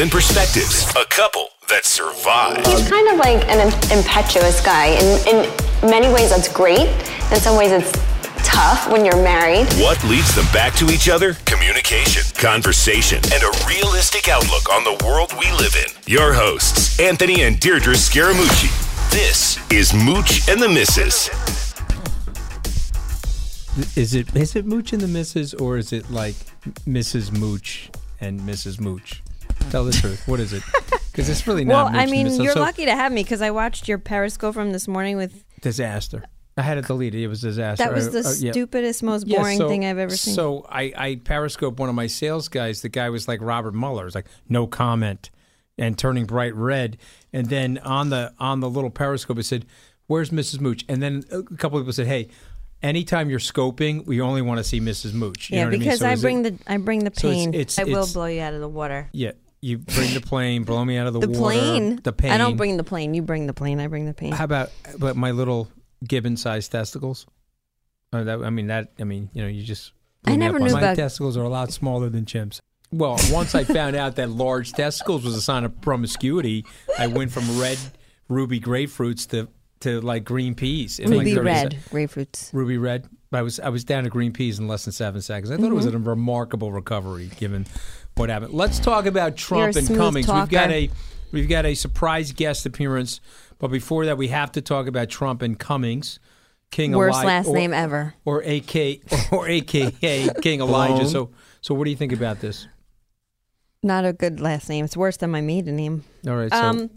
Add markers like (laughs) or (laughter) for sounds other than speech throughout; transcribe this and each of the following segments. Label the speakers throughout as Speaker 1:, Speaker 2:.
Speaker 1: and perspectives, a couple that survived.
Speaker 2: Um,
Speaker 3: He's kind of like an im- impetuous guy. In, in many ways, that's great. In some ways, it's tough when you're married.
Speaker 1: What leads them back to each other? Communication, conversation, and a realistic outlook on the world we live in. Your hosts, Anthony and Deirdre Scaramucci. This is Mooch and the Misses.
Speaker 4: Is it is it Mooch and the Misses, or is it like Mrs. Mooch and Mrs. Mooch? Tell the truth. What is it? Because it's really
Speaker 2: Well,
Speaker 4: not. Mooch
Speaker 2: I
Speaker 4: and
Speaker 2: mean,
Speaker 4: Mrs.
Speaker 2: you're
Speaker 4: So-
Speaker 2: lucky to have me because I watched your Periscope from this morning with
Speaker 4: Disaster. I had it deleted. It was a disaster.
Speaker 2: that was the
Speaker 4: I- uh, yeah.
Speaker 2: stupidest, most
Speaker 4: Yeah,
Speaker 2: boring
Speaker 4: so-
Speaker 2: thing I've ever seen.
Speaker 4: So I, I periscope one of my sales guys. The guy was like Robert Mueller. It's like no comment, and turning bright red. And then on the on the little periscope, it said, "Where's Mrs. Mooch?" And then a couple people said, "Hey, anytime you're scoping, we only want to see Mrs. Mooch." You
Speaker 2: yeah,
Speaker 4: know what
Speaker 2: because
Speaker 4: I,
Speaker 2: I,
Speaker 4: mean? So is
Speaker 2: bring
Speaker 4: it-
Speaker 2: the I bring the
Speaker 4: so it's-
Speaker 2: pain.
Speaker 4: it's-
Speaker 5: I will
Speaker 4: it's-
Speaker 5: blow you out of the water.
Speaker 4: Yeah, you bring the plane, blow me out of the,
Speaker 2: the
Speaker 4: water.
Speaker 2: plane.
Speaker 4: The pain.
Speaker 2: I don't bring the plane. You bring the plane. I bring the pain.
Speaker 4: How about but my little gibbon-sized testicles? Oh, that, I mean that. I mean you know you just. blew
Speaker 2: I
Speaker 4: me
Speaker 2: never
Speaker 4: up on
Speaker 2: knew
Speaker 4: that.
Speaker 2: about-
Speaker 4: testicles are a lot smaller than chimps. Well, once I found out that large testicles was a sign of promiscuity, I went from red ruby grapefruits to to like green peas. In
Speaker 2: Ruby
Speaker 4: like 30
Speaker 2: red
Speaker 4: sec-
Speaker 2: grapefruits.
Speaker 4: ruby red. I was I was down to green peas in less than seven seconds. I thought it was
Speaker 2: Mm-hmm.
Speaker 4: a remarkable recovery given what happened. Let's talk about
Speaker 2: You're
Speaker 4: Trump
Speaker 2: a
Speaker 4: and
Speaker 2: smooth
Speaker 4: Cummings. We've got
Speaker 2: talker.
Speaker 4: a we've got a surprise guest appearance, but before that, we have to talk about Trump and Cummings. King
Speaker 2: Worst
Speaker 4: Eli-
Speaker 2: last
Speaker 4: or-
Speaker 2: name ever.
Speaker 4: or AK (laughs) or AKA King Elijah. So so what do you think about this?
Speaker 2: Not a good last name. It's worse than my maiden name.
Speaker 4: All right, so
Speaker 2: Um,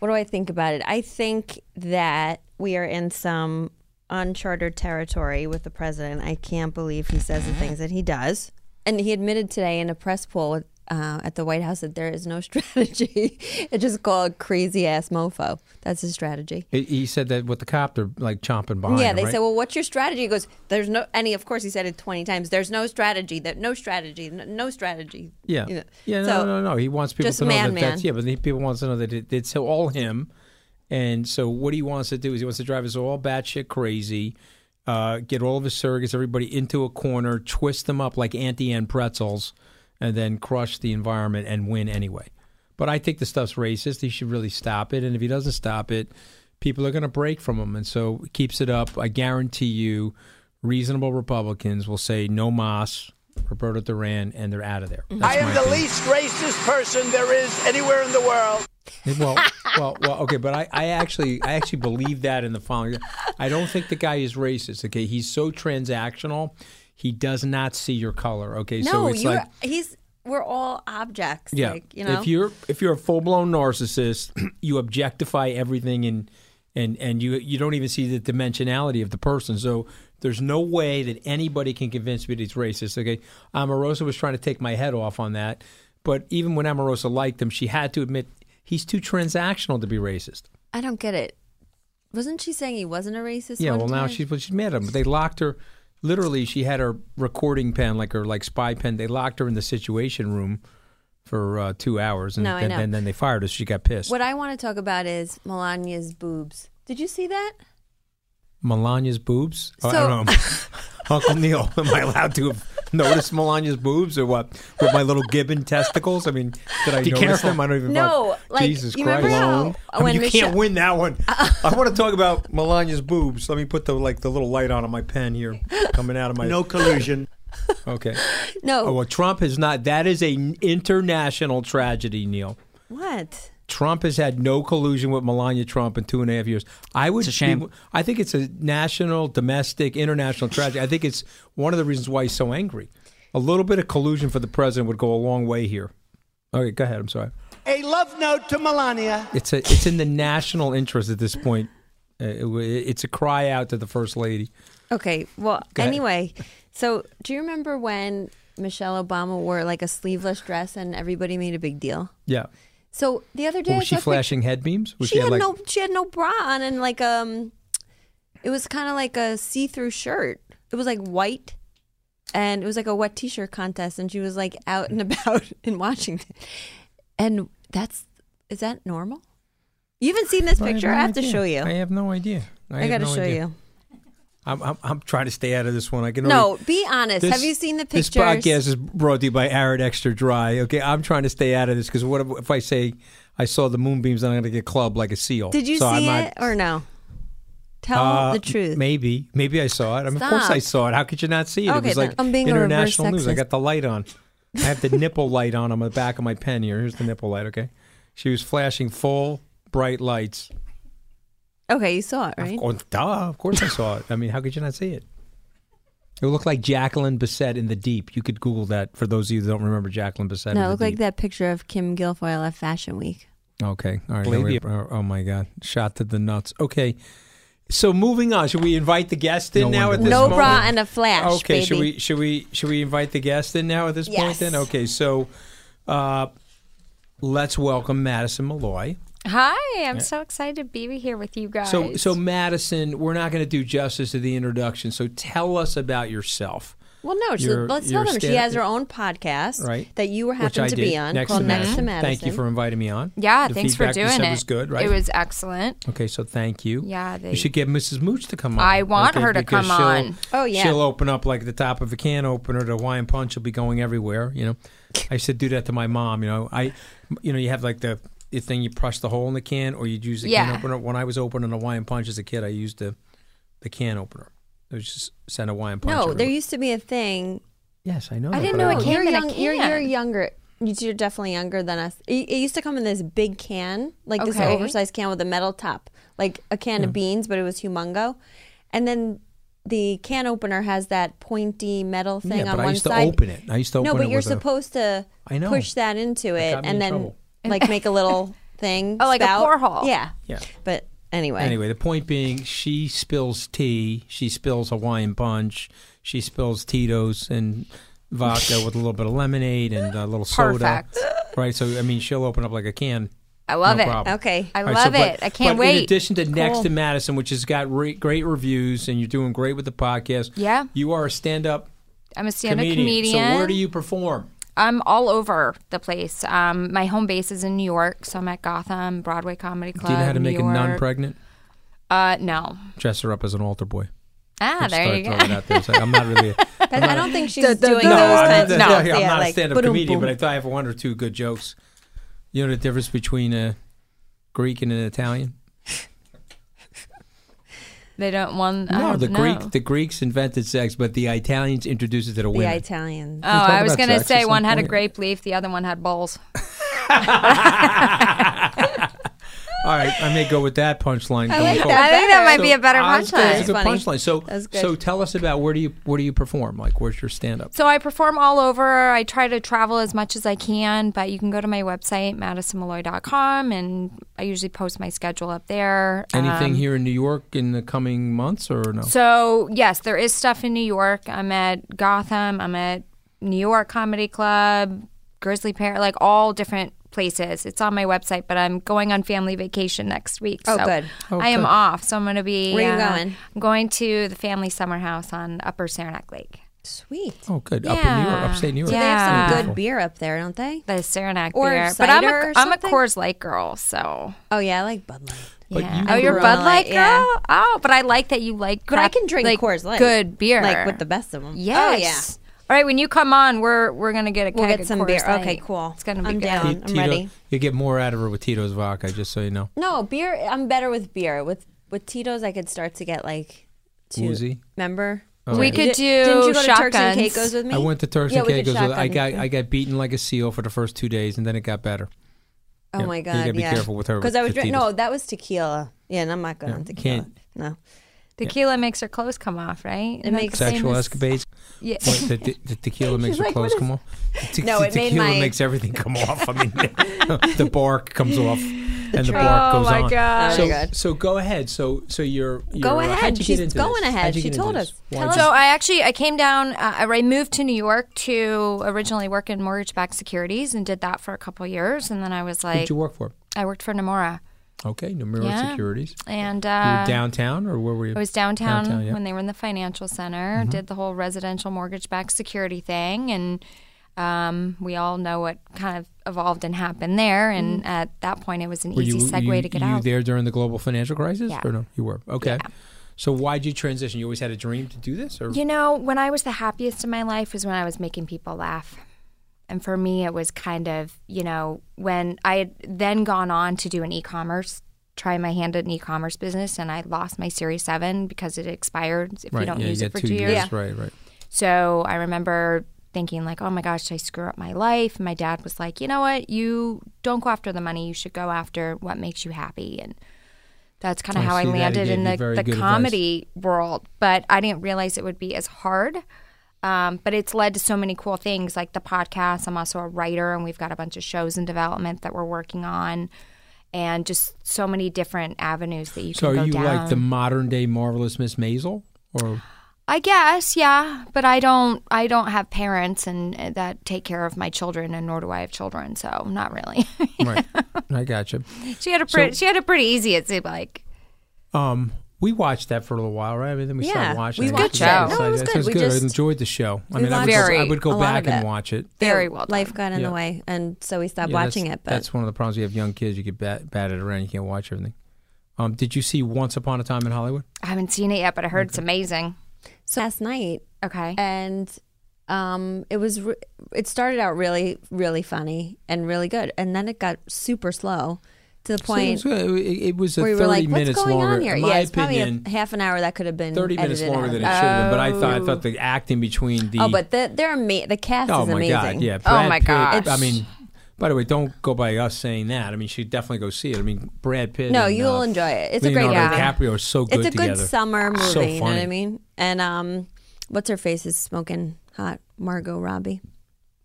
Speaker 2: what do I think about it? I think that we are in some uncharted territory with the president. I can't believe he says the
Speaker 4: Mm-hmm.
Speaker 2: things that he does, and he admitted today in a press poll with, uh, at the White House that there is no (laughs) strategy. it's just called crazy ass mofo. That's his strategy.
Speaker 4: he- he said that with the copter like chomping behind.
Speaker 2: yeah,
Speaker 4: him,
Speaker 2: they
Speaker 4: Oh, right?
Speaker 2: say, "Well, what's your strategy?" He goes, "There's no," and he, of course, he said it twenty times. There's no strategy. That no strategy. n- No strategy.
Speaker 4: Yeah.
Speaker 2: You know,
Speaker 4: Yeah, no,
Speaker 2: so-
Speaker 4: no, no, no. He wants people
Speaker 2: just
Speaker 4: to know that
Speaker 2: man,
Speaker 4: that's,
Speaker 2: man.
Speaker 4: yeah, but he, people wants to know that it, it's all him. And so what he wants to do is he wants to drive us all batshit crazy, uh, get all of his surrogates, everybody into a corner, twist them up like Auntie Ann pretzels, and then crush the environment and win anyway. But I think the stuff's racist. He should really stop it. And if he doesn't stop it, people are going to break from him. And so he keeps it up. I guarantee you, reasonable Republicans will say no mas, Roberto Duran, and they're out of there.
Speaker 6: I
Speaker 4: That's my
Speaker 6: am the
Speaker 4: opinion.
Speaker 6: least racist person there is anywhere in the world.
Speaker 4: Well, well, well. Okay, but I, I actually, I actually believe that in the following. I don't think the guy is racist. Okay, he's so transactional. He does not see your color. Okay, so
Speaker 2: No,
Speaker 4: it's
Speaker 2: you're
Speaker 4: like,
Speaker 2: he's. We're all objects.
Speaker 4: yeah.
Speaker 2: Like, you know.
Speaker 4: If you're if you're a full blown narcissist, (clears throat) you objectify everything and and and you you don't even see the dimensionality of the person. So there's no way that anybody can convince me that he's racist. Okay, Amorosa was trying to take my head off on that, but even when Amorosa liked him, she had to admit he's too transactional to be racist.
Speaker 2: I don't get it. Wasn't she saying he wasn't a racist?
Speaker 4: Yeah,
Speaker 2: one
Speaker 4: well now
Speaker 2: time?
Speaker 4: she's well, she's mad at him. But they locked her. Literally, she had her recording pen, like her like spy pen. They locked her in the situation room for uh, two hours, and
Speaker 2: No, I
Speaker 4: then,
Speaker 2: know.
Speaker 4: then then they fired her. so She got pissed.
Speaker 2: What I want to talk about is Melania's boobs. Did you
Speaker 4: (laughs)
Speaker 2: see that?
Speaker 4: Melania's boobs. Oh, I
Speaker 5: (laughs)
Speaker 2: So-
Speaker 4: don't know. Uncle Neil, am I allowed to notice Melania's boobs or what? With my little gibbon testicles? I mean, did I
Speaker 5: Be
Speaker 4: notice
Speaker 5: careful.
Speaker 4: them? I don't even
Speaker 2: No,
Speaker 4: fuck-
Speaker 2: like,
Speaker 4: Jesus
Speaker 2: you
Speaker 4: Christ.
Speaker 2: remember how
Speaker 4: Alone. I mean,
Speaker 2: when
Speaker 4: you can't
Speaker 2: Michelle-
Speaker 4: win that
Speaker 2: (laughs)
Speaker 4: one. I want to talk about Melania's boobs. Let me put the like the little light on on my pen here, coming out of my.
Speaker 5: No collusion.
Speaker 4: (laughs) Okay.
Speaker 2: No.
Speaker 4: Oh well, Trump has not. That is an international tragedy, Neil.
Speaker 2: What?
Speaker 4: Trump has had no collusion with Melania Trump in two and a half years. I would.
Speaker 5: It's a shame.
Speaker 4: be- I think it's a national, domestic, international tragedy. I think it's one of the reasons why he's so angry. A little bit of collusion for the president would go a long way here. Okay, go ahead. I'm sorry.
Speaker 6: A love note to Melania.
Speaker 4: It's a. It's in the national interest at this point. Uh, it w- it's a cry out to the first lady.
Speaker 2: Okay. Well,
Speaker 4: Go ahead.
Speaker 2: anyway, so do you remember when Michelle Obama wore like a sleeveless dress and everybody made a big deal?
Speaker 4: Yeah.
Speaker 2: So the other day,
Speaker 4: Well,
Speaker 2: I
Speaker 4: was she
Speaker 2: saw a pic-
Speaker 4: flashing head beams? Was
Speaker 2: she, had
Speaker 4: like,
Speaker 2: no. She had no bra on and like um, it was kind of like a see-through shirt. It was like white, and it was like a wet T-shirt contest, and she was like out and (laughs) about in Washington, and that's is that normal? You haven't seen this
Speaker 4: I have
Speaker 2: picture.
Speaker 4: no
Speaker 2: I have to
Speaker 4: idea.
Speaker 2: show you.
Speaker 4: I have no idea. I,
Speaker 2: I,
Speaker 4: have
Speaker 2: got to
Speaker 4: no
Speaker 2: show
Speaker 4: idea.
Speaker 2: you.
Speaker 4: I'm, I'm, I'm trying to stay out of this one. I can
Speaker 2: No,
Speaker 4: Already,
Speaker 2: be honest.
Speaker 4: This-
Speaker 2: have you seen the
Speaker 4: This
Speaker 2: pictures?
Speaker 4: podcast is brought to you by Arid Extra Dry. Okay, I'm trying to stay out of this because what if, if I say I saw the moonbeams and I'm going to get clubbed like a seal?
Speaker 2: Did you
Speaker 4: So I'm
Speaker 2: see
Speaker 4: not-
Speaker 2: it or no? Tell
Speaker 4: Uh,
Speaker 2: the truth.
Speaker 4: Maybe, maybe I saw it. I mean, of course
Speaker 2: Stop.
Speaker 4: I saw it. How could you not see it? it
Speaker 2: Okay,
Speaker 4: was
Speaker 2: then.
Speaker 4: like
Speaker 2: I'm being a reverse
Speaker 4: international news. I
Speaker 2: sexist.
Speaker 4: got the light on. I have the nipple light on on the back of my pen here. Here's the nipple light. Okay, she was flashing full bright lights.
Speaker 2: Okay, you saw it, right?
Speaker 4: Oh, duh. Of course I saw it. I mean, how could you not see it? It looked like Jacqueline Bissett in the deep. You could Google that for those of you that don't remember Jacqueline Bissett.
Speaker 2: No,
Speaker 4: in
Speaker 2: it looked
Speaker 4: the
Speaker 2: like
Speaker 4: deep.
Speaker 2: that picture of Kim Guilfoyle at Fashion Week.
Speaker 4: Okay. All right. Now we- oh, oh, my God. Shot to the nuts. Okay. So moving on, should we invite the guest in
Speaker 5: No
Speaker 4: now
Speaker 5: wonder.
Speaker 4: at this
Speaker 2: no
Speaker 4: moment?
Speaker 2: bra and a flash,
Speaker 4: Okay,
Speaker 2: baby.
Speaker 4: should we should we should we invite the guest in now at this point
Speaker 2: Yes.
Speaker 4: then? Okay, so uh let's welcome Madison Malloy.
Speaker 7: Hi, I'm so excited to be here with you guys.
Speaker 4: So so Madison, we're not gonna do justice to the introduction, so tell us about yourself.
Speaker 2: Well, no, she,
Speaker 4: Your-
Speaker 2: let's
Speaker 4: your
Speaker 2: tell them she
Speaker 4: stand-
Speaker 2: has her own podcast
Speaker 4: Right.
Speaker 2: that you were
Speaker 4: Which
Speaker 2: happen
Speaker 4: I
Speaker 2: to
Speaker 4: did,
Speaker 2: be on called Next to Madison.
Speaker 4: Thank you for inviting me on.
Speaker 7: yeah,
Speaker 4: The
Speaker 7: thanks for
Speaker 4: feedback you
Speaker 7: doing
Speaker 4: said
Speaker 7: it.
Speaker 4: was good, right?
Speaker 7: It was excellent.
Speaker 4: Okay, so thank you.
Speaker 7: Yeah,
Speaker 4: you
Speaker 7: they-
Speaker 4: should get Mrs. Mooch to come on.
Speaker 7: I want
Speaker 4: okay,
Speaker 7: her to
Speaker 4: because
Speaker 7: come
Speaker 4: she'll-
Speaker 7: on.
Speaker 2: Oh, yeah.
Speaker 4: she'll open up like the top of a can opener. The wine punch will be going everywhere. You know, I used to do that to my mom. You know, I, you know, you have like the, the thing you press the hole in the can, or you'd use the
Speaker 7: Yeah.
Speaker 4: can opener. When I was opening a wine punch as a kid, I used the the can opener. It was just send a wine punch.
Speaker 2: No, there
Speaker 4: everywhere.
Speaker 2: used to be a thing.
Speaker 4: Yes, I know.
Speaker 7: I
Speaker 4: that,
Speaker 7: didn't
Speaker 4: but
Speaker 7: know
Speaker 4: I
Speaker 7: it
Speaker 4: don't-
Speaker 7: came
Speaker 2: you're,
Speaker 7: in a
Speaker 2: young, you're you're
Speaker 7: can.
Speaker 2: younger. You're definitely younger than us. It, it used to come in this big can, like this
Speaker 7: Okay.
Speaker 2: oversized can with a metal top, like a can of beans, but it was humongo. And then the can opener has that pointy metal thing
Speaker 4: Yeah,
Speaker 2: on
Speaker 4: but I
Speaker 2: one
Speaker 4: used to
Speaker 2: side.
Speaker 4: open it. I used to
Speaker 2: no,
Speaker 4: open
Speaker 2: but
Speaker 4: it
Speaker 2: you're
Speaker 4: with a-
Speaker 2: supposed to
Speaker 4: I know.
Speaker 2: push that into it
Speaker 4: got me in
Speaker 2: and then
Speaker 4: trouble.
Speaker 2: (laughs) like make a little thing.
Speaker 7: Oh, like a
Speaker 2: spout.
Speaker 7: pour hole.
Speaker 2: Yeah.
Speaker 4: Yeah.
Speaker 2: But anyway.
Speaker 4: Anyway, the point being, she spills tea, she spills Hawaiian punch, she spills Tito's and vodka with a little bit of lemonade and a little soda.
Speaker 7: Perfect.
Speaker 4: Right. So I mean, she'll open up like a can.
Speaker 7: I love
Speaker 4: No
Speaker 7: it.
Speaker 4: problem.
Speaker 2: Okay.
Speaker 7: I
Speaker 4: All right, so-
Speaker 7: love it.
Speaker 4: but-
Speaker 7: I can't
Speaker 4: but
Speaker 7: wait.
Speaker 4: In addition to Next
Speaker 7: Cool.
Speaker 4: to Madison, which has got re- great reviews, and you're doing great with the podcast.
Speaker 7: Yeah.
Speaker 4: You are a stand-up
Speaker 7: I'm a stand-up
Speaker 4: comedian.
Speaker 7: comedian.
Speaker 4: So where do you perform?
Speaker 7: I'm all over the place. Um, my home base is in New York, so I'm at Gotham Broadway Comedy Club.
Speaker 4: do you know how to
Speaker 7: New
Speaker 4: make a
Speaker 7: York.
Speaker 4: nun pregnant?
Speaker 7: Uh, no.
Speaker 4: Dress her up as an altar boy.
Speaker 7: Ah,
Speaker 4: Just
Speaker 7: there
Speaker 4: thought
Speaker 7: you
Speaker 4: I'd
Speaker 7: go. (laughs)
Speaker 4: throw it out there. It's like, I'm not really. a-
Speaker 2: But I don't think she's
Speaker 7: da-
Speaker 2: doing
Speaker 7: da-
Speaker 2: those
Speaker 7: No, I
Speaker 2: kinds
Speaker 7: mean,
Speaker 2: of
Speaker 4: (laughs)
Speaker 7: no.
Speaker 4: yeah,
Speaker 2: stuff.
Speaker 4: I'm
Speaker 2: Yeah,
Speaker 4: not a
Speaker 2: like,
Speaker 4: stand-up
Speaker 2: ba-dum,
Speaker 4: comedian, but
Speaker 2: boom.
Speaker 4: I thought I have one or two good jokes. You know the difference between a Greek and an Italian?
Speaker 7: They don't want. oh, I
Speaker 4: no,
Speaker 7: don't
Speaker 4: the
Speaker 7: know.
Speaker 4: Greek the Greeks invented sex, but the Italians introduced it to the
Speaker 2: the
Speaker 4: women.
Speaker 2: Italians.
Speaker 7: Oh, I was
Speaker 4: about
Speaker 7: gonna
Speaker 4: sex at
Speaker 7: say
Speaker 4: some
Speaker 7: one had a
Speaker 4: point.
Speaker 7: grape leaf, the other one had balls.
Speaker 4: (laughs) All right, I may go with that punchline. I
Speaker 2: like
Speaker 7: I think that might
Speaker 4: So
Speaker 7: be a better
Speaker 4: I was gonna-
Speaker 7: punchline.
Speaker 4: It's a good
Speaker 2: That's
Speaker 4: punchline. So,
Speaker 2: That's good.
Speaker 4: so tell us about where do you where do you perform? Like, where's your stand up?
Speaker 7: So I perform all over. I try to travel as much as I can, but you can go to my website, madisonmalloy.com, and I usually post my schedule up there.
Speaker 4: Anything
Speaker 7: Um,
Speaker 4: here in New York in the coming months or no?
Speaker 7: So, yes, there is stuff in New York. I'm at Gotham, I'm at New York Comedy Club, Grizzly Pear, like all different places. It's on my website, but I'm going on family vacation next week.
Speaker 2: Oh,
Speaker 7: so
Speaker 2: good.
Speaker 4: Oh,
Speaker 7: I am
Speaker 4: good.
Speaker 7: off. So I'm going to be.
Speaker 2: Where you
Speaker 7: uh,
Speaker 2: going?
Speaker 7: I'm going to the family summer house on Upper Saranac Lake.
Speaker 2: Sweet.
Speaker 4: oh, good. Up in New York,
Speaker 7: yeah.
Speaker 4: upstate New York.
Speaker 2: So they have some
Speaker 7: Yeah.
Speaker 2: good beer up there, don't they?
Speaker 7: The Saranac
Speaker 2: Or
Speaker 7: beer. but I'm
Speaker 2: cider or
Speaker 7: a, I'm a
Speaker 2: something?
Speaker 7: Coors Light girl, so.
Speaker 2: Oh yeah, I like Bud Light.
Speaker 4: But
Speaker 7: yeah.
Speaker 4: you
Speaker 7: oh, you're a
Speaker 2: grew
Speaker 7: Bud
Speaker 2: up-
Speaker 7: Light girl.
Speaker 2: yeah.
Speaker 7: Oh, but I like that you like.
Speaker 2: But I
Speaker 7: crap-
Speaker 2: can drink
Speaker 7: like,
Speaker 2: Coors Light,
Speaker 7: Good beer,
Speaker 2: like with the best of them.
Speaker 7: Yes.
Speaker 2: Oh
Speaker 7: All right, when you come on, we're we're gonna get a
Speaker 2: We'll
Speaker 7: keg
Speaker 2: get
Speaker 7: of
Speaker 2: some
Speaker 7: Coors
Speaker 2: beer.
Speaker 7: Light.
Speaker 2: Okay, cool.
Speaker 7: It's gonna be
Speaker 2: I'm
Speaker 7: good.
Speaker 2: down. I'm ready.
Speaker 4: You get more out of her with Tito's vodka, just so you know.
Speaker 2: No beer. I'm better with beer. With with Tito's, I could start to get like too,
Speaker 4: Woozy?
Speaker 2: Remember?
Speaker 7: We could
Speaker 2: Did-
Speaker 7: do
Speaker 2: Didn't you go to Turks and
Speaker 7: shotguns.
Speaker 2: Caicos with me?
Speaker 4: I went to Turks
Speaker 2: yeah,
Speaker 4: and
Speaker 2: we did
Speaker 4: Caicos. With, I
Speaker 2: shotgun.
Speaker 4: got I got beaten like a seal for the first two days, and then it got better.
Speaker 2: Oh
Speaker 4: Yeah,
Speaker 2: my
Speaker 4: you
Speaker 2: god!
Speaker 4: gotta be
Speaker 2: yeah.
Speaker 4: careful with her
Speaker 2: Because
Speaker 4: with
Speaker 2: I was drink-
Speaker 4: Tito's.
Speaker 2: no, that was tequila. Yeah, and I'm not going
Speaker 4: Yeah,
Speaker 2: to
Speaker 4: you
Speaker 2: tequila.
Speaker 4: can't-
Speaker 2: No,
Speaker 7: Tequila makes her clothes come off, right? It
Speaker 2: makes-
Speaker 4: Sexual escapades.
Speaker 7: Yeah.
Speaker 4: What, the, the, the tequila makes your
Speaker 2: like,
Speaker 4: clothes
Speaker 2: "What
Speaker 4: come off. The te-
Speaker 2: No,
Speaker 4: the
Speaker 2: it made
Speaker 4: tequila
Speaker 2: my-
Speaker 4: makes everything come off. I
Speaker 2: (laughs)
Speaker 4: mean, (laughs) the bark comes off, and the
Speaker 2: train-
Speaker 4: bark
Speaker 7: Oh
Speaker 4: goes
Speaker 7: my
Speaker 4: on.
Speaker 7: gosh.
Speaker 2: Oh my
Speaker 4: So,
Speaker 2: God.
Speaker 4: so go ahead. So so you're, you're
Speaker 2: Go
Speaker 4: how'd
Speaker 2: ahead.
Speaker 4: you get
Speaker 2: She's
Speaker 4: into
Speaker 2: going
Speaker 4: this?
Speaker 2: ahead.
Speaker 4: How'd you
Speaker 2: She
Speaker 4: get into
Speaker 2: told
Speaker 4: this?
Speaker 2: us.
Speaker 4: Why'd
Speaker 2: Tell
Speaker 4: you-
Speaker 7: So I actually I came down. Uh, I I moved to New York to originally work in mortgage-backed securities and did that for a couple years, and then I was
Speaker 4: Who'd
Speaker 7: like,
Speaker 4: you work for?
Speaker 7: I worked for Nomura,
Speaker 4: Okay, Numero
Speaker 7: Yeah.
Speaker 4: Securities.
Speaker 7: and
Speaker 4: You
Speaker 7: uh,
Speaker 2: Um,
Speaker 4: were downtown, or where were you?
Speaker 7: I was downtown,
Speaker 4: Downtown, yeah. Mm-hmm.
Speaker 7: when they were in the financial center. Did the whole residential mortgage-backed security thing, and um, we all know what kind of evolved and happened there. And at that point, it was an
Speaker 4: Mm. Were
Speaker 7: easy
Speaker 4: you,
Speaker 7: segue
Speaker 4: you,
Speaker 7: to get
Speaker 4: you
Speaker 7: out.
Speaker 4: there during the global financial crisis?
Speaker 7: Yeah.
Speaker 4: Or no, you were. Okay. So why'd you transition? You always had a dream to do this, or
Speaker 7: You know, when I was the happiest in my life was when I was making people laugh. And for me, it was kind of, you know, when I had then gone on to do an e commerce, try my hand at an e commerce business, and I lost my Series 7 because it expired if
Speaker 4: right?
Speaker 7: you don't
Speaker 4: yeah,
Speaker 7: use
Speaker 4: you
Speaker 7: it
Speaker 4: got
Speaker 7: for
Speaker 4: two, years. Right, right.
Speaker 7: So I remember thinking, like, oh my gosh, did I screw up my life? And my dad was like, you know what? You don't go after the money. You should go after what makes you happy. And that's kind of
Speaker 4: I
Speaker 7: how I
Speaker 4: see that. He
Speaker 7: landed
Speaker 4: gave
Speaker 7: in
Speaker 4: you
Speaker 7: the,
Speaker 4: very
Speaker 7: the
Speaker 4: good advice.
Speaker 7: comedy world. But I didn't realize it would be as hard. Um, but it's led to so many cool things like the podcast. I'm also a writer, and we've got a bunch of shows in development that we're working on, and just so many different avenues that you
Speaker 4: So
Speaker 7: can
Speaker 4: are
Speaker 7: go
Speaker 4: you
Speaker 7: down.
Speaker 4: like the modern day marvelous Miss Maisel, or
Speaker 7: I guess, yeah, but I don't. I don't have parents and uh, that take care of my children, and nor do I have children, so not really. (laughs)
Speaker 4: right? I gotcha.
Speaker 7: she had a pretty.
Speaker 4: So-
Speaker 7: she had a pretty easy. It's like
Speaker 4: Um, we watched that for a little while, right? I mean, then we
Speaker 2: Yeah,
Speaker 4: started watching.
Speaker 2: we
Speaker 4: it.
Speaker 7: watched
Speaker 4: So
Speaker 7: it.
Speaker 4: it's
Speaker 2: No, it was
Speaker 4: like-
Speaker 2: good.
Speaker 4: so it's
Speaker 2: We
Speaker 4: good. I
Speaker 2: just-
Speaker 4: enjoyed the show. I
Speaker 2: we
Speaker 4: mean, I would,
Speaker 7: watched
Speaker 4: go, I
Speaker 7: Very-
Speaker 4: would go
Speaker 2: a lot
Speaker 4: back
Speaker 2: of
Speaker 4: and
Speaker 2: it.
Speaker 4: watch it.
Speaker 7: very well done.
Speaker 2: life got in
Speaker 4: Yeah.
Speaker 2: the way, and so we stopped
Speaker 4: Yeah, that's-
Speaker 2: watching it. But
Speaker 4: that's one of the problems. You have young kids; you get bat, batted around. You can't watch everything. Um, did you see Once Upon a Time in Hollywood?
Speaker 7: I haven't seen it yet, but I heard it's amazing.
Speaker 2: so last night,
Speaker 7: Okay,
Speaker 2: and um, it was re- it started out really, really funny and really good, and then it got super slow to the point
Speaker 4: So it was, it- it was a
Speaker 2: where we were
Speaker 4: 30
Speaker 2: like, "What's
Speaker 4: minutes
Speaker 2: going
Speaker 4: longer.
Speaker 2: on here?"
Speaker 4: In my
Speaker 2: yeah, it's
Speaker 4: opinion,
Speaker 2: probably a half an hour that could have been
Speaker 4: 30 minutes
Speaker 2: edited
Speaker 4: longer
Speaker 2: out.
Speaker 4: than it should have been. But I thought, I thought the acting between the.
Speaker 2: Oh, but the, they're ama- the cast
Speaker 4: Oh,
Speaker 2: is
Speaker 4: my
Speaker 2: amazing.
Speaker 4: God. Yeah. Brad
Speaker 7: Oh, my
Speaker 4: Pitt,
Speaker 7: gosh.
Speaker 4: I mean, by the way, don't go by us saying that. I mean, she definitely go see it. I mean, Brad Pitt.
Speaker 2: No,
Speaker 4: and,
Speaker 2: you'll
Speaker 4: uh,
Speaker 2: enjoy it. It's a great
Speaker 4: Leonardo
Speaker 2: movie.
Speaker 4: DiCaprio are so good
Speaker 2: it's a
Speaker 4: together.
Speaker 2: good summer movie.
Speaker 4: So
Speaker 2: you know what
Speaker 4: funny.
Speaker 2: I mean? And um, what's her face is smoking hot Margot Robbie.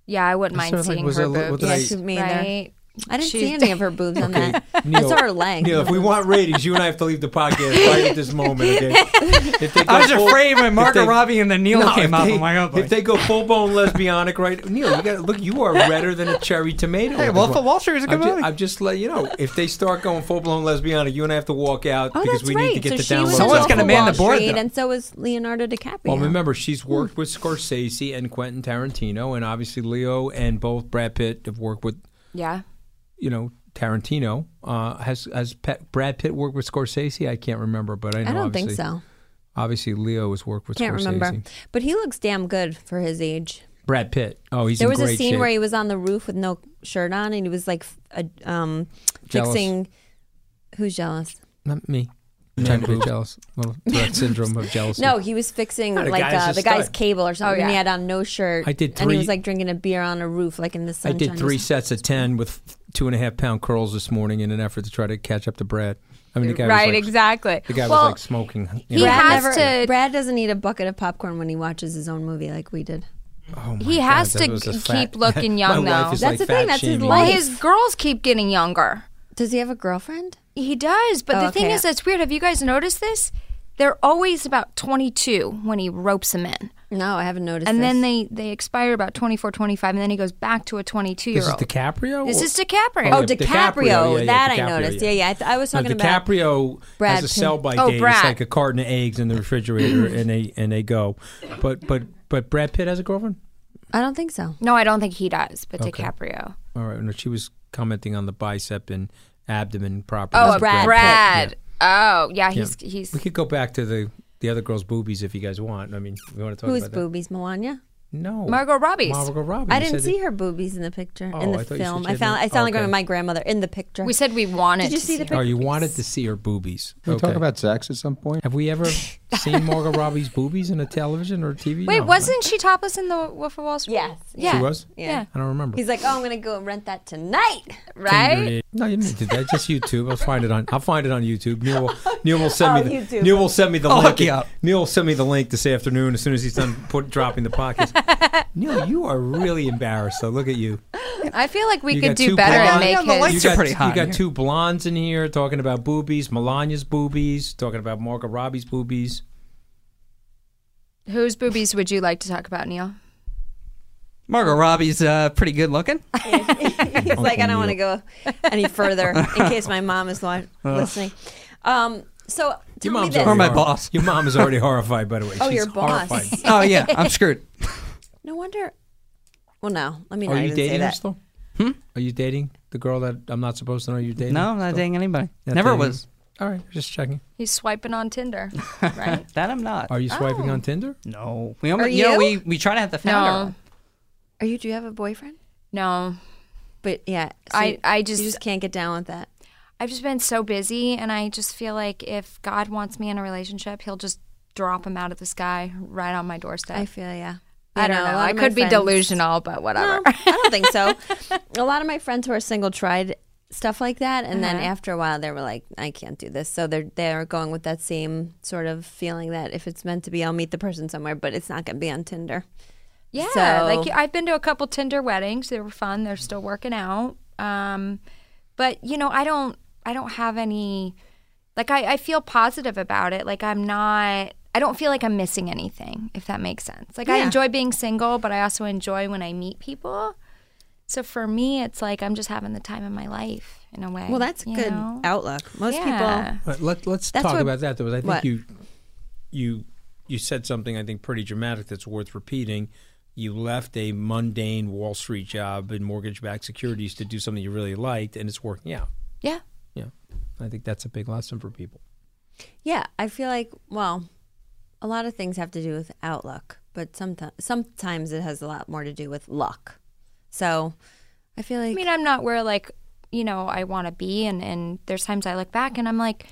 Speaker 7: yeah, I wouldn't mind
Speaker 4: sort of like,
Speaker 7: seeing
Speaker 4: was
Speaker 7: her
Speaker 4: it- what
Speaker 7: boobs.
Speaker 4: did I-
Speaker 2: Yeah, she made there.
Speaker 7: right?
Speaker 2: I didn't
Speaker 7: She's-
Speaker 2: see any of her boobs on that. I
Speaker 4: Neil-
Speaker 2: saw her legs.
Speaker 4: Neil, if we want ratings, you and I have to leave the podcast right at this moment.
Speaker 2: (laughs)
Speaker 4: Okay. If they go
Speaker 5: I was
Speaker 4: full-
Speaker 5: afraid when Margot
Speaker 4: they-
Speaker 5: Robbie and the Neil
Speaker 4: No,
Speaker 5: came
Speaker 4: if
Speaker 5: up.
Speaker 4: they-
Speaker 5: I'm like, oh boy.
Speaker 4: If they go full bone lesbianic, right? Neil, you got look. You are redder than a cherry tomato.
Speaker 5: Hey,
Speaker 4: at
Speaker 5: Wolf
Speaker 4: this
Speaker 5: of
Speaker 4: point.
Speaker 5: Wall Street is a good
Speaker 4: I'm ju-
Speaker 5: movie.
Speaker 4: I'm just letting you know if they start going full blown lesbianic, you and I have to walk out
Speaker 2: Oh,
Speaker 4: because
Speaker 2: that's
Speaker 4: we
Speaker 2: right.
Speaker 4: need to get
Speaker 2: so
Speaker 4: the
Speaker 2: she
Speaker 4: download.
Speaker 2: was
Speaker 5: Someone's
Speaker 2: going
Speaker 5: gonna
Speaker 2: to
Speaker 5: man the board, though.
Speaker 2: and so was Leonardo DiCaprio.
Speaker 4: Well, remember she's worked with Scorsese and Quentin Tarantino, and obviously Leo and both Brad Pitt have worked with
Speaker 7: Yeah,
Speaker 4: you know Tarantino. Uh, has has Pet, Brad Pitt worked with Scorsese? I can't remember, but I know
Speaker 2: I don't
Speaker 4: obviously,
Speaker 2: think so.
Speaker 4: Obviously, Leo has worked with
Speaker 2: Can't
Speaker 4: Scorsese.
Speaker 2: remember. But he looks damn good for his age.
Speaker 4: Brad Pitt. Oh, he's
Speaker 2: there
Speaker 4: in
Speaker 2: was a
Speaker 4: great
Speaker 2: scene
Speaker 4: shape.
Speaker 2: where he was on the roof with no shirt on, and he was like, f- a- um,
Speaker 4: Jealous.
Speaker 2: fixing. Who's jealous?
Speaker 4: Not me. I'm trying to be jealous.
Speaker 2: (laughs)
Speaker 4: Little Tourette syndrome of jealousy.
Speaker 2: No, he was fixing
Speaker 4: No, the
Speaker 2: like
Speaker 4: guy's
Speaker 2: uh,
Speaker 4: just
Speaker 2: the guy's
Speaker 4: stuck.
Speaker 2: cable or something.
Speaker 7: yeah.
Speaker 2: And he had on no shirt.
Speaker 4: I did
Speaker 2: And
Speaker 4: three-
Speaker 2: he was like drinking a beer on a roof, like in the
Speaker 4: I
Speaker 2: sunshine.
Speaker 4: did three sets of ten with two and a half pound curls this morning in an effort to try to catch up to Brad. I mean, the guy
Speaker 7: right,
Speaker 4: was like,
Speaker 7: exactly.
Speaker 4: The guy
Speaker 7: well,
Speaker 4: was like smoking.
Speaker 7: he
Speaker 4: know.
Speaker 2: Brad
Speaker 7: has
Speaker 2: never-
Speaker 7: to-
Speaker 2: Uh, Brad doesn't eat a bucket of popcorn when he watches his own movie, like we did.
Speaker 4: Oh my
Speaker 7: he
Speaker 4: God,
Speaker 7: has
Speaker 4: that
Speaker 7: to
Speaker 4: was a
Speaker 7: g-
Speaker 4: fat-
Speaker 7: keep looking young,
Speaker 4: My wife
Speaker 7: though.
Speaker 4: is,
Speaker 2: That's
Speaker 4: like,
Speaker 2: the thing,
Speaker 4: fat
Speaker 2: that's his
Speaker 4: shaming.
Speaker 7: well,
Speaker 2: life.
Speaker 7: his girls keep getting younger.
Speaker 2: Does he have a girlfriend?
Speaker 7: He does, but
Speaker 2: Oh,
Speaker 7: the thing
Speaker 2: okay.
Speaker 7: is, that's weird. Have you guys noticed this? They're always about 22 when he ropes them in.
Speaker 2: No, I haven't noticed.
Speaker 7: And then
Speaker 2: this.
Speaker 7: they, they expire about 24, 25, and then he goes back to a 22 year
Speaker 4: This is
Speaker 7: old.
Speaker 4: DiCaprio.
Speaker 7: This
Speaker 4: or-
Speaker 7: is DiCaprio.
Speaker 2: Oh,
Speaker 4: yeah,
Speaker 2: DiCaprio.
Speaker 4: yeah, yeah,
Speaker 2: that
Speaker 4: DiCaprio,
Speaker 2: I noticed. Yeah, yeah. I, th- I was
Speaker 4: Now,
Speaker 2: talking about.
Speaker 4: DiCaprio
Speaker 2: Brad
Speaker 4: has a
Speaker 2: Pitt.
Speaker 4: sell by
Speaker 7: Oh,
Speaker 4: date. It's
Speaker 7: Brad.
Speaker 4: like a carton of eggs in the refrigerator, and they and they go. But but but Brad Pitt has a girlfriend.
Speaker 2: I don't think so.
Speaker 7: no, I don't think he does, but
Speaker 4: Okay.
Speaker 7: DiCaprio.
Speaker 4: All right, no, she was commenting on the bicep and abdomen properties.
Speaker 7: Oh,
Speaker 4: of
Speaker 2: Brad
Speaker 7: Brad.
Speaker 4: Pitt.
Speaker 7: Oh, yeah,
Speaker 4: Yeah.
Speaker 7: he's.
Speaker 4: Yeah.
Speaker 7: he's
Speaker 4: We could go back to the the other girl's boobies if you guys want. I mean, we want to talk
Speaker 2: Who's
Speaker 4: about that.
Speaker 2: boobies, Melania?
Speaker 4: No.
Speaker 7: Margot Robbie's.
Speaker 4: Margot Robbie.
Speaker 2: I
Speaker 4: You said
Speaker 2: didn't
Speaker 4: that-
Speaker 2: see her boobies in the picture
Speaker 4: Oh,
Speaker 2: in
Speaker 4: I
Speaker 2: the
Speaker 4: thought you said
Speaker 2: film.
Speaker 4: she
Speaker 2: I
Speaker 4: had
Speaker 2: found
Speaker 4: no-
Speaker 2: I sound like
Speaker 4: okay.
Speaker 2: I'm my grandmother in the picture.
Speaker 7: We said we wanted
Speaker 2: Did you
Speaker 7: to
Speaker 2: see the
Speaker 7: her.
Speaker 4: Oh, you wanted to see her boobies.
Speaker 5: Can we
Speaker 4: Okay.
Speaker 5: talk about sex at some point?
Speaker 4: Have
Speaker 7: (laughs)
Speaker 4: we ever seen Margot Robbie's boobies in a television or TV?
Speaker 7: Wait,
Speaker 4: No.
Speaker 7: wasn't she topless in the Wolf of Wall Street?
Speaker 2: Yes.
Speaker 7: Yeah.
Speaker 4: She was?
Speaker 7: Yeah.
Speaker 4: I don't remember.
Speaker 2: He's like, oh, I'm gonna go and rent that tonight. (laughs)
Speaker 7: Right?
Speaker 4: No, you didn't do that. Just YouTube. I'll find it on. I'll find it on YouTube. Neil
Speaker 7: (laughs)
Speaker 4: will, Neil will send
Speaker 2: Oh,
Speaker 4: me. The,
Speaker 2: YouTube.
Speaker 4: Neil will send me the
Speaker 5: I'll
Speaker 4: link.
Speaker 5: hook you up.
Speaker 4: Neil will send me the link this afternoon as soon as he's done put, dropping
Speaker 7: (laughs)
Speaker 4: the podcast. Neil, you are really embarrassed. though. look at you.
Speaker 7: I feel like we
Speaker 4: You
Speaker 7: could
Speaker 4: got
Speaker 7: do
Speaker 4: two
Speaker 7: better
Speaker 4: blonde-
Speaker 7: and
Speaker 2: Oh,
Speaker 5: Yeah,
Speaker 7: make
Speaker 5: I'm the
Speaker 7: his.
Speaker 5: lights are pretty hot
Speaker 4: You got
Speaker 5: in here.
Speaker 4: two blondes in here talking about boobies. Melania's boobies. Talking about Margot Robbie's boobies.
Speaker 7: Whose boobies would you like to talk about, Neil?
Speaker 5: Margot Robbie's uh, pretty good (laughs) looking.
Speaker 2: He's like, I don't
Speaker 4: Neil.
Speaker 2: want to go any further in
Speaker 4: (laughs)
Speaker 2: case my mom is wa- listening. Um, so tell
Speaker 4: Your
Speaker 2: me
Speaker 4: mom's
Speaker 2: this.
Speaker 4: already
Speaker 5: Or my
Speaker 4: horri-
Speaker 5: boss.
Speaker 4: Your mom is already horrified. By the way,
Speaker 2: Oh,
Speaker 4: She's
Speaker 2: your boss. (laughs)
Speaker 4: horrified.
Speaker 5: Oh yeah, I'm (laughs) screwed.
Speaker 2: No wonder. Well, no. Let me
Speaker 4: Are
Speaker 2: not
Speaker 4: you
Speaker 2: even
Speaker 4: dating
Speaker 2: say
Speaker 4: her
Speaker 2: that.
Speaker 4: still? Are you dating the girl that I'm not supposed to know you're dating?
Speaker 5: No, I'm not dating anybody.
Speaker 4: Not
Speaker 5: Never
Speaker 4: dating?
Speaker 5: was.
Speaker 4: All right, just checking.
Speaker 7: He's swiping
Speaker 4: (laughs)
Speaker 7: on Tinder, right?
Speaker 5: That I'm not.
Speaker 4: Are you swiping on Tinder?
Speaker 5: No. We almost,
Speaker 2: Are
Speaker 5: know,
Speaker 2: you?
Speaker 5: we, we try to have the founder.
Speaker 7: No.
Speaker 5: on.
Speaker 2: Are you? Do you have a boyfriend?
Speaker 7: no,
Speaker 2: But yeah, so
Speaker 7: I-
Speaker 2: you-
Speaker 7: I
Speaker 2: you
Speaker 7: just-
Speaker 2: just can't get down with that.
Speaker 7: I've just been so busy, and I just feel like if God wants me in a relationship, He'll just drop him out of the sky right on my doorstep.
Speaker 2: I feel yeah.
Speaker 7: I don't
Speaker 2: a
Speaker 7: know.
Speaker 2: lot
Speaker 7: I
Speaker 2: of my
Speaker 7: could be
Speaker 2: friends-
Speaker 7: delusional, but
Speaker 2: No,
Speaker 7: whatever.
Speaker 2: I don't think so.
Speaker 7: (laughs)
Speaker 2: a lot of my friends who are single tried stuff like that, and
Speaker 7: Uh-huh.
Speaker 2: then after a while, they were like, "I can't do this." So they're they're going with that same sort of feeling that if it's meant to be, I'll meet the person somewhere, but it's not going to be on Tinder.
Speaker 7: Yeah,
Speaker 2: So-
Speaker 7: like I've been to a couple Tinder weddings. They were fun. They're still working out. Um, but you know, I don't, I don't have any. Like I, I feel positive about it. Like I'm not. I don't feel like I'm missing anything. If that makes sense. Like I
Speaker 2: Yeah.
Speaker 7: enjoy being single, but I also enjoy when I meet people. So for me, it's like I'm just having the time of my life in a way.
Speaker 2: Well, that's
Speaker 7: you
Speaker 2: good
Speaker 7: know?
Speaker 2: outlook. Most
Speaker 7: Yeah.
Speaker 2: people,
Speaker 4: All right, let, let's
Speaker 2: That's
Speaker 4: talk
Speaker 2: what-
Speaker 4: about that though. 'cause I think
Speaker 2: what?
Speaker 4: you you you said something I think pretty dramatic that's worth repeating. You left a mundane Wall Street job in mortgage-backed securities to do something you really liked, and it's working out.
Speaker 7: Yeah.
Speaker 4: Yeah, I think that's a big lesson for people.
Speaker 2: yeah, I feel like well, a lot of things have to do with outlook, but sometimes sometimes it has a lot more to do with luck. So I feel like
Speaker 7: I mean, I'm not where like you know I want to be, and and there's times I look back and I'm like,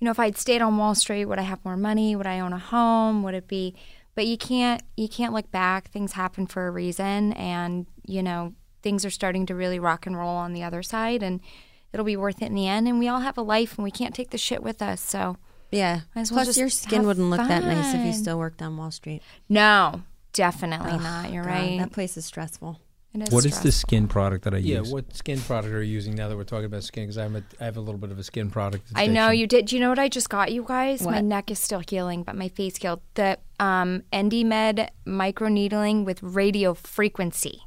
Speaker 7: you know, if I'd stayed on Wall Street, would I have more money? Would I own a home? Would it be? But you can't you can't look back. Things happen for a reason, and you know things are starting to really rock and roll on the other side, and it'll be worth it in the end. And we all have a life, and we can't take the shit with us. So
Speaker 2: Yeah.
Speaker 7: Might as well
Speaker 2: Plus,
Speaker 7: just
Speaker 2: your skin
Speaker 7: have
Speaker 2: wouldn't look that nice if you
Speaker 7: fun.
Speaker 2: still worked on Wall Street.
Speaker 7: no, definitely not. You're
Speaker 2: God,
Speaker 7: right.
Speaker 2: That place is stressful.
Speaker 7: It is
Speaker 8: What is the
Speaker 7: stressful.
Speaker 8: skin product that I
Speaker 4: Yeah,
Speaker 8: use?
Speaker 4: what skin product are you using now that we're talking about skin? Because I'm a, I have a little bit of a skin product.
Speaker 7: I know
Speaker 4: addiction.
Speaker 7: you did. Do you know what I just got you guys? My
Speaker 2: What?
Speaker 7: neck is still healing, but my face healed. The um, Endymed microneedling with radio frequency.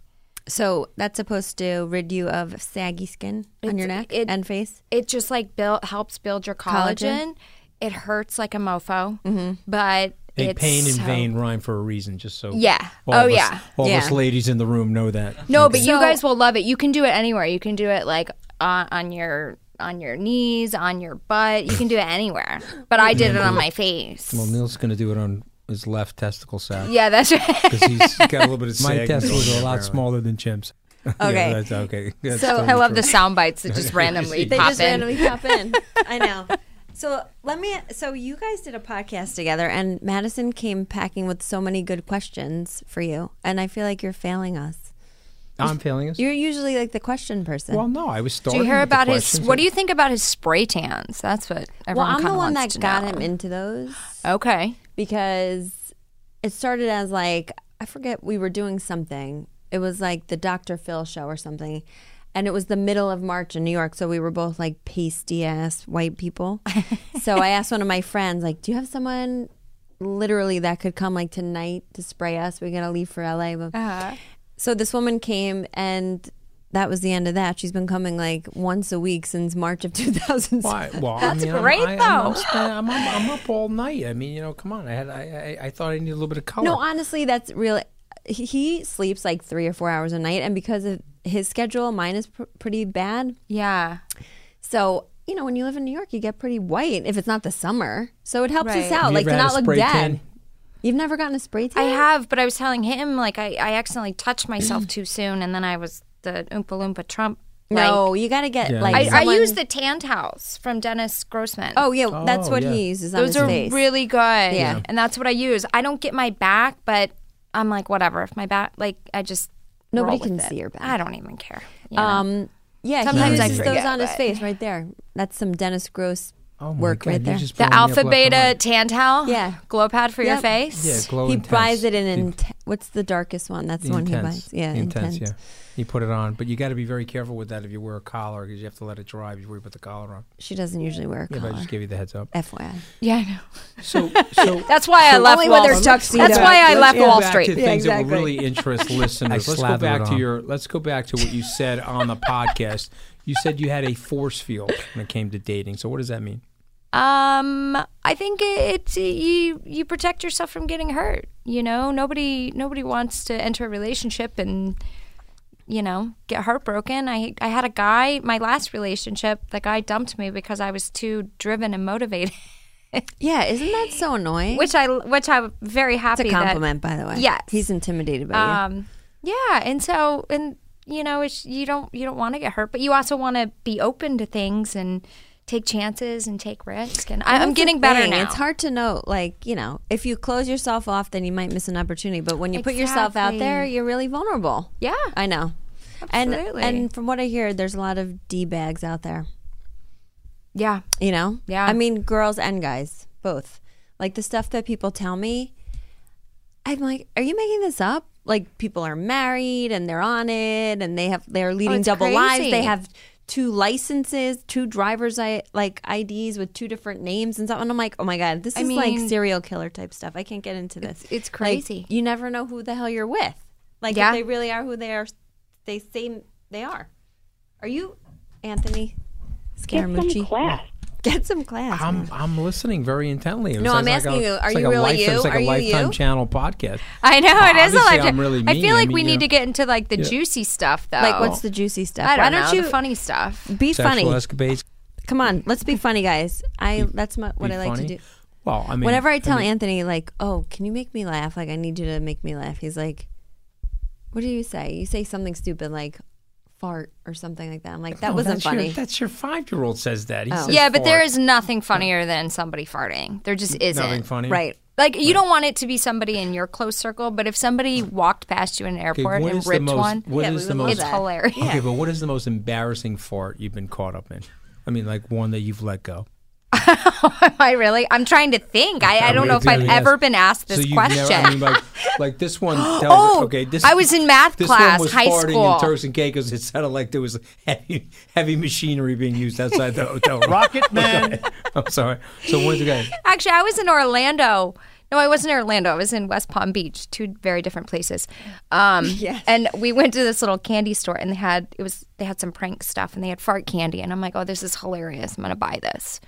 Speaker 2: So that's supposed to rid you of saggy skin on
Speaker 7: It's-
Speaker 2: your neck
Speaker 7: it-
Speaker 2: and face.
Speaker 7: It just like build helps build your collagen.
Speaker 2: Collagen? Mm-hmm.
Speaker 7: It hurts like a mofo, but
Speaker 4: Hey,
Speaker 7: it's
Speaker 4: pain
Speaker 7: so-
Speaker 4: and vein rhyme for a reason, just so
Speaker 7: Yeah.
Speaker 4: all
Speaker 7: Oh,
Speaker 4: of us-
Speaker 7: yeah.
Speaker 4: All
Speaker 2: Yeah.
Speaker 4: us ladies in the room know that.
Speaker 7: No, but you
Speaker 2: So-
Speaker 7: guys will love it. You can do it anywhere. You can do it like on, on your on your knees, on your butt. You can do it anywhere. But I did it on my face.
Speaker 4: Well, Neil's going to do it on his left testicle sack.
Speaker 7: Yeah, that's right.
Speaker 4: because he's (laughs) got a little bit of
Speaker 8: My testicles are a lot
Speaker 4: smaller than Chim's.
Speaker 2: Okay.
Speaker 4: that's okay.
Speaker 7: (laughs)
Speaker 4: That's
Speaker 2: So-
Speaker 4: totally
Speaker 7: I love
Speaker 4: true.
Speaker 7: the sound bites
Speaker 4: (laughs)
Speaker 7: that just randomly
Speaker 2: They
Speaker 7: pop
Speaker 2: just
Speaker 7: in.
Speaker 2: randomly pop (laughs) in. I know. So let me. So you guys did a podcast together, and Madison came packing with so many good questions for you, and I feel like you're failing us.
Speaker 4: I'm feeling it.
Speaker 2: You're usually like the question person.
Speaker 4: Well, no, I was
Speaker 7: Do
Speaker 4: starting.
Speaker 7: you hear
Speaker 4: with the
Speaker 7: about his?
Speaker 4: questions.
Speaker 7: What do you think about his spray tans? That's what
Speaker 2: Well,
Speaker 7: everyone.
Speaker 2: I'm the
Speaker 7: kinda
Speaker 2: one
Speaker 7: wants
Speaker 2: that
Speaker 7: to
Speaker 2: got
Speaker 7: know.
Speaker 2: him into those.
Speaker 7: Okay.
Speaker 2: because it started as like I forget we were doing something. It was like the Dr. Phil show or something. And it was the middle of March in New York, so we were both like pasty ass white people. so I asked one of my friends, like, "Do you have someone literally that could come like tonight to spray us? We're gonna leave for LA." But- So this woman came, and that was the end of that. She's been coming like once a week since March of (laughs)
Speaker 4: (laughs)
Speaker 2: 2000.
Speaker 4: Why? Well, that's I mean, I'm-
Speaker 7: great,
Speaker 4: I, I'm, I'm,
Speaker 7: though.
Speaker 4: spending- I'm, up- I'm up all night. I mean, you know, come on. I had. I. I, I thought I needed a little bit of
Speaker 7: Oh,
Speaker 4: color.
Speaker 2: No, honestly, that's real. He- He sleeps like three or four hours a night, and because of his schedule, mine is pr- pretty bad.
Speaker 7: Yeah.
Speaker 2: So you know, when you live in New York, you get pretty white if it's not the summer. So it helps us
Speaker 7: Right.
Speaker 2: out,
Speaker 4: You
Speaker 2: like
Speaker 4: ever
Speaker 2: to
Speaker 4: had a
Speaker 2: not look
Speaker 4: spray
Speaker 2: dead.
Speaker 4: tan?
Speaker 2: You've never gotten a spray tan?
Speaker 7: I have, but I was telling him like I, I accidentally touched myself too soon, and then I was the Oompa Loompa Trump.
Speaker 2: No,
Speaker 7: like-
Speaker 2: you got to get
Speaker 4: Yeah.
Speaker 2: like.
Speaker 7: I, I
Speaker 2: someone-
Speaker 7: use the Tanned House from Dennis Grossman.
Speaker 2: Oh yeah, that's
Speaker 4: Oh,
Speaker 2: what
Speaker 4: yeah.
Speaker 2: he uses on
Speaker 7: those
Speaker 2: his
Speaker 7: are
Speaker 2: face.
Speaker 7: really good. Yeah,
Speaker 2: Yeah.
Speaker 7: and that's what I use. I don't get my back, but I'm like whatever. If my back, like I just roll
Speaker 2: Nobody
Speaker 7: with
Speaker 2: can
Speaker 7: it.
Speaker 2: see your back.
Speaker 7: I don't even care. you know?
Speaker 2: Um, yeah,
Speaker 7: Sometimes
Speaker 2: he
Speaker 7: I
Speaker 2: uses
Speaker 7: forget,
Speaker 2: those on his
Speaker 7: but-
Speaker 2: face right there. That's some Dennis Gross
Speaker 4: Oh my
Speaker 2: work
Speaker 4: God,
Speaker 2: right
Speaker 4: you
Speaker 2: there.
Speaker 4: just blew
Speaker 7: the
Speaker 4: me up
Speaker 7: Alpha
Speaker 4: left and
Speaker 7: Beta
Speaker 4: right.
Speaker 7: Tan Towel,
Speaker 2: Yeah.
Speaker 7: glow pad for your
Speaker 2: Yep.
Speaker 7: face.
Speaker 4: Yeah, glow
Speaker 2: he
Speaker 4: intense.
Speaker 2: buys it in
Speaker 4: The-
Speaker 2: inte- what's the darkest one? That's
Speaker 4: the
Speaker 2: the one
Speaker 4: intense.
Speaker 2: he buys. Yeah,
Speaker 4: The
Speaker 2: intense.
Speaker 4: intense. Yeah, you put it on, but you got to be very careful with that if you wear a collar because you have to let it dry before you put the collar on.
Speaker 2: She doesn't usually wear a
Speaker 4: Yeah, but I
Speaker 2: collar.
Speaker 4: just gave you the heads up.
Speaker 2: FYI.
Speaker 7: Yeah, I know.
Speaker 4: So, so
Speaker 7: That's why I left
Speaker 2: Only
Speaker 7: Wall
Speaker 2: when there's
Speaker 7: Street.
Speaker 2: tuxedo.
Speaker 7: That's why I
Speaker 4: Let's
Speaker 7: left
Speaker 4: go
Speaker 7: Wall
Speaker 4: back
Speaker 7: Street.
Speaker 4: To
Speaker 2: Yeah,
Speaker 4: things that
Speaker 2: exactly.
Speaker 4: will really interest listeners. (laughs) let's go
Speaker 9: slathered
Speaker 4: back
Speaker 9: it
Speaker 4: to
Speaker 9: on.
Speaker 4: your. Let's go back to what you said on the podcast. You said you had a force field when it came to dating. So what does that mean?
Speaker 7: Um, I think it's you. You protect yourself from getting hurt. You know, nobody nobody wants to enter a relationship and you know get heartbroken. I I had a guy my last relationship. The guy dumped me because I was too driven and motivated, (laughs)
Speaker 2: Yeah, isn't that so annoying?
Speaker 7: which I which I'm very happy.
Speaker 2: it's a
Speaker 7: that-
Speaker 2: compliment, by the way.
Speaker 7: Yes.
Speaker 2: he's intimidated by you.
Speaker 7: um, yeah, and so and you know it's you don't you don't want to get hurt, but you also want to be open to things and take chances and take risk. And I,
Speaker 2: That's
Speaker 7: I'm
Speaker 2: the
Speaker 7: getting better
Speaker 2: thing.
Speaker 7: now.
Speaker 2: It's hard to know, like you know, if you close yourself off, then you might miss an opportunity. But when you put yourself out there,
Speaker 7: Exactly.
Speaker 2: you're really vulnerable.
Speaker 7: Yeah.
Speaker 2: I know.
Speaker 7: Absolutely.
Speaker 2: And and from what I hear, there's a lot of d bags out there.
Speaker 7: Yeah.
Speaker 2: You know?
Speaker 7: Yeah.
Speaker 2: I mean, girls and guys, both. Like the stuff that people tell me, I'm like, are you making this up? Like people are married and they're on it and they have they're leading
Speaker 7: Oh, it's
Speaker 2: double lives.
Speaker 7: crazy.
Speaker 2: They have two licenses, two drivers I like IDs with two different names and stuff. And I'm like, oh my god, this
Speaker 7: I
Speaker 2: is like
Speaker 7: mean-
Speaker 2: serial killer type stuff. I can't get into this.
Speaker 7: It's- it's
Speaker 2: Like,
Speaker 7: crazy.
Speaker 2: you never know who the hell you're with. Like
Speaker 7: Yeah.
Speaker 2: if they really are who they are, they say they are. Are you Anthony Scaramucci? Get some class.
Speaker 4: I'm I'm listening very intently. It
Speaker 2: No,
Speaker 4: was
Speaker 2: I'm
Speaker 4: like
Speaker 2: asking
Speaker 4: a,
Speaker 2: you, are
Speaker 4: it's
Speaker 2: you
Speaker 4: like a
Speaker 2: really
Speaker 4: lifetime, It's
Speaker 2: you?
Speaker 4: like a
Speaker 2: Are you
Speaker 4: lifetime
Speaker 2: you?
Speaker 4: channel podcast.
Speaker 7: I know
Speaker 4: Well,
Speaker 7: it is a
Speaker 4: obviously,
Speaker 7: legend.
Speaker 4: I'm really
Speaker 7: I
Speaker 4: mean.
Speaker 7: feel
Speaker 4: I
Speaker 7: like
Speaker 4: mean,
Speaker 7: we
Speaker 4: you
Speaker 7: need
Speaker 4: know.
Speaker 7: to get into like the
Speaker 4: Yeah.
Speaker 7: juicy stuff though.
Speaker 2: like, what's the juicy stuff?
Speaker 7: I don't
Speaker 2: Why
Speaker 7: know,
Speaker 2: don't you
Speaker 7: the funny stuff.
Speaker 2: be funny?
Speaker 4: Sexual escapades.
Speaker 2: Come on, let's be funny, guys. I that's my, what
Speaker 4: be
Speaker 2: I like
Speaker 4: funny?
Speaker 2: to do.
Speaker 4: Well, I mean,
Speaker 2: Whenever I tell Anthony, like, "Oh, can you make me laugh? Like, I need you to make me laugh." He's like, "What do you say? You say something stupid like fart or something like that." I'm like, "That
Speaker 4: No,
Speaker 2: wasn't
Speaker 4: Oh, that's your-
Speaker 2: funny." Oh.
Speaker 4: that's your five year old says that. He says
Speaker 7: Oh. Yeah, but there
Speaker 4: fart.
Speaker 7: is nothing funnier than somebody farting. There just isn't.
Speaker 4: nothing funny.
Speaker 2: right?
Speaker 7: Like you don't want it to be somebody in your close circle, but if somebody walked past you in an
Speaker 4: Okay,
Speaker 7: airport
Speaker 4: what
Speaker 7: and
Speaker 4: is
Speaker 7: ripped
Speaker 4: the most?
Speaker 7: one,
Speaker 4: What
Speaker 2: Yeah,
Speaker 4: is the
Speaker 2: we would love
Speaker 4: most?
Speaker 7: it's
Speaker 2: that.
Speaker 7: hilarious.
Speaker 4: Okay, but what is the most embarrassing fart you've been caught up in? I mean, like one that you've let go.
Speaker 7: Am I really? I'm trying to think. I, I don't know if I've ever been asked this
Speaker 4: so you've
Speaker 7: question.
Speaker 4: Never, I mean, like, like this
Speaker 7: (gasps)
Speaker 4: one. Tells,
Speaker 7: Oh,
Speaker 4: okay, this.
Speaker 7: I was in math
Speaker 4: this
Speaker 7: class,
Speaker 4: one was
Speaker 7: high
Speaker 4: farting
Speaker 7: school.
Speaker 4: In Turks and Caicos, it sounded like there was heavy, heavy machinery being used outside the hotel. room. (laughs)
Speaker 6: Rocket Man.
Speaker 4: I'm sorry. So what's the guy?
Speaker 7: (laughs) Actually, I was in Orlando. No, I wasn't in Orlando. I was in West Palm Beach, two very different places.
Speaker 2: (laughs)
Speaker 7: Um, And we went to this little candy store, and they had it was they had some prank stuff, and they had fart candy, and I'm like, oh, this is hilarious. I'm gonna buy this.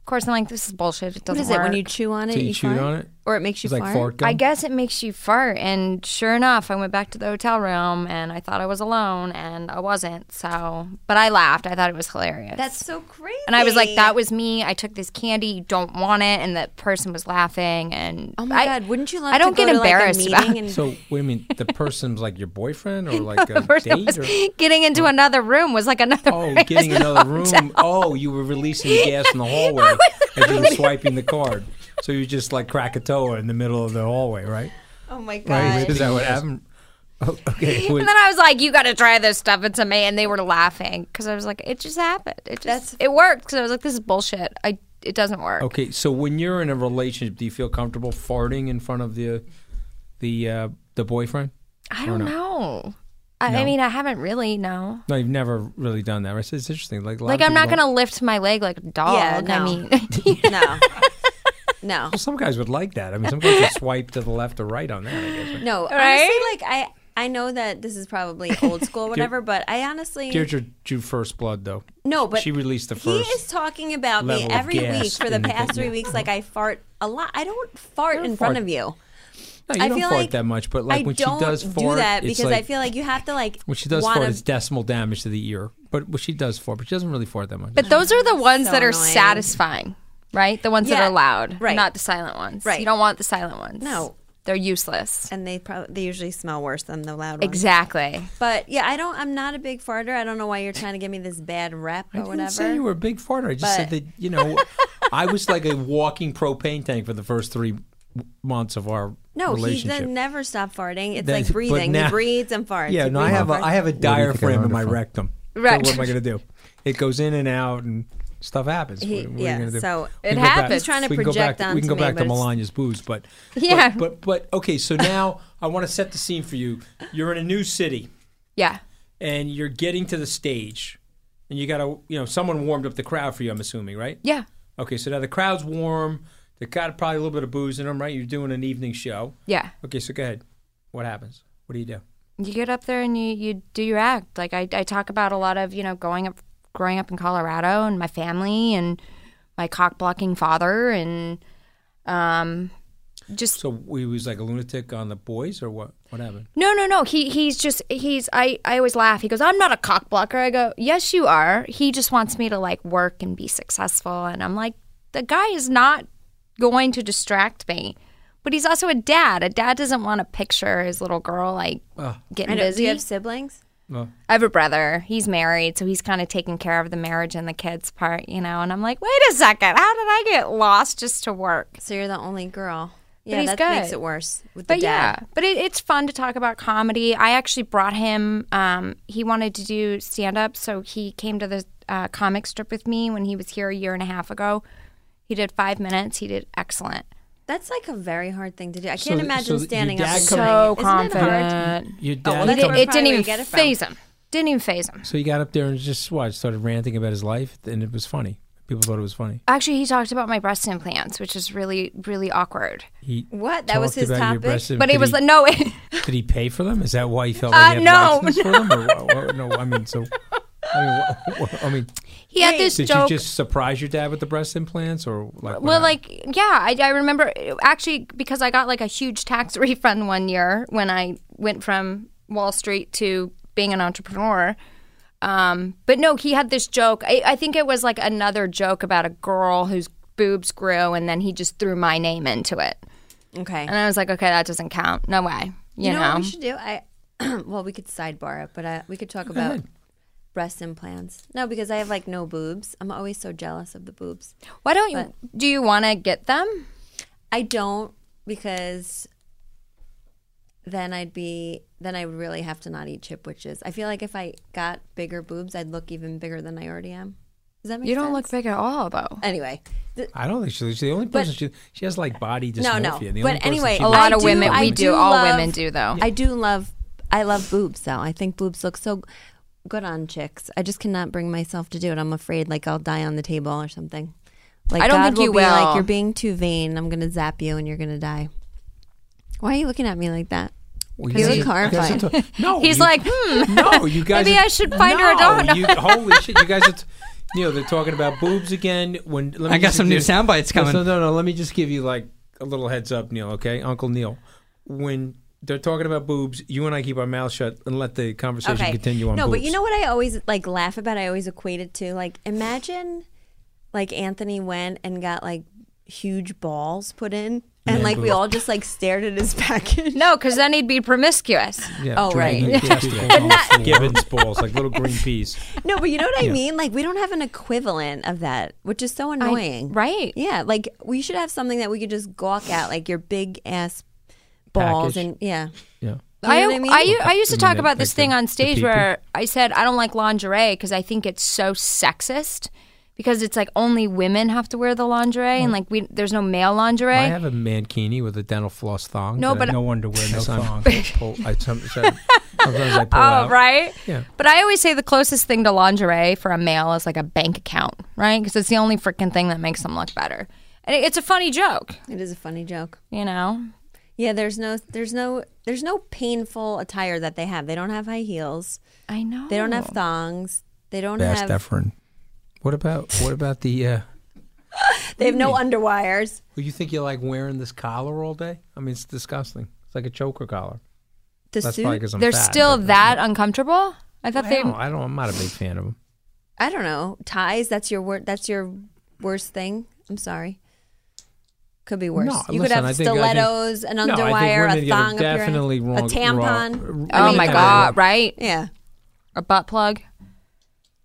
Speaker 7: Of course, I'm like, this is bullshit. It
Speaker 2: What
Speaker 7: doesn't
Speaker 2: is it when
Speaker 7: work.
Speaker 2: you chew on it?
Speaker 4: So you chewed
Speaker 2: fart?
Speaker 4: on it?
Speaker 2: or it makes you
Speaker 4: It's like
Speaker 2: fart?
Speaker 4: fart gum.
Speaker 7: I guess it makes you fart. And sure enough, I went back to the hotel room, and I thought I was alone, and I wasn't. So, but I laughed. I thought it was hilarious.
Speaker 2: That's so crazy.
Speaker 7: And I was like, that was me. I took this candy. You don't want it. And that person was laughing. And
Speaker 2: Oh my
Speaker 7: I-
Speaker 2: god! Wouldn't you love?
Speaker 7: I don't
Speaker 2: to go
Speaker 7: get
Speaker 2: to, like, a
Speaker 7: embarrassed
Speaker 2: meeting
Speaker 7: (laughs) about
Speaker 2: and-
Speaker 4: So what do you mean? The person's like your boyfriend
Speaker 7: (laughs)
Speaker 4: or like a
Speaker 7: person
Speaker 4: date? Or,
Speaker 7: was getting into another room was like another.
Speaker 4: (laughs) oh,
Speaker 7: room.
Speaker 4: getting
Speaker 7: (laughs)
Speaker 4: another room. Oh, you were releasing the gas (laughs) in the hallway as you were swiping the card. So you just like Krakatoa in the middle of the hallway, right?
Speaker 2: Oh my
Speaker 4: Right?
Speaker 2: god!
Speaker 4: Is that what happened? Oh, (laughs) okay. wait.
Speaker 7: And then I was like, "You got to try this stuff. It's amazing." And they were laughing because I was like, "It just happened. It just it worked." Because I was like, "This is bullshit. I it doesn't work."
Speaker 4: Okay, so when you're in a relationship, do you feel comfortable farting in front of the the uh, the boyfriend?
Speaker 7: I don't know. I, I
Speaker 4: No.
Speaker 7: mean, I haven't really no.
Speaker 4: No, you've never really done that. Right? So it's interesting. Like, a lot
Speaker 7: Like
Speaker 4: of
Speaker 7: I'm not
Speaker 4: people
Speaker 7: gonna lift my leg like a dog.
Speaker 2: Yeah, no.
Speaker 7: I mean,
Speaker 2: (laughs) no, no.
Speaker 4: don't- Some guys would like that. I mean, some guys would swipe to the left or right on that. I
Speaker 2: (laughs)
Speaker 4: guess. Right?
Speaker 2: No,
Speaker 7: Right?
Speaker 2: honestly, like I, I know that this
Speaker 4: (laughs)
Speaker 2: is probably old school, whatever. but I honestly,
Speaker 4: Deirdre drew first blood though.
Speaker 2: no, but
Speaker 4: she released the
Speaker 2: He
Speaker 4: first.
Speaker 2: is talking about me
Speaker 4: level of
Speaker 2: every
Speaker 4: gas
Speaker 2: week for the
Speaker 4: in the
Speaker 2: past three
Speaker 4: video.
Speaker 2: weeks. Like I fart a lot. I don't fart in
Speaker 4: fart.
Speaker 2: front of you.
Speaker 4: no, you
Speaker 2: I
Speaker 4: don't
Speaker 2: feel
Speaker 4: fart
Speaker 2: like
Speaker 4: that much, but like
Speaker 2: I
Speaker 4: when she
Speaker 2: don't
Speaker 4: does fart,
Speaker 2: do that
Speaker 4: it's
Speaker 2: because I
Speaker 4: like-
Speaker 2: feel like you have to like
Speaker 4: when she does
Speaker 2: wanna-
Speaker 4: fart, it's decimal damage to the ear. But well, she does fart, but she doesn't really fart that much.
Speaker 2: (sighs)
Speaker 7: but those are the ones
Speaker 2: So
Speaker 7: that are
Speaker 2: annoying.
Speaker 7: satisfying. right? The ones
Speaker 2: Yeah,
Speaker 7: that are loud,
Speaker 2: right.
Speaker 7: Not the silent ones.
Speaker 2: Right.
Speaker 7: You don't want the silent ones.
Speaker 2: No.
Speaker 7: they're useless.
Speaker 2: and they probably they usually smell worse than the loud ones.
Speaker 7: Exactly.
Speaker 2: But yeah, I don't. I'm not a big farter. I don't know why you're trying to give me this bad rep or
Speaker 4: I didn't
Speaker 2: whatever.
Speaker 4: say you were a big farter. I just said that
Speaker 2: But-
Speaker 4: you know, I was like a walking propane tank for the first three w- months of our
Speaker 2: no, he
Speaker 4: relationship.
Speaker 2: then never stopped farting. It's
Speaker 4: Then- (laughs)
Speaker 2: like
Speaker 4: but
Speaker 2: breathing.
Speaker 4: now-
Speaker 2: he breathes and farts.
Speaker 4: yeah,
Speaker 2: He
Speaker 4: no, I
Speaker 2: breathes
Speaker 4: have a
Speaker 2: and farts.
Speaker 4: I have a
Speaker 8: do you think I
Speaker 4: diaphragm in
Speaker 8: learned
Speaker 4: my
Speaker 8: it from?
Speaker 4: rectum.
Speaker 7: Right.
Speaker 4: So what am I going to do? It goes in and out, and stuff happens.
Speaker 2: He-
Speaker 4: What- what are you
Speaker 2: yeah,
Speaker 4: gonna do?
Speaker 2: so
Speaker 4: We
Speaker 2: it
Speaker 4: can go back-
Speaker 2: happens. He's trying to
Speaker 4: we can go
Speaker 2: project
Speaker 4: back- We
Speaker 2: onto
Speaker 4: can go
Speaker 2: me,
Speaker 4: back to
Speaker 2: but it's-
Speaker 4: Melania's booze, but
Speaker 7: Yeah.
Speaker 4: But, but but okay, so now I want to set the scene for you. You're in a new city.
Speaker 7: Yeah.
Speaker 4: and you're getting to the stage and you got to you know someone warmed up the crowd for you i'm assuming right
Speaker 7: Yeah.
Speaker 4: okay so now the crowd's warm they got probably a little bit of booze in them right you're doing an evening show
Speaker 7: Yeah.
Speaker 4: okay so go ahead what happens what do you do
Speaker 7: you get up there and you, you do your act. Like I, I talk about a lot of, you know, going up growing up in Colorado and my family and my cock blocking father and um just
Speaker 4: so we was like a lunatic on the boys or what what happened
Speaker 7: no no no he he's just he's I, I always laugh he goes i'm not a cock blocker i go yes you are he just wants me to like work and be successful and i'm like the guy is not going to distract me but he's also a dad a dad doesn't want to picture his little girl like
Speaker 4: Ugh.
Speaker 7: getting
Speaker 2: I don't-
Speaker 7: busy
Speaker 2: Do you have siblings?
Speaker 4: well
Speaker 7: I have a brother. He's married, so he's kind of taking care of the marriage and the kids part, you know. And I'm like, wait a second, how did I get lost just to work?
Speaker 2: So you're the only girl. Yeah,
Speaker 7: he's
Speaker 2: that
Speaker 7: good.
Speaker 2: makes it worse with
Speaker 7: But
Speaker 2: the
Speaker 7: yeah,
Speaker 2: dad.
Speaker 7: but it, it's fun to talk about comedy. I actually brought him. Um, he wanted to do stand up, so he came to the uh, comic strip with me when he was here a year and a half ago. He did five minutes. He did excellent.
Speaker 2: That's like a very hard thing to do. I
Speaker 4: So
Speaker 2: can't
Speaker 4: th-
Speaker 2: imagine
Speaker 4: so your
Speaker 2: standing up
Speaker 4: dad
Speaker 2: and
Speaker 4: come-
Speaker 7: So
Speaker 2: doing it. Isn't it hard?
Speaker 7: confident.
Speaker 4: your
Speaker 2: Oh, well,
Speaker 4: dad
Speaker 2: that's
Speaker 4: come-
Speaker 2: probably
Speaker 7: It didn't
Speaker 2: where you
Speaker 7: even
Speaker 2: get it from.
Speaker 7: phase him. Didn't even phase him.
Speaker 4: so you got up there and just what started ranting about his life and it was funny people thought it was funny
Speaker 7: Actually, he talked about my breast implants, which is really, really awkward.
Speaker 4: he
Speaker 2: What? That was
Speaker 4: talked
Speaker 2: his
Speaker 4: about your
Speaker 2: topic?
Speaker 4: breasts and
Speaker 7: But
Speaker 4: did
Speaker 7: it was
Speaker 4: he,
Speaker 7: like, no, (laughs) it,
Speaker 4: did he pay for them is that why he felt
Speaker 7: Uh,
Speaker 4: like he
Speaker 7: no,
Speaker 4: had license for them or, what- what- no i mean so i mean, what- what- I mean
Speaker 7: he had this
Speaker 4: Did
Speaker 7: joke.
Speaker 4: you just surprise your dad with the breast implants, or like? what
Speaker 7: well,
Speaker 4: happened?
Speaker 7: like, yeah, I, I remember actually because I got like a huge tax (laughs) refund one year when I went from Wall Street to being an entrepreneur. Um, but no, he had this joke. I, I think it was like another joke about a girl whose boobs grew, and then he just threw my name into it.
Speaker 2: Okay.
Speaker 7: And I was like, okay, that doesn't count. No way.
Speaker 2: You
Speaker 7: You,
Speaker 2: know,
Speaker 7: know?
Speaker 2: what we should do? I (clears throat) well, we could sidebar it, but I, we could talk about breast implants. No, because I have like no boobs. I'm always so jealous of the boobs.
Speaker 7: Why don't you? Do you want to get them?
Speaker 2: I don't because then I'd be then I would really have to not eat chipwiches. I feel like if I got bigger boobs, I'd look even bigger than I already am. Does that make
Speaker 7: You don't look
Speaker 2: sense?
Speaker 7: big at all, though.
Speaker 2: Anyway, th-
Speaker 4: I don't think she. She's the only person she she has like body
Speaker 2: no,
Speaker 4: dysmorphia.
Speaker 2: no.
Speaker 4: The only person
Speaker 2: But anyway,
Speaker 4: she
Speaker 7: A lot
Speaker 2: I
Speaker 7: of
Speaker 2: do-
Speaker 7: women-
Speaker 2: I
Speaker 7: we do, all women do, though.
Speaker 2: I do love, I love boobs though. I think boobs look so good on chicks. I just cannot bring myself to do it. I'm afraid like I'll die on the table or something. Like
Speaker 7: I don't
Speaker 2: God
Speaker 7: think you
Speaker 2: be Like
Speaker 7: will.
Speaker 2: you're being too vain. I'm gonna zap you and you're gonna die. Why are you looking at me like that?
Speaker 4: Well,
Speaker 2: you
Speaker 4: guys
Speaker 2: look
Speaker 4: are- you guys are
Speaker 2: horrified.
Speaker 4: t- no,
Speaker 7: He's
Speaker 4: you-
Speaker 7: like, hmm.
Speaker 4: no, you guys.
Speaker 7: (laughs) maybe
Speaker 4: are-
Speaker 7: I should find her a
Speaker 4: no,
Speaker 7: dog.
Speaker 4: You, holy shit, you guys. Are t- you know they're talking about boobs again. When let me
Speaker 5: I got
Speaker 4: just
Speaker 5: some new
Speaker 4: give-
Speaker 5: sound bites
Speaker 4: No,
Speaker 5: coming.
Speaker 4: No, no, no. Let me just give you like a little heads up, Neil. Okay, Uncle Neil. When they're talking about boobs, you and I keep our mouths shut and let the conversation continue on.
Speaker 2: no, but
Speaker 4: boobs.
Speaker 2: you know what I always like laugh about? I always equate it to like imagine like Anthony went and got like huge balls put in and
Speaker 4: Man
Speaker 2: like we
Speaker 4: boobs.
Speaker 2: all just like stared at his (laughs) package.
Speaker 7: (laughs) No, because then he'd be promiscuous.
Speaker 4: Yeah,
Speaker 2: oh, right.
Speaker 4: dragon
Speaker 7: (laughs)
Speaker 4: balls, balls, (laughs) gibbons balls, like little green peas.
Speaker 2: No, but you know what I
Speaker 4: Yeah.
Speaker 2: mean? Like we don't have an equivalent of that, which is so annoying.
Speaker 7: right.
Speaker 2: Yeah, like we should have something that we could just gawk at, like your big ass balls
Speaker 4: Package.
Speaker 2: and yeah.
Speaker 4: Yeah.
Speaker 2: You know
Speaker 7: I,
Speaker 2: what I mean?
Speaker 7: I, u- I used
Speaker 4: You
Speaker 7: to
Speaker 4: mean
Speaker 7: talk
Speaker 4: the-
Speaker 7: about this
Speaker 4: like the-
Speaker 7: thing on
Speaker 4: the
Speaker 7: stage
Speaker 4: pee-pee?
Speaker 7: where I said I don't like lingerie because I think it's so sexist because it's like only women have to wear the lingerie and like we there's no male lingerie.
Speaker 4: I have a mankini with a dental floss thong.
Speaker 7: No,
Speaker 4: that
Speaker 7: but- oh,
Speaker 4: I,
Speaker 8: No one to wear no
Speaker 4: Sometimes
Speaker 8: thong.
Speaker 4: I pull- I some- some- sometimes I pull
Speaker 2: (laughs)
Speaker 7: oh
Speaker 4: out.
Speaker 7: right.
Speaker 4: Yeah.
Speaker 7: But I always say the closest thing to lingerie for a male is like a bank account, right? Because it's the only freaking thing that makes them look better. And it, it's a funny joke,
Speaker 2: It is a funny joke.
Speaker 7: you know.
Speaker 2: Yeah, there's no there's no there's no painful attire that they have. They don't have high heels.
Speaker 7: I know
Speaker 2: They don't have
Speaker 4: Oh.
Speaker 2: thongs. They don't have
Speaker 4: Efren. What about what about the? Uh,
Speaker 2: they have no underwires.
Speaker 4: well, you think you like wearing this collar all day? I mean, it's disgusting. It's like a choker collar.
Speaker 2: The
Speaker 4: That's probably
Speaker 2: suit
Speaker 4: because I'm
Speaker 7: They're
Speaker 4: fat,
Speaker 7: still
Speaker 4: but- uh,
Speaker 7: that uncomfortable. I thought
Speaker 4: I
Speaker 7: they.
Speaker 4: don't, I don't. I'm not a big fan of them.
Speaker 2: I don't know. Ties, that's your wor- that's your worst thing. I'm sorry. Could be worse.
Speaker 4: No,
Speaker 2: you could
Speaker 4: listen,
Speaker 2: have
Speaker 4: I think- I think-
Speaker 2: stilettos, an
Speaker 4: No, I think
Speaker 2: underwire,
Speaker 4: women
Speaker 2: a
Speaker 4: get it
Speaker 2: thong, appearance,
Speaker 4: definitely wrong-
Speaker 2: a tampon.
Speaker 4: wrong-
Speaker 2: I
Speaker 7: Oh
Speaker 2: mean,
Speaker 7: my
Speaker 2: come
Speaker 7: god!
Speaker 2: on.
Speaker 7: Right?
Speaker 2: Yeah.
Speaker 7: A butt plug?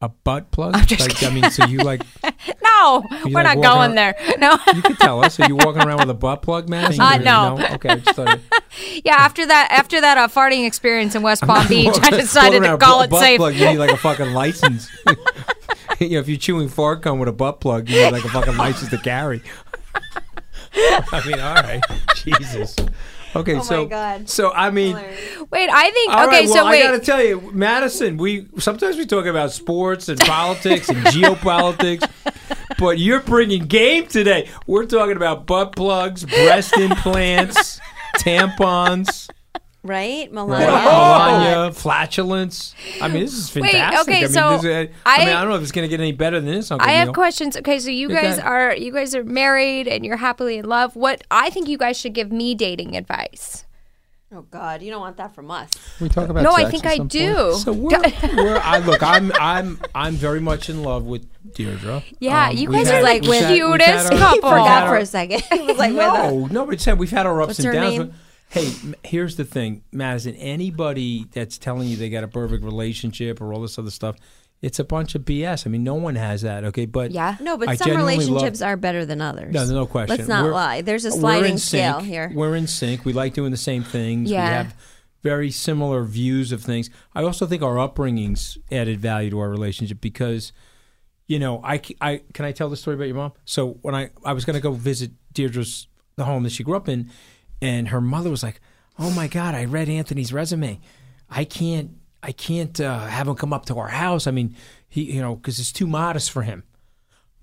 Speaker 4: A butt
Speaker 2: (laughs)
Speaker 4: plug? i like, I mean, so you like
Speaker 7: No,
Speaker 4: You
Speaker 7: we're
Speaker 4: like
Speaker 7: not
Speaker 4: walking
Speaker 7: going
Speaker 4: ar-
Speaker 7: there. No.
Speaker 4: you could tell us. Are you walking around with a butt
Speaker 2: (laughs)
Speaker 4: plug, man?
Speaker 7: Uh, no.
Speaker 4: Okay. I just thought it-
Speaker 7: (laughs) Yeah. After that, after that uh, farting experience in West (laughs) Palm Beach, I
Speaker 4: (laughs) Walking-
Speaker 7: decided
Speaker 4: walking around
Speaker 7: to
Speaker 4: with
Speaker 7: call
Speaker 4: a
Speaker 7: it
Speaker 4: butt
Speaker 7: safe.
Speaker 4: Plug, you need
Speaker 7: (laughs)
Speaker 4: like a fucking license. (laughs) you know, if you're chewing fart gum with a butt plug, you need like a fucking license to carry. (laughs) I mean, all right, Jesus. Okay,
Speaker 2: Oh my
Speaker 4: so
Speaker 2: God.
Speaker 4: so I mean,
Speaker 7: Wait, I think.
Speaker 4: all right,
Speaker 7: okay,
Speaker 4: well,
Speaker 7: so wait.
Speaker 4: I got to tell you, Madison. We sometimes we talk about sports and politics
Speaker 7: (laughs)
Speaker 4: and geopolitics, but you're bringing game today. We're talking about butt plugs, breast
Speaker 7: (laughs)
Speaker 4: implants, tampons.
Speaker 2: Right?
Speaker 4: Right.
Speaker 2: Melania. Oh!
Speaker 4: Melania, flatulence. I mean, this is
Speaker 7: Oh! Wait,
Speaker 4: fantastic.
Speaker 7: okay,
Speaker 4: I mean,
Speaker 7: so
Speaker 4: this is- I, mean,
Speaker 7: I-
Speaker 4: I don't know if it's going to get any better than this. Uncle
Speaker 7: I have
Speaker 4: Neil.
Speaker 7: questions. Okay, so you
Speaker 4: Okay.
Speaker 7: guys are you guys are married and you're happily in love. What I think you guys should give me dating advice.
Speaker 2: Oh, God. You don't want that from us. (laughs)
Speaker 8: We talk about
Speaker 7: no, I
Speaker 8: sex
Speaker 7: think
Speaker 8: at
Speaker 7: I
Speaker 8: some
Speaker 7: do.
Speaker 8: point.
Speaker 4: So we're, we're I look,
Speaker 7: (laughs)
Speaker 4: I'm I'm I'm very much in love with Deirdre. Um,
Speaker 7: Yeah, you
Speaker 4: we've
Speaker 7: guys are like
Speaker 4: we've had- we've had
Speaker 7: cutest
Speaker 4: our-
Speaker 7: couple.
Speaker 2: He
Speaker 7: Couple.
Speaker 2: forgot for
Speaker 4: Our-
Speaker 2: a second. He was like, (laughs) wait a minute.
Speaker 4: no, no, but it's said we've had our ups
Speaker 2: What's
Speaker 4: and
Speaker 2: her
Speaker 4: downs.
Speaker 2: name?
Speaker 4: but- Hey, m- here's the thing, Madison. Anybody that's telling you they got a perfect relationship or all this other stuff, it's a bunch of BS. I mean, no one has that. Okay, but
Speaker 7: Yeah.
Speaker 2: No, but
Speaker 4: I
Speaker 2: some
Speaker 4: genuinely love-
Speaker 2: relationships are better than others.
Speaker 4: No, there's no question.
Speaker 2: Let's not
Speaker 4: We're-
Speaker 2: lie. There's a
Speaker 4: we're
Speaker 2: sliding
Speaker 4: in sync.
Speaker 2: scale here.
Speaker 4: We're in sync. We like doing the same things.
Speaker 7: Yeah.
Speaker 4: We have very similar views of things. I also think our upbringings added value to our relationship because, you know, I, c- I- can I tell the story about your mom. So when I I was going to go visit Deirdre's the home that she grew up in, and her mother was like, "Oh my God, I read Anthony's resume. I can't." I can't uh, have him come up to our house. I mean, he, you know, because it's too modest for him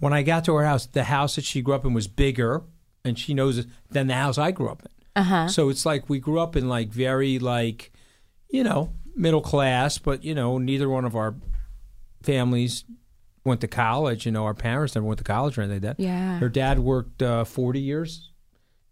Speaker 4: when I got to her house, the house that she grew up in was bigger, and she knows it than the house I grew up in. Uh-huh. So it's like we grew up in like very like, you know, middle class, but you know, neither one of our families went to college. You know, our parents never went to college or anything like that.
Speaker 7: Yeah.
Speaker 4: her dad worked uh, forty years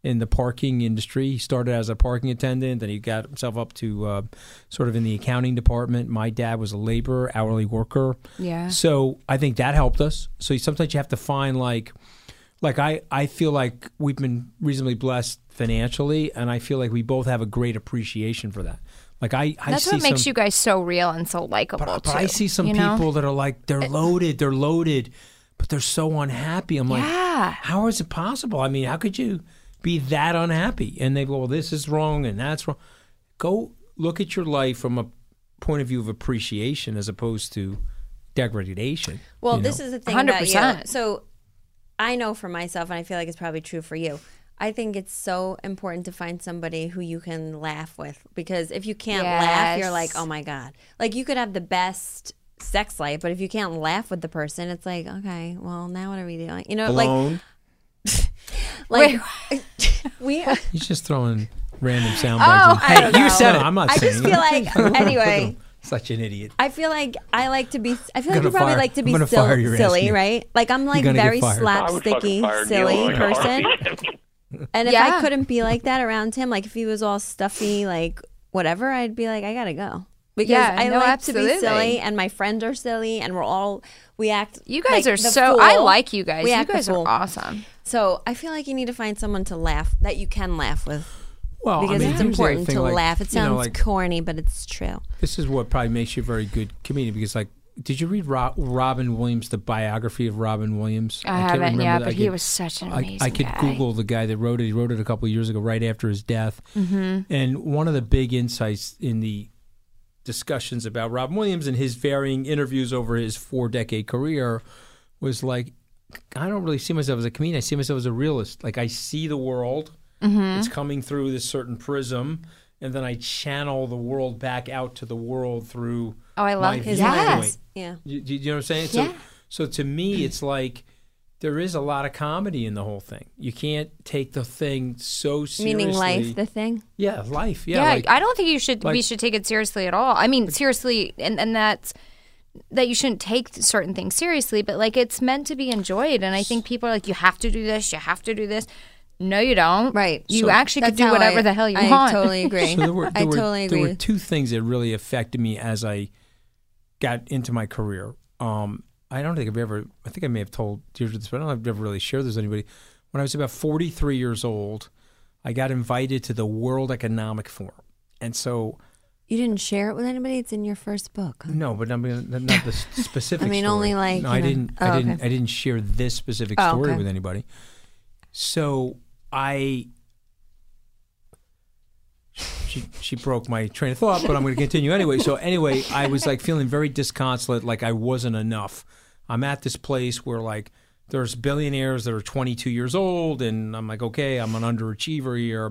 Speaker 4: in the parking industry. He started as a parking attendant, then he got himself up to uh, sort of in the accounting department. My dad was a laborer, hourly worker.
Speaker 7: Yeah.
Speaker 4: So I think that helped us. So sometimes you have to find like, like I I feel like we've been reasonably blessed financially, and I feel like we both have a great appreciation for that. Like I, I
Speaker 7: That's
Speaker 4: see
Speaker 7: what makes
Speaker 4: some,
Speaker 7: you guys so real and so likable.
Speaker 4: but, but I
Speaker 7: too,
Speaker 4: see some
Speaker 7: you know?
Speaker 4: people that are like they're loaded, they're loaded, but they're so unhappy. I'm like,
Speaker 7: Yeah.
Speaker 4: how is it possible? I mean, how could you be that unhappy? And they go, well, this is wrong and that's wrong. Go look at your life from a point of view of appreciation as opposed to degradation.
Speaker 2: Well,
Speaker 4: you
Speaker 2: this
Speaker 4: know?
Speaker 2: is the thing about you.
Speaker 7: 100%.
Speaker 2: So I know for myself, and I feel like it's probably true for you. I think it's so important to find somebody who you can laugh with because if you can't laugh, you're like,
Speaker 7: Yes.
Speaker 2: oh my God. Like you could have the best sex life, but if you can't laugh with the person, it's like, okay, well, now what are we doing? You know,
Speaker 10: Alone.
Speaker 2: (laughs) like, like (laughs) we.
Speaker 4: He's just throwing random sound bites. in.
Speaker 2: Oh, I don't
Speaker 4: hey, you
Speaker 2: know.
Speaker 4: said it. I'm not
Speaker 2: I
Speaker 4: saying
Speaker 2: just
Speaker 4: it.
Speaker 2: feel like,
Speaker 4: (laughs)
Speaker 2: anyway.
Speaker 4: Such an idiot.
Speaker 2: I feel like I like to be. I feel
Speaker 4: I'm
Speaker 2: like you
Speaker 4: gonna
Speaker 2: probably
Speaker 4: fire-
Speaker 2: like to
Speaker 4: I'm
Speaker 2: be
Speaker 4: gonna
Speaker 2: sil-
Speaker 4: fire your ass,
Speaker 2: silly,
Speaker 4: Nick.
Speaker 2: right? Like I'm like
Speaker 4: gonna get
Speaker 2: very
Speaker 4: fired. I
Speaker 2: slapsticky, silly person. And if
Speaker 7: Yeah.
Speaker 2: I couldn't be like that around him, like if he was all stuffy, like whatever, I'd be like, I gotta go because
Speaker 7: Yeah,
Speaker 2: I
Speaker 7: no,
Speaker 2: like to
Speaker 7: absolutely.
Speaker 2: be silly, and my friends are silly, and we're all we act.
Speaker 7: You guys
Speaker 2: like
Speaker 7: are
Speaker 2: the
Speaker 7: so. I
Speaker 2: fool.
Speaker 7: like you guys.
Speaker 2: We
Speaker 7: You
Speaker 2: act the
Speaker 7: guys are
Speaker 2: fool.
Speaker 7: awesome.
Speaker 2: So I feel like you need to find someone to laugh that you can laugh with
Speaker 4: Well,
Speaker 2: because
Speaker 4: I mean,
Speaker 2: it's
Speaker 4: here's the other
Speaker 2: important
Speaker 4: thing,
Speaker 2: to
Speaker 4: like,
Speaker 2: laugh. It
Speaker 4: you know,
Speaker 2: sounds
Speaker 4: like,
Speaker 2: corny, but it's true.
Speaker 4: This is what probably makes you a very good comedian because, like, did you read Ro- Robin Williams, the biography of Robin Williams?
Speaker 7: I
Speaker 4: can't
Speaker 7: haven't,
Speaker 4: remember
Speaker 7: yeah,
Speaker 4: that.
Speaker 7: but
Speaker 4: I
Speaker 7: he
Speaker 4: could-
Speaker 7: was such an
Speaker 4: I,
Speaker 7: amazing
Speaker 4: I could
Speaker 7: guy.
Speaker 4: Google the guy that wrote it. He wrote it a couple years ago, right after his death. Mm-hmm. And one of the big insights in the discussions about Robin Williams and his varying interviews over his four decade career was like, I don't really see myself as a comedian. I see myself as a realist. Like, I see the world,
Speaker 7: Mm-hmm.
Speaker 4: it's coming through this certain prism, and then I channel the world back out to the world through.
Speaker 7: Oh, I love
Speaker 4: my
Speaker 7: his
Speaker 4: viewpoint.
Speaker 7: lens.
Speaker 2: Yeah.
Speaker 4: You, do you know what I'm saying?
Speaker 7: Yeah.
Speaker 4: So, so to me, it's like there is a lot of comedy in the whole thing. You can't take the thing so seriously.
Speaker 2: Meaning life, the thing.
Speaker 4: yeah, life. Yeah,
Speaker 7: Yeah,
Speaker 4: like-
Speaker 7: I don't think you should. we
Speaker 4: like-
Speaker 7: should take it seriously at all. I mean, seriously, and and that's that you shouldn't take certain things seriously, but like it's meant to be enjoyed. And I think people are like, you have to do this, you have to do this. No, you don't.
Speaker 2: Right.
Speaker 7: You
Speaker 2: So-
Speaker 7: actually could
Speaker 2: That's
Speaker 7: do
Speaker 2: how
Speaker 7: whatever
Speaker 2: I-
Speaker 7: the hell you
Speaker 2: I
Speaker 7: want. (laughs)
Speaker 2: totally agree.
Speaker 4: So there were, there
Speaker 2: I
Speaker 4: were,
Speaker 2: totally
Speaker 4: there
Speaker 2: agree.
Speaker 4: were two things that really affected me as I got into my career. Um, I don't think I've ever. I think I may have told Deirdre this, but I don't think I've ever really shared this with anybody. When I was about 43 years old, I got invited to the World Economic Forum, and so
Speaker 2: You didn't share it with anybody. It's in your first book.
Speaker 4: no, but I'm gonna,
Speaker 2: (laughs)
Speaker 4: not the s- specific.
Speaker 2: I mean,
Speaker 4: story.
Speaker 2: only, like,
Speaker 4: no,
Speaker 2: you
Speaker 4: I
Speaker 2: know-
Speaker 4: didn't.
Speaker 2: Oh,
Speaker 4: I
Speaker 2: okay.
Speaker 4: didn't. I didn't share this specific
Speaker 2: Oh,
Speaker 4: story
Speaker 2: okay.
Speaker 4: with anybody. So I. She, she broke my train of thought, but I'm going to continue anyway. So anyway, I was like feeling very disconsolate, like I wasn't enough. I'm at this place where like there's billionaires that are 22 years old, and I'm like, okay, I'm an underachiever here.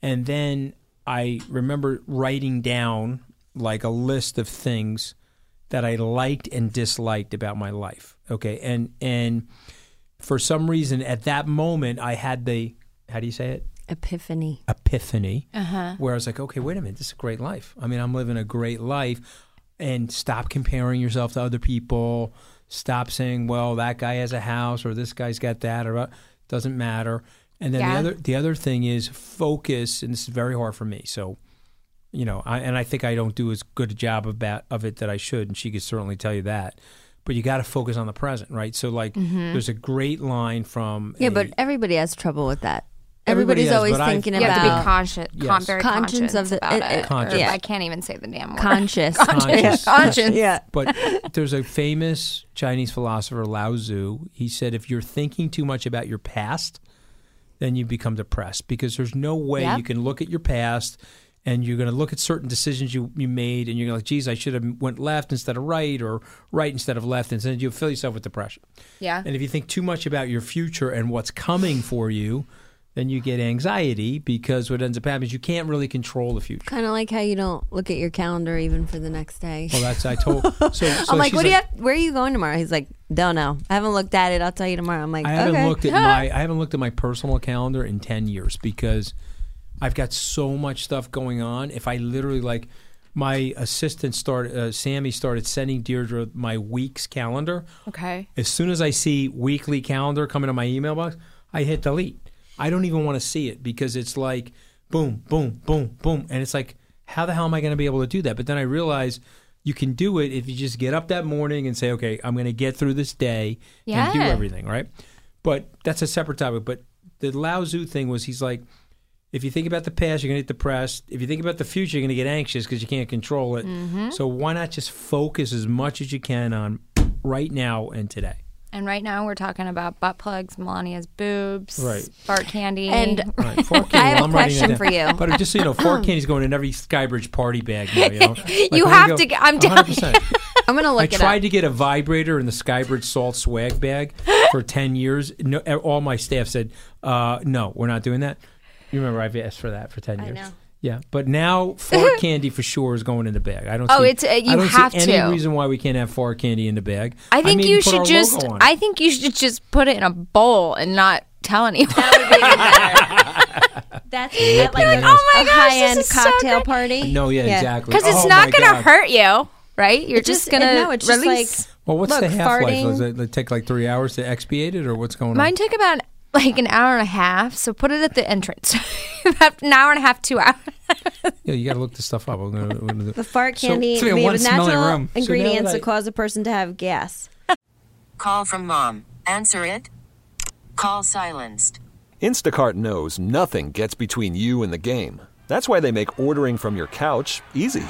Speaker 4: And then I remember writing down like a list of things that I liked and disliked about my life. Okay, and and for some reason at that moment I had the how do you say it
Speaker 2: Epiphany.
Speaker 4: epiphany
Speaker 2: Uh-huh.
Speaker 4: where I was like, okay, wait a minute, this is a great life. I mean, I'm living a great life, and stop comparing yourself to other people. Stop saying, well, that guy has a house or this guy's got that or uh, doesn't matter. And then
Speaker 8: Yeah.
Speaker 4: the other the other thing is focus, and this is very hard for me. So you know, I, and I think I don't do as good a job about of it that I should, and she could certainly tell you that. But you got to focus on the present, right? So, like,
Speaker 2: Mhm.
Speaker 4: there's a great line from
Speaker 2: Yeah, but everybody has trouble with that.
Speaker 4: Everybody
Speaker 2: Everybody's
Speaker 4: has,
Speaker 2: always
Speaker 4: but I- (laughs)
Speaker 2: thinking
Speaker 4: You have
Speaker 2: about
Speaker 4: to be
Speaker 7: conscious, con- very conscious,
Speaker 2: of the
Speaker 7: about
Speaker 2: it-
Speaker 7: it.
Speaker 2: it-
Speaker 7: or
Speaker 4: Conscious.
Speaker 7: I can't even say the damn
Speaker 4: (laughs)
Speaker 7: word.
Speaker 2: Conscious.
Speaker 7: conscious, conscious.
Speaker 2: Yeah.
Speaker 4: But there's a famous Chinese philosopher Lao Tzu. He said, if you're thinking too much about your past, then you become depressed because there's no way
Speaker 8: Yep.
Speaker 4: you can look at your past and you're going to look at certain decisions you, you made and you're going to like, geez, I should have went left instead of right or right instead of left. And then you'll fill yourself with depression.
Speaker 7: (laughs) Yeah.
Speaker 4: And if you think too much about your future and what's coming for you, then you get anxiety because what ends up happening is you can't really control the future.
Speaker 2: Kind of like how you don't look at your calendar even for the next day.
Speaker 4: Well, that's I told.
Speaker 2: (laughs)
Speaker 4: So, so
Speaker 2: I'm like,
Speaker 4: she's
Speaker 2: what do you have? Where are you going tomorrow? He's like, don't know. I haven't looked at it. I'll tell you tomorrow. I'm like,
Speaker 4: I haven't
Speaker 2: okay.
Speaker 4: looked at my I haven't looked at my personal calendar in ten years because I've got so much stuff going on. If I literally like my assistant started uh, Sammy started sending Deirdre my week's calendar.
Speaker 7: Okay.
Speaker 4: As soon as I see weekly calendar coming to my email box, I hit delete. I don't even want to see it because it's like boom, boom, boom, boom, and it's like how the hell am I going to be able to do that? But then I realize you can do it if you just get up that morning and say, okay, I'm going to get through this day and do
Speaker 8: Yeah.
Speaker 4: everything, right? But that's a separate topic. But the Lao Tzu thing was he's like, if you think about the past, you're going to get depressed. If you think about the future, you're going to get anxious because you can't control it.
Speaker 7: Mhm.
Speaker 4: So why not just focus as much as you can on right now and today?
Speaker 7: And right now we're talking about butt plugs, Melania's boobs,
Speaker 4: Right.
Speaker 7: fart candy,
Speaker 2: And-
Speaker 4: All right, fork
Speaker 7: (laughs)
Speaker 4: candy,
Speaker 2: I have a
Speaker 4: I'm writing that
Speaker 2: question for
Speaker 4: down.
Speaker 2: you.
Speaker 4: But just so you know, fork candy's going in every Skybridge party bag now. You, know? Like,
Speaker 7: You
Speaker 4: when we
Speaker 7: have to get- I'm telling
Speaker 4: 100%.
Speaker 2: I'm gonna look
Speaker 4: I
Speaker 2: it up.
Speaker 4: tried to get a vibrator in the Skybridge Salt swag bag
Speaker 7: (laughs)
Speaker 4: for ten years. No, e, all my staff said, uh, "No, we're not doing that." You remember I've asked for that for ten years.
Speaker 7: know.
Speaker 4: Yeah, but now
Speaker 7: (laughs)
Speaker 4: fart candy for sure is going in the bag. I don't.
Speaker 7: Oh,
Speaker 4: see,
Speaker 7: it's, uh, you
Speaker 4: I don't see
Speaker 7: have to.
Speaker 4: Any reason why we can't have fart candy in the bag?
Speaker 7: I think
Speaker 4: mean,
Speaker 7: you
Speaker 4: put our
Speaker 7: should
Speaker 4: logo
Speaker 7: just.
Speaker 4: on it.
Speaker 7: I think you should just put it in a bowl and not tell anyone. (laughs)
Speaker 2: That's
Speaker 4: Ripping like, it.
Speaker 7: oh my
Speaker 2: a
Speaker 7: gosh,
Speaker 2: high-end
Speaker 7: this is
Speaker 2: cocktail party.
Speaker 4: No, yeah, exactly.
Speaker 7: Because it's
Speaker 4: Oh,
Speaker 7: not
Speaker 4: my
Speaker 7: going to
Speaker 4: God.
Speaker 7: hurt you, right? You're
Speaker 2: It
Speaker 7: just,
Speaker 2: just-
Speaker 7: going to
Speaker 2: no, it's just
Speaker 7: release.
Speaker 2: like-
Speaker 4: Well, what's
Speaker 2: Look,
Speaker 4: the half life?
Speaker 2: farting-
Speaker 4: Does it, it take like three hours to expiate it, or what's going
Speaker 7: Mine
Speaker 4: on?
Speaker 7: took about like an hour and a half, so put it at the entrance. (laughs) about an hour and a half, two hours. (laughs)
Speaker 4: Yeah, you got to look this stuff up. We're gonna- we're gonna do-
Speaker 2: The fart
Speaker 4: So-
Speaker 2: candy
Speaker 4: It's gonna be
Speaker 2: made
Speaker 4: a
Speaker 2: with
Speaker 4: one-smelling
Speaker 2: natural
Speaker 4: room. So now
Speaker 2: ingredients
Speaker 4: that I-
Speaker 2: that cause a person to have gas.
Speaker 11: Call from mom. Answer it. Call silenced.
Speaker 12: Instacart knows nothing gets between you and the game. That's why they make ordering from your couch easy.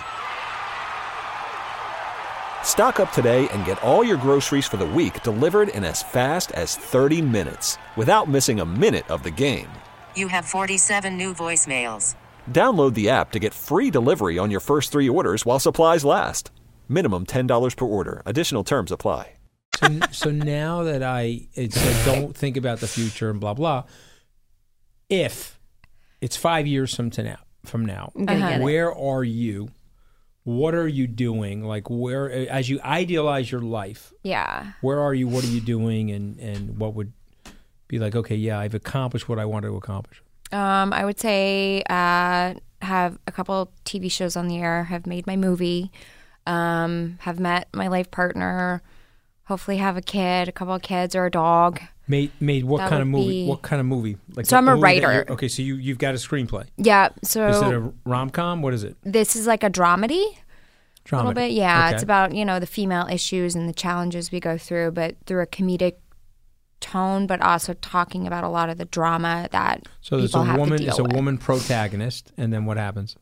Speaker 12: Stock up today and get all your groceries for the week delivered in as fast as 30 minutes without missing a minute of the game.
Speaker 11: You have 47 new voicemails.
Speaker 12: Download the app to get free delivery on your first three orders while supplies last. Minimum $10 per order. Additional terms apply.
Speaker 4: so, so now that I it's like don't think about the future and blah blah. If it's five years from to now, from now,
Speaker 8: I'm gonna Uh-huh. get it.
Speaker 4: where are you? What are you doing? Like where as you idealize your life,
Speaker 7: Yeah.
Speaker 4: where are you? What are you doing? And and what would be like? Okay, yeah, I've accomplished what I wanted to accomplish.
Speaker 7: Um, I would say uh, have a couple TV shows on the air, have made my movie, um, have met my life partner, hopefully have a kid, a couple of kids or a dog.
Speaker 4: Made made what
Speaker 7: That
Speaker 4: kind of
Speaker 7: would
Speaker 4: movie?
Speaker 7: be-
Speaker 4: What kind of movie?
Speaker 7: So
Speaker 4: what
Speaker 7: I'm a
Speaker 4: movie that you're-
Speaker 7: writer.
Speaker 4: Okay, so you you've got a screenplay.
Speaker 7: Yeah,
Speaker 4: is it
Speaker 7: so
Speaker 4: a rom com? What is it?
Speaker 7: this is like a dramedy. A little
Speaker 4: Dramedy.
Speaker 7: bit, yeah.
Speaker 4: Okay.
Speaker 7: It's about you know the female issues and the challenges we go through, but through a comedic tone, but also talking about a lot of the drama that
Speaker 4: So there's
Speaker 7: people
Speaker 4: a
Speaker 7: have
Speaker 4: woman.
Speaker 7: to
Speaker 4: It's
Speaker 7: deal
Speaker 4: a
Speaker 7: with.
Speaker 4: woman protagonist, and then what happens?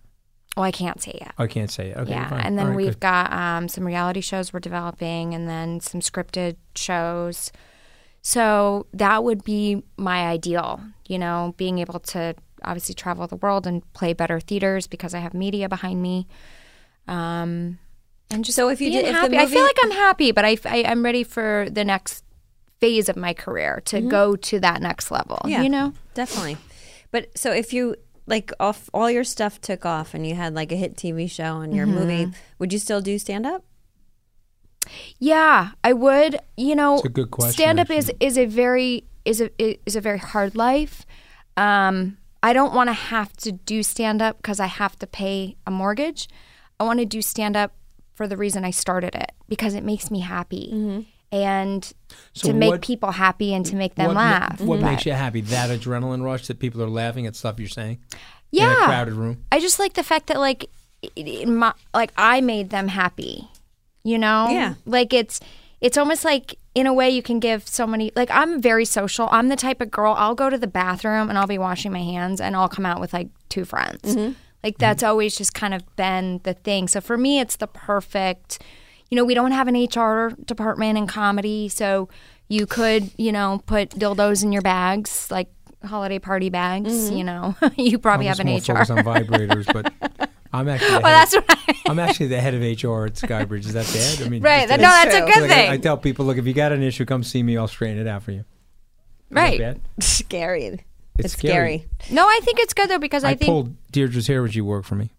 Speaker 7: Oh, I can't say yet.
Speaker 4: I can't say it. Okay,
Speaker 7: yeah,
Speaker 4: fine.
Speaker 7: and then
Speaker 4: All right,
Speaker 7: we've
Speaker 4: good.
Speaker 7: got um, some reality shows we're developing, and then some scripted shows. So that would be my ideal, you know, being able to obviously travel the world and play better theaters because I have media behind me. Um, and just
Speaker 2: So if you
Speaker 7: being
Speaker 2: did- if the
Speaker 7: happy, I feel
Speaker 2: movie-
Speaker 7: like I'm happy, but I, I am ready for the next phase of my career to
Speaker 2: Mm-hmm.
Speaker 7: go to that next level. You know,
Speaker 2: definitely. But so if you like off all your stuff took off and you had like a hit TV show and your
Speaker 7: Mhm.
Speaker 2: movie, would you still do stand up?
Speaker 7: Yeah, I would. You know,
Speaker 2: It's a good question,
Speaker 7: Stand up is is a very is a is a very hard life. Um, I don't want to have to do stand up because I have to pay a mortgage. I want to do stand up for the reason I started it because it makes me happy and
Speaker 4: So
Speaker 7: to make
Speaker 4: what-
Speaker 7: people happy and to make them
Speaker 4: what, ma-
Speaker 7: laugh.
Speaker 4: What
Speaker 7: But-
Speaker 4: makes you happy? That adrenaline rush that people are laughing at stuff you're saying. In a
Speaker 7: Yeah.
Speaker 4: crowded room.
Speaker 7: I just like the fact that like i- i- my, like I made them happy. You know?
Speaker 2: Yeah.
Speaker 7: Like it's it's almost like in a way you can give so many like I'm very social. I'm the type of girl I'll go to the bathroom and I'll be washing my hands and I'll come out with like two friends. Like that's always just kind of been the thing. So for me it's the perfect you know, we don't have an HR department in comedy, so you could, you know, put dildos in your bags, like holiday party bags,
Speaker 4: Mhm.
Speaker 7: you know. (laughs) you probably
Speaker 4: I'm
Speaker 7: have
Speaker 4: just
Speaker 7: an
Speaker 4: more
Speaker 7: HR.
Speaker 4: focused on vibrators,
Speaker 7: (laughs)
Speaker 4: but I'm actually. The
Speaker 7: Well,
Speaker 4: head,
Speaker 7: that's (laughs) what
Speaker 4: I'm actually the head of HR at Skybridge. Is that bad? I mean,
Speaker 7: Right,
Speaker 4: just
Speaker 7: that- no, that's a
Speaker 4: it's
Speaker 7: good
Speaker 4: like I-
Speaker 7: thing.
Speaker 4: I, tell people, look, if you got an issue, come see me. I'll straighten it out for you.
Speaker 7: Right.
Speaker 4: bad?
Speaker 2: (laughs) Scary.
Speaker 4: It's scary.
Speaker 7: No, I think it's good though because I,
Speaker 4: I
Speaker 7: think
Speaker 4: pulled Deirdre's hair when she worked for me.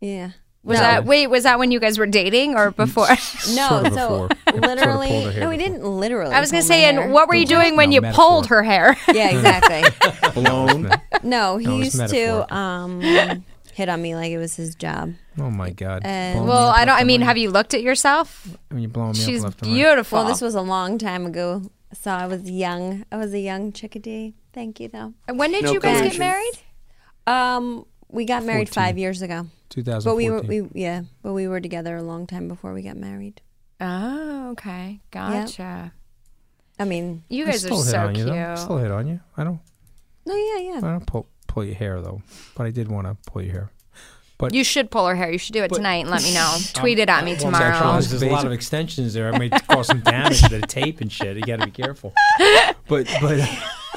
Speaker 2: Yeah.
Speaker 7: was
Speaker 4: No.
Speaker 7: that wait was that when you guys were dating or before? (laughs)
Speaker 2: No,
Speaker 4: Sort of before.
Speaker 2: so
Speaker 4: Sort of pulled
Speaker 2: literally,
Speaker 4: her hair
Speaker 2: no, we didn't literally.
Speaker 7: I was gonna
Speaker 2: pull
Speaker 7: say,
Speaker 2: my
Speaker 7: and
Speaker 2: hair.
Speaker 7: what were you doing when
Speaker 4: No,
Speaker 7: you
Speaker 4: metaphor.
Speaker 7: pulled her hair?
Speaker 3: (laughs)
Speaker 2: Yeah, exactly.
Speaker 4: Blown.
Speaker 2: no, he
Speaker 4: No, it's
Speaker 2: used to
Speaker 4: metaphorical.
Speaker 2: um, hit on me like it was his job.
Speaker 4: Oh my God.
Speaker 2: And-
Speaker 4: Blown
Speaker 7: Uh, well,
Speaker 4: me up
Speaker 7: I don't.
Speaker 4: left
Speaker 7: I
Speaker 4: and
Speaker 7: mean,
Speaker 4: right.
Speaker 7: have you looked at yourself?
Speaker 4: I mean, you're blowing me
Speaker 7: She's
Speaker 4: up left and right.
Speaker 7: beautiful.
Speaker 2: Well, this was a long time ago, so I was young. I was a young chickadee. Thank you, though.
Speaker 7: When did No you guys get collusion. married?
Speaker 2: Um, we got married
Speaker 4: 14.
Speaker 2: five years ago. But we were,
Speaker 4: 2014.
Speaker 2: we yeah, but we were together a long time before we got married.
Speaker 7: Oh, okay,
Speaker 2: Yep.
Speaker 7: gotcha.
Speaker 2: I mean,
Speaker 7: You
Speaker 4: I
Speaker 7: guys are
Speaker 4: still hit
Speaker 7: so
Speaker 4: on you,
Speaker 7: cute.
Speaker 4: though. I still hit on you. I don't.
Speaker 2: no, yeah,
Speaker 4: I
Speaker 2: yeah.
Speaker 4: don't pull pull your hair though, but I did want to pull your hair. But
Speaker 7: You should pull her hair. You should do it tonight and let
Speaker 4: (laughs)
Speaker 7: me know. Tweet it at me tomorrow.
Speaker 4: There's a lot of extensions there. I may cause some damage to the tape and shit. You got to be
Speaker 7: (laughs)
Speaker 4: careful. But but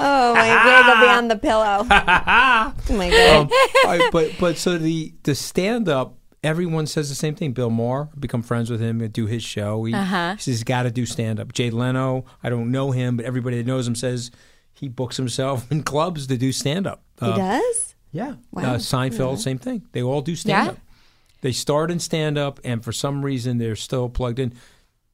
Speaker 2: Oh my wig will be on
Speaker 4: (laughs)
Speaker 2: the pillow. oh my god.
Speaker 4: um, I- but but so the the stand up. Everyone says the same thing. Bill Maher, become friends with him, and do his show. He,
Speaker 7: Uh-huh.
Speaker 4: he says he's got to do stand up. Jay Leno, I don't know him, but everybody that knows him says he books himself (laughs) in clubs to do Uh, stand up.
Speaker 2: he does.
Speaker 4: Yeah.
Speaker 2: Wow.
Speaker 4: Uh, Seinfeld, same thing. They all do stand up. They start in stand up, and for some reason, they're still plugged in.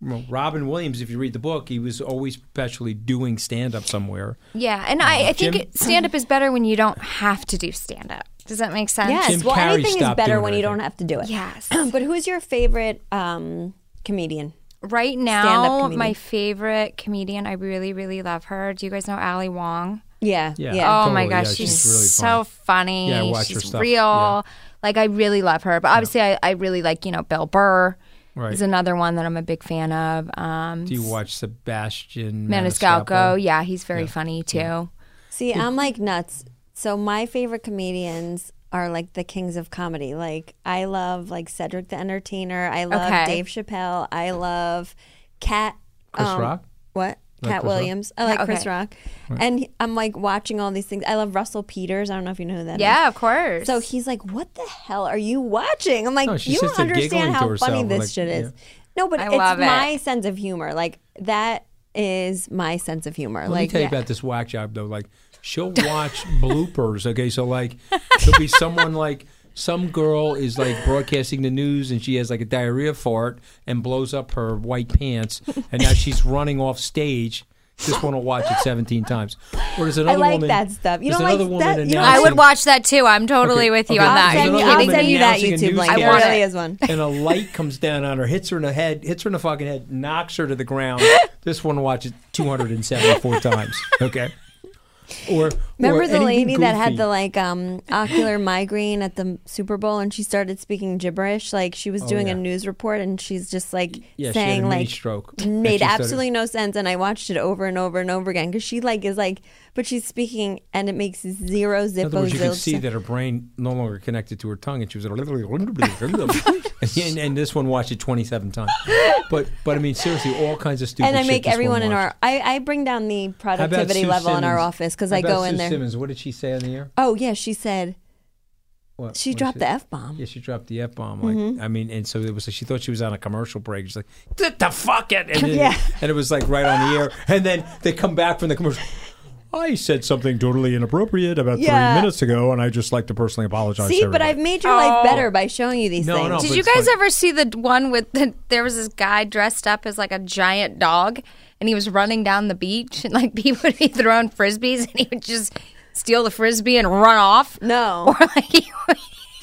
Speaker 4: Well, Robin Williams, if you read the book, he was always perpetually doing stand up somewhere.
Speaker 7: Yeah, and I, I think
Speaker 4: Uh, Jim-
Speaker 7: it, stand-up is better when you don't have to do stand-up. Does that make sense?
Speaker 2: Yes.
Speaker 4: Jim
Speaker 2: well,
Speaker 4: Carrey
Speaker 2: anything is
Speaker 4: stopped
Speaker 2: better
Speaker 4: doing
Speaker 2: when
Speaker 4: it, I
Speaker 2: you don't
Speaker 4: think.
Speaker 2: have to do it.
Speaker 7: (clears throat) Yes.
Speaker 2: but who's your favorite um, comedian?
Speaker 7: Right
Speaker 2: Stand-up
Speaker 7: now,
Speaker 2: comedian.
Speaker 7: my favorite comedian, I really, really love her. Do you guys know Ali Wong?
Speaker 2: Yeah. Yeah.
Speaker 4: Yeah.
Speaker 7: oh my
Speaker 4: totally,
Speaker 7: gosh,
Speaker 4: yeah,
Speaker 7: she's,
Speaker 4: she's really
Speaker 7: so funny.
Speaker 4: Yeah, I watch her
Speaker 7: she's
Speaker 4: stuff,
Speaker 7: real.
Speaker 4: yeah.
Speaker 7: Like I really love her. But obviously, I, I really like you know Bill Burr.
Speaker 4: Right.
Speaker 7: Is another one that I'm a big fan of. Um,
Speaker 4: Do you watch Sebastian
Speaker 7: Maniscalco?
Speaker 4: Maniscalco?
Speaker 7: Yeah, he's very funny too.
Speaker 2: See, I'm like nuts. So my favorite comedians are like the kings of comedy. Like I love like Cedric the Entertainer. I love
Speaker 7: Okay.
Speaker 2: Dave Chappelle. I love Cat. um,
Speaker 4: Chris Rock?
Speaker 2: What?
Speaker 4: Like
Speaker 2: Cat
Speaker 4: Chris Rock?
Speaker 2: Williams. I like Chris
Speaker 7: Okay.
Speaker 2: Rock. And he- I'm like watching all these things. I love Russell Peters. I don't know if you know who that is.
Speaker 7: Yeah, of course.
Speaker 2: So he's like, "What the hell are you watching?" I'm like,
Speaker 4: No, she's
Speaker 2: "You
Speaker 4: just
Speaker 2: don't
Speaker 4: a giggling
Speaker 2: understand
Speaker 4: to
Speaker 2: how
Speaker 4: herself,
Speaker 2: funny this
Speaker 4: like,
Speaker 2: shit is."
Speaker 4: yeah.
Speaker 2: No, but
Speaker 7: I
Speaker 2: it's
Speaker 7: love it.
Speaker 2: my sense of humor. Like that is my sense of humor.
Speaker 4: Let me
Speaker 2: like
Speaker 4: tell you about this whack job though. Like she'll watch (laughs) bloopers. Okay, so like there'll be someone like some girl is like broadcasting the news and she has like a diarrhea fart and blows up her white pants and now
Speaker 2: (laughs)
Speaker 4: she's running off stage. Just want to watch it seventeen times. Or there's another
Speaker 2: like
Speaker 4: woman.
Speaker 2: that stuff. You
Speaker 4: there's
Speaker 2: don't like
Speaker 4: another woman
Speaker 2: that- you don't
Speaker 7: I would
Speaker 4: announcing-
Speaker 7: watch that too. I'm totally
Speaker 4: Okay,
Speaker 7: with you
Speaker 4: okay,
Speaker 7: on that.
Speaker 4: there's
Speaker 2: I'll send
Speaker 4: another
Speaker 2: you-
Speaker 7: Are you
Speaker 2: I'll
Speaker 4: woman
Speaker 7: kidding
Speaker 2: send
Speaker 7: me?
Speaker 2: you that
Speaker 4: announcing a
Speaker 2: YouTube
Speaker 4: news
Speaker 2: link.
Speaker 7: I
Speaker 4: gathering.
Speaker 7: want
Speaker 2: really
Speaker 7: it.
Speaker 2: is one.
Speaker 4: and a light comes down on her, hits her in the head, hits her in the fucking head,
Speaker 2: (laughs)
Speaker 4: knocks her to the ground. This one watches 274 times. Okay. Or
Speaker 2: Remember
Speaker 4: or
Speaker 2: the
Speaker 4: anything
Speaker 2: lady that had
Speaker 4: goofy.
Speaker 2: the like um, ocular migraine at the Super Bowl and she started speaking gibberish? Like she was
Speaker 4: Oh,
Speaker 2: doing
Speaker 4: yeah.
Speaker 2: a news report and she's just like
Speaker 4: Yeah, she had a
Speaker 2: saying
Speaker 4: mini (laughs)
Speaker 2: like
Speaker 4: stroke. And she
Speaker 2: made
Speaker 4: started-
Speaker 2: absolutely no sense. And I watched it over and over and over again because she like is like, but she's speaking and it makes zero
Speaker 4: In
Speaker 2: zippo
Speaker 4: other words, you could
Speaker 2: zilch
Speaker 4: see
Speaker 2: sense.
Speaker 4: that her brain no longer connected to her tongue, and she was like, (laughs) and, and this one watched it twenty-seven times. But but I mean, seriously, all kinds of stupid.
Speaker 2: And I
Speaker 4: shit
Speaker 2: make
Speaker 4: this one
Speaker 2: everyone in
Speaker 4: watched.
Speaker 2: our I, I bring down the
Speaker 4: How about
Speaker 2: productivity
Speaker 4: Sue
Speaker 2: level in our
Speaker 4: Simmons?
Speaker 2: office because
Speaker 4: How
Speaker 2: I
Speaker 4: about
Speaker 2: go in
Speaker 4: Sue
Speaker 2: there.
Speaker 4: Simmons, what did she say on the air?
Speaker 2: Oh yeah, she said
Speaker 4: What,
Speaker 2: She
Speaker 4: what
Speaker 2: dropped the F-bomb.
Speaker 4: Yeah, she dropped the f bomb. Like,
Speaker 2: Mhm.
Speaker 4: I mean, and so it was like she thought she was on a commercial break. She's like, "Get the fuck it!"
Speaker 2: (laughs)
Speaker 4: And, then-
Speaker 2: Yeah.
Speaker 4: and it was like right on the air. And then they come back from the commercial. I said something totally inappropriate about
Speaker 2: Yeah.
Speaker 4: three minutes ago, and I just like to personally apologize.
Speaker 2: See,
Speaker 4: to
Speaker 2: but
Speaker 4: everybody."
Speaker 2: I've made your life
Speaker 7: Oh.
Speaker 2: better by showing you these
Speaker 4: No,
Speaker 2: things.
Speaker 4: no,
Speaker 7: Did
Speaker 4: but
Speaker 7: you
Speaker 4: it's
Speaker 7: guys
Speaker 4: like-
Speaker 7: ever see the one with the, there was this guy dressed up as like a giant dog and he was running down the beach and like (laughs) people would be throwing frisbees and he would just steal the frisbee and run off?
Speaker 2: No.
Speaker 7: (laughs) Or like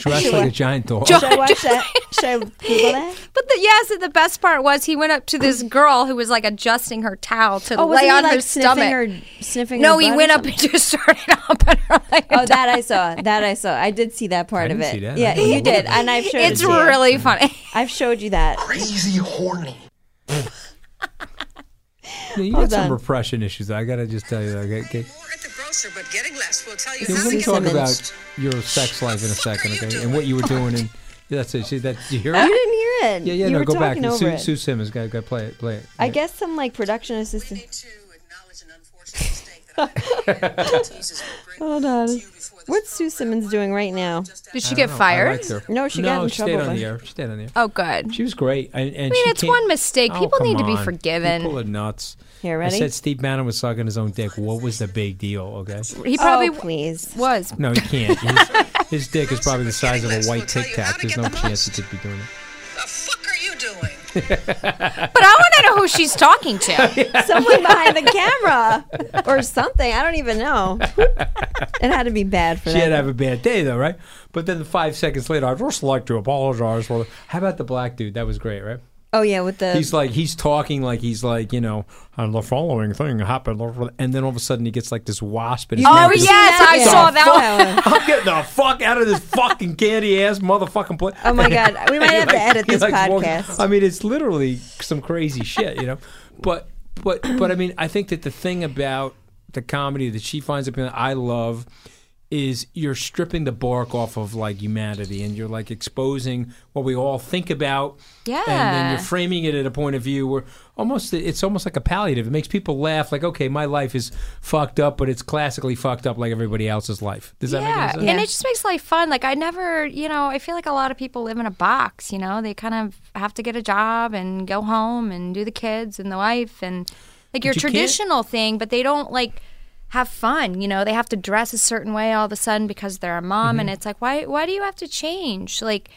Speaker 7: he
Speaker 4: dressed like a giant dog.
Speaker 7: Should
Speaker 2: I watch that? Should I Google that?
Speaker 7: But the, yes, and the best part was he went up to this girl who was like adjusting her towel to
Speaker 2: Oh, wasn't
Speaker 7: lay
Speaker 2: he,
Speaker 7: on her
Speaker 2: like, sniffing
Speaker 7: stomach.
Speaker 2: her- sniffing
Speaker 7: no,
Speaker 2: her
Speaker 7: he
Speaker 2: butt or
Speaker 7: went up
Speaker 2: something?
Speaker 7: and just (laughs) started up at her. Like
Speaker 2: (laughs) Oh,
Speaker 7: (laughs)
Speaker 2: that I saw. That I saw. I did see that part
Speaker 7: I
Speaker 2: of
Speaker 7: didn't
Speaker 2: it.
Speaker 7: see that. I
Speaker 2: Yeah, you
Speaker 7: didn't know what
Speaker 2: did,
Speaker 7: it
Speaker 2: and I've
Speaker 7: was.
Speaker 2: showed
Speaker 7: It's
Speaker 2: it to you.
Speaker 7: really funny.
Speaker 2: I've showed you that.
Speaker 7: Crazy horny.
Speaker 4: Yeah, you
Speaker 2: Hold
Speaker 4: got some
Speaker 2: on.
Speaker 4: repression issues. I gotta just tell you. that. Okay, okay.
Speaker 8: at the grocer, but getting less will tell you
Speaker 4: Yeah,
Speaker 8: how
Speaker 4: we're
Speaker 8: to
Speaker 4: gonna
Speaker 8: get
Speaker 4: talk
Speaker 8: the
Speaker 4: about
Speaker 8: most.
Speaker 4: your sex life in a second, okay? And what you were doing, and yeah, that's it. See, that you hear
Speaker 2: You
Speaker 4: it?
Speaker 2: didn't hear it.
Speaker 4: Yeah, yeah.
Speaker 2: You
Speaker 4: no,
Speaker 2: were
Speaker 4: go
Speaker 2: talking
Speaker 4: back.
Speaker 2: over
Speaker 4: Sue,
Speaker 2: it.
Speaker 4: Sue Simmons, got to play it. Play it.
Speaker 2: I guess some like production assistant.
Speaker 4: (laughs)
Speaker 2: Hold on. What's Sue Simmons doing right now?
Speaker 7: Did she
Speaker 4: I
Speaker 7: get
Speaker 4: don't know. I
Speaker 7: fired?
Speaker 4: liked her.
Speaker 2: No, she got in
Speaker 4: she
Speaker 2: trouble
Speaker 4: Stayed on
Speaker 2: by-
Speaker 4: the air. She stayed on the air.
Speaker 7: Oh, good.
Speaker 4: She was great. And, and
Speaker 7: I mean,
Speaker 4: she
Speaker 7: it's
Speaker 4: can't-
Speaker 7: one mistake.
Speaker 4: Oh,
Speaker 7: People need
Speaker 4: come
Speaker 7: to be
Speaker 4: on.
Speaker 7: forgiven.
Speaker 4: People are nuts.
Speaker 7: Here,
Speaker 4: I
Speaker 7: ready?
Speaker 4: said Steve Bannon was sucking his own dick. What was the big deal? Okay.
Speaker 7: He probably
Speaker 2: oh,
Speaker 4: (laughs)
Speaker 2: please.
Speaker 7: was.
Speaker 4: No, he can't. His, his dick is probably the size of a white Tic Tac. There's no chance he could be doing
Speaker 7: But I want to know who she's talking
Speaker 4: (laughs)
Speaker 7: to.
Speaker 2: Someone behind the camera or something. I don't
Speaker 4: (laughs)
Speaker 2: even know. It had to be bad for
Speaker 4: it. She
Speaker 2: that.
Speaker 4: had to have a bad day though, right? But then five seconds later, I'd just like to apologize for. How about the black dude? That was great, right?
Speaker 2: oh yeah, with the
Speaker 4: he's like he's talking like he's like you know and the following thing happened and then all of a sudden he gets like this wasp in his
Speaker 7: Oh,
Speaker 4: mouth. He's
Speaker 7: yes,
Speaker 4: like,
Speaker 7: I
Speaker 4: "Get the
Speaker 7: saw that
Speaker 4: (laughs) fuck- I'm getting the fuck out of this fucking candy ass motherfucking place.
Speaker 2: Oh, my God. We (laughs) might have to
Speaker 4: (laughs)
Speaker 2: edit this podcast.
Speaker 4: I mean, it's literally some crazy shit, you know. But but but I mean, I think that the thing about the comedy that she finds appealing, I love, is you're stripping the bark off of like humanity, and you're like exposing what we all think about. and then
Speaker 7: Yeah.
Speaker 4: you're framing it at a point of view where almost it's almost like a palliative. It makes people laugh, like, okay, my life is fucked up, but it's classically fucked up like everybody else's life. Does that make any
Speaker 7: yeah,
Speaker 4: sense?
Speaker 7: and it just makes life fun. Like I never, you know, I feel like a lot of people live in a box. You know, they kind of have to get a job and go home and do the kids and the wife and like your
Speaker 4: you can't-
Speaker 7: traditional thing, but they don't like have fun. You know, they have to dress a certain way all of a sudden because they're a mom, and
Speaker 4: Mm-hmm.
Speaker 2: Mhm.
Speaker 7: it's like, why? Why do you have to change? Like,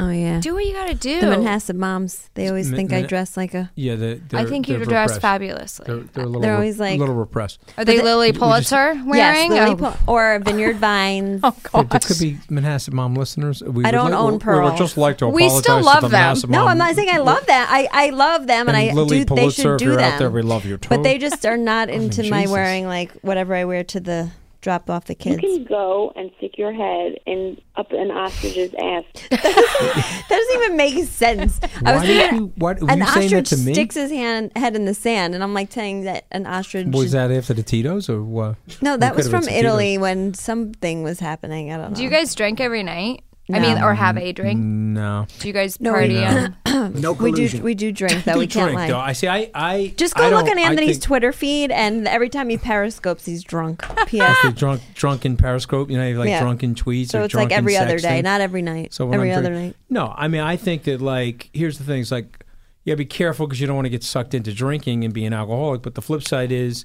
Speaker 2: oh yeah,
Speaker 7: do what you got to do.
Speaker 2: the Manhasset moms. They always
Speaker 4: Ma-
Speaker 2: think I
Speaker 4: ma-
Speaker 2: dress like a.
Speaker 4: Yeah, the,
Speaker 7: I
Speaker 4: they're-
Speaker 7: think
Speaker 4: they're
Speaker 7: you dress
Speaker 4: repressed.
Speaker 7: fabulously.
Speaker 4: They're, they're a little,
Speaker 2: They're always like-
Speaker 4: little repressed.
Speaker 7: Are they
Speaker 2: But they-
Speaker 7: Lily
Speaker 2: We just-
Speaker 7: Pulitzer
Speaker 2: Yes,
Speaker 7: wearing?
Speaker 2: Lily
Speaker 7: Oh.
Speaker 2: Pul- or (laughs) Vineyard Vines. oh
Speaker 4: That that
Speaker 7: (laughs)
Speaker 4: could be Manhasset Mom listeners. We
Speaker 2: I
Speaker 4: would
Speaker 2: don't
Speaker 4: like-
Speaker 2: own
Speaker 4: we- We
Speaker 2: Pearl.
Speaker 4: would just like to
Speaker 2: We
Speaker 4: apologize
Speaker 2: still
Speaker 4: to
Speaker 2: love
Speaker 4: the
Speaker 2: them.
Speaker 4: Manhasset
Speaker 2: No,
Speaker 4: Mom.
Speaker 2: I'm not saying I love that. I, I love them, and,
Speaker 4: And
Speaker 2: I
Speaker 4: Lily
Speaker 2: do. They
Speaker 4: Pulitzer,
Speaker 2: should
Speaker 4: if
Speaker 2: do
Speaker 4: you're
Speaker 2: them.
Speaker 4: out there, we love you,
Speaker 2: But they
Speaker 4: too.
Speaker 2: just
Speaker 4: (laughs)
Speaker 2: are not into my
Speaker 4: Jesus.
Speaker 2: wearing like whatever I wear to the drop off the
Speaker 13: You
Speaker 2: kids.
Speaker 13: can go and stick your head in up an ostrich's ass.
Speaker 2: (laughs) That doesn't even make sense. I was
Speaker 4: Why did
Speaker 2: thinking
Speaker 4: you- what- were
Speaker 2: an
Speaker 4: you saying
Speaker 2: ostrich
Speaker 4: that to me?
Speaker 2: sticks his hand head in the sand, and I'm like telling that an ostrich.
Speaker 4: Was that after the Tito's or what?
Speaker 2: no,
Speaker 4: It
Speaker 2: that
Speaker 4: could
Speaker 2: was
Speaker 4: have been
Speaker 2: from
Speaker 4: some Tito's.
Speaker 2: Italy when something was happening. I don't know.
Speaker 7: Do you guys drink every night? I mean, or have a drink?
Speaker 4: No.
Speaker 7: Do you guys
Speaker 2: No,
Speaker 7: party?
Speaker 2: we-
Speaker 7: on-
Speaker 4: No
Speaker 2: we do
Speaker 4: collusion.
Speaker 2: we
Speaker 4: (laughs)
Speaker 2: do drink
Speaker 4: I
Speaker 2: though.
Speaker 4: do
Speaker 2: we can't
Speaker 4: drink,
Speaker 2: lie.
Speaker 4: though. I see. I, I
Speaker 2: Just go
Speaker 4: I
Speaker 2: look
Speaker 4: don't-
Speaker 2: on
Speaker 4: I
Speaker 2: Anthony's
Speaker 4: think-
Speaker 2: Twitter feed, and every time he periscopes,
Speaker 4: (laughs)
Speaker 2: he's drunk. P.S.
Speaker 4: Okay, drunk, drunken Periscope. You know, you have, like
Speaker 2: Yeah.
Speaker 4: drunken tweets.
Speaker 2: so
Speaker 4: or
Speaker 2: it's like
Speaker 4: drunken
Speaker 2: every other day,
Speaker 4: sexting.
Speaker 2: not every night.
Speaker 4: So when
Speaker 2: every
Speaker 4: I'm
Speaker 2: other
Speaker 4: drink-
Speaker 2: night.
Speaker 4: No, I mean I think that like here's the thing: it's like yeah, be careful because you don't want to get sucked into drinking and be an alcoholic. But the flip side is,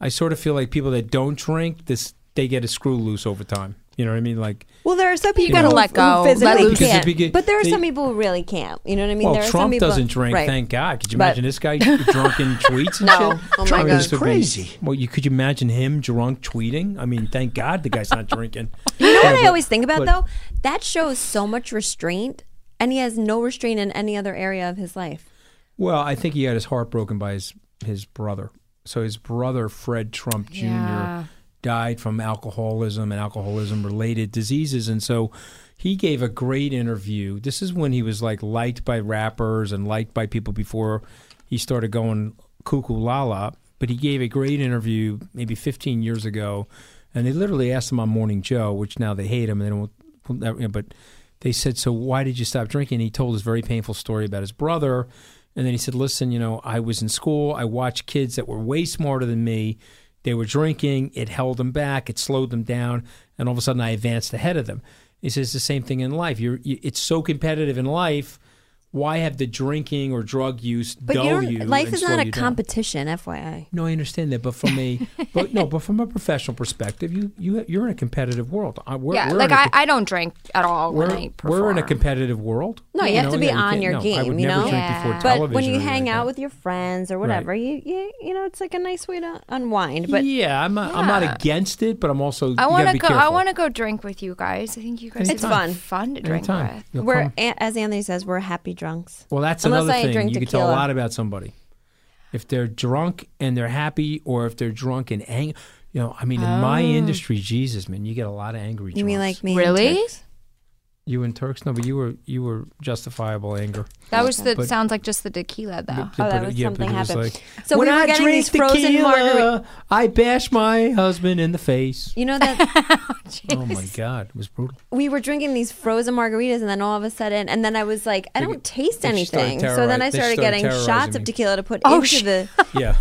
Speaker 4: I sort of feel like people that don't drink this they get a screw loose over time. You know what I mean? Like
Speaker 2: Well, there are some people
Speaker 4: gotta
Speaker 2: who-
Speaker 4: let
Speaker 2: who
Speaker 4: go, let
Speaker 2: physically
Speaker 4: loose. Because
Speaker 2: can't,
Speaker 4: if you get-
Speaker 2: but there are
Speaker 4: they-
Speaker 2: some people who really can't. You know what I mean?
Speaker 4: well,
Speaker 2: there are
Speaker 4: Trump
Speaker 2: some people,
Speaker 4: doesn't drink.
Speaker 2: Right.
Speaker 4: Thank God. Could you
Speaker 2: But-
Speaker 4: imagine this guy (laughs) drunken tweets and
Speaker 2: No.
Speaker 4: shit?
Speaker 2: Oh, my Trump
Speaker 4: This
Speaker 2: is
Speaker 4: would be-
Speaker 2: crazy.
Speaker 4: well, you could you imagine him drunk tweeting? I mean, thank God the guy's not drinking.
Speaker 2: You know what
Speaker 4: But-
Speaker 2: I always think
Speaker 4: but-
Speaker 2: about though? That shows so much restraint, and he has no restraint in any other area of his life.
Speaker 4: Well, I think he had his heart broken by his his brother. So his brother Fred Trump Jr.
Speaker 2: Yeah.
Speaker 4: died from alcoholism and alcoholism related diseases. And so he gave a great interview. This is when he was like liked by rappers and liked by people before he started going cuckoo lala. But he gave a great interview maybe 15 years ago, and they literally asked him on Morning Joe, which now they hate him. And they don't, but they said, "So why did you stop drinking?" He told his very painful story about his brother, and then he said, "Listen, you know, I was in school. I watched kids that were way smarter than me. They were drinking. It held them back. It slowed them down, and all of a sudden, I advanced ahead of them." He says the same thing in life. You're, you, it's so competitive in life. Why have the drinking or drug use
Speaker 2: But
Speaker 4: dull
Speaker 2: you don't,
Speaker 4: you?
Speaker 2: life
Speaker 4: and
Speaker 2: is
Speaker 4: slow
Speaker 2: not a
Speaker 4: you down?
Speaker 2: competition, FYI.
Speaker 4: No, I understand that, but from a but no, but from a professional perspective, you you you're in a competitive world. I, (laughs) we're,
Speaker 7: yeah,
Speaker 4: we're
Speaker 7: like
Speaker 4: in a,
Speaker 7: I, I don't drink at all
Speaker 4: we're,
Speaker 7: when I perform.
Speaker 4: we're in a competitive world.
Speaker 2: No, you, have
Speaker 4: know,
Speaker 2: to be
Speaker 4: yeah,
Speaker 2: on
Speaker 4: can't-
Speaker 2: your
Speaker 4: no, I
Speaker 2: game,
Speaker 4: would
Speaker 2: you
Speaker 4: never
Speaker 2: know.
Speaker 4: drink before
Speaker 2: But when
Speaker 4: television
Speaker 2: you
Speaker 4: or
Speaker 2: hang
Speaker 4: anything.
Speaker 2: out with your friends or whatever, you, you you know, it's like a nice way to unwind. But
Speaker 4: yeah, I'm not, I'm not against it, but I'm also
Speaker 7: I want
Speaker 4: to
Speaker 7: to go. I want to go drink with you guys. I think you guys.
Speaker 2: It's
Speaker 7: would be
Speaker 2: fun.
Speaker 7: Fun to drink
Speaker 4: Anytime.
Speaker 7: with.
Speaker 4: You'll
Speaker 2: we're
Speaker 4: come.
Speaker 2: a- as Anthony says, we're happy drunks.
Speaker 4: Well, that's
Speaker 2: Unless
Speaker 4: another
Speaker 2: I
Speaker 4: thing.
Speaker 2: drink
Speaker 4: you can tell a
Speaker 2: tequila.
Speaker 4: lot about somebody if they're drunk and they're happy, or if they're drunk and angry. You know, I mean, in my
Speaker 2: Oh.
Speaker 4: industry, Jesus, man, you get a lot of angry.
Speaker 2: You mean
Speaker 4: drunks.
Speaker 2: like me? and
Speaker 7: Really?
Speaker 2: Turks?
Speaker 4: You and Turks? No, but you were you were justifiable anger.
Speaker 7: That was the
Speaker 4: But-
Speaker 7: sounds like just the tequila though.
Speaker 4: but- but- yeah, but it was like,
Speaker 2: So we
Speaker 4: when
Speaker 2: were
Speaker 4: I
Speaker 2: getting
Speaker 4: drink
Speaker 2: these frozen
Speaker 4: tequila,
Speaker 2: margari-
Speaker 4: I bash my husband in the
Speaker 2: (laughs)
Speaker 4: face.
Speaker 2: You
Speaker 4: (laughs)
Speaker 2: know that
Speaker 7: (laughs)
Speaker 4: oh my God, it was brutal.
Speaker 2: we were drinking these frozen margaritas, and then all of a sudden, and then I was like, I don't taste
Speaker 4: they just started
Speaker 2: anything. So then
Speaker 4: terrori- they
Speaker 2: I started
Speaker 4: started
Speaker 2: getting
Speaker 4: terrorizing
Speaker 2: shots of
Speaker 4: me.
Speaker 2: tequila to put
Speaker 4: Oh,
Speaker 2: into
Speaker 4: sh-
Speaker 2: the.
Speaker 4: (laughs) Yeah.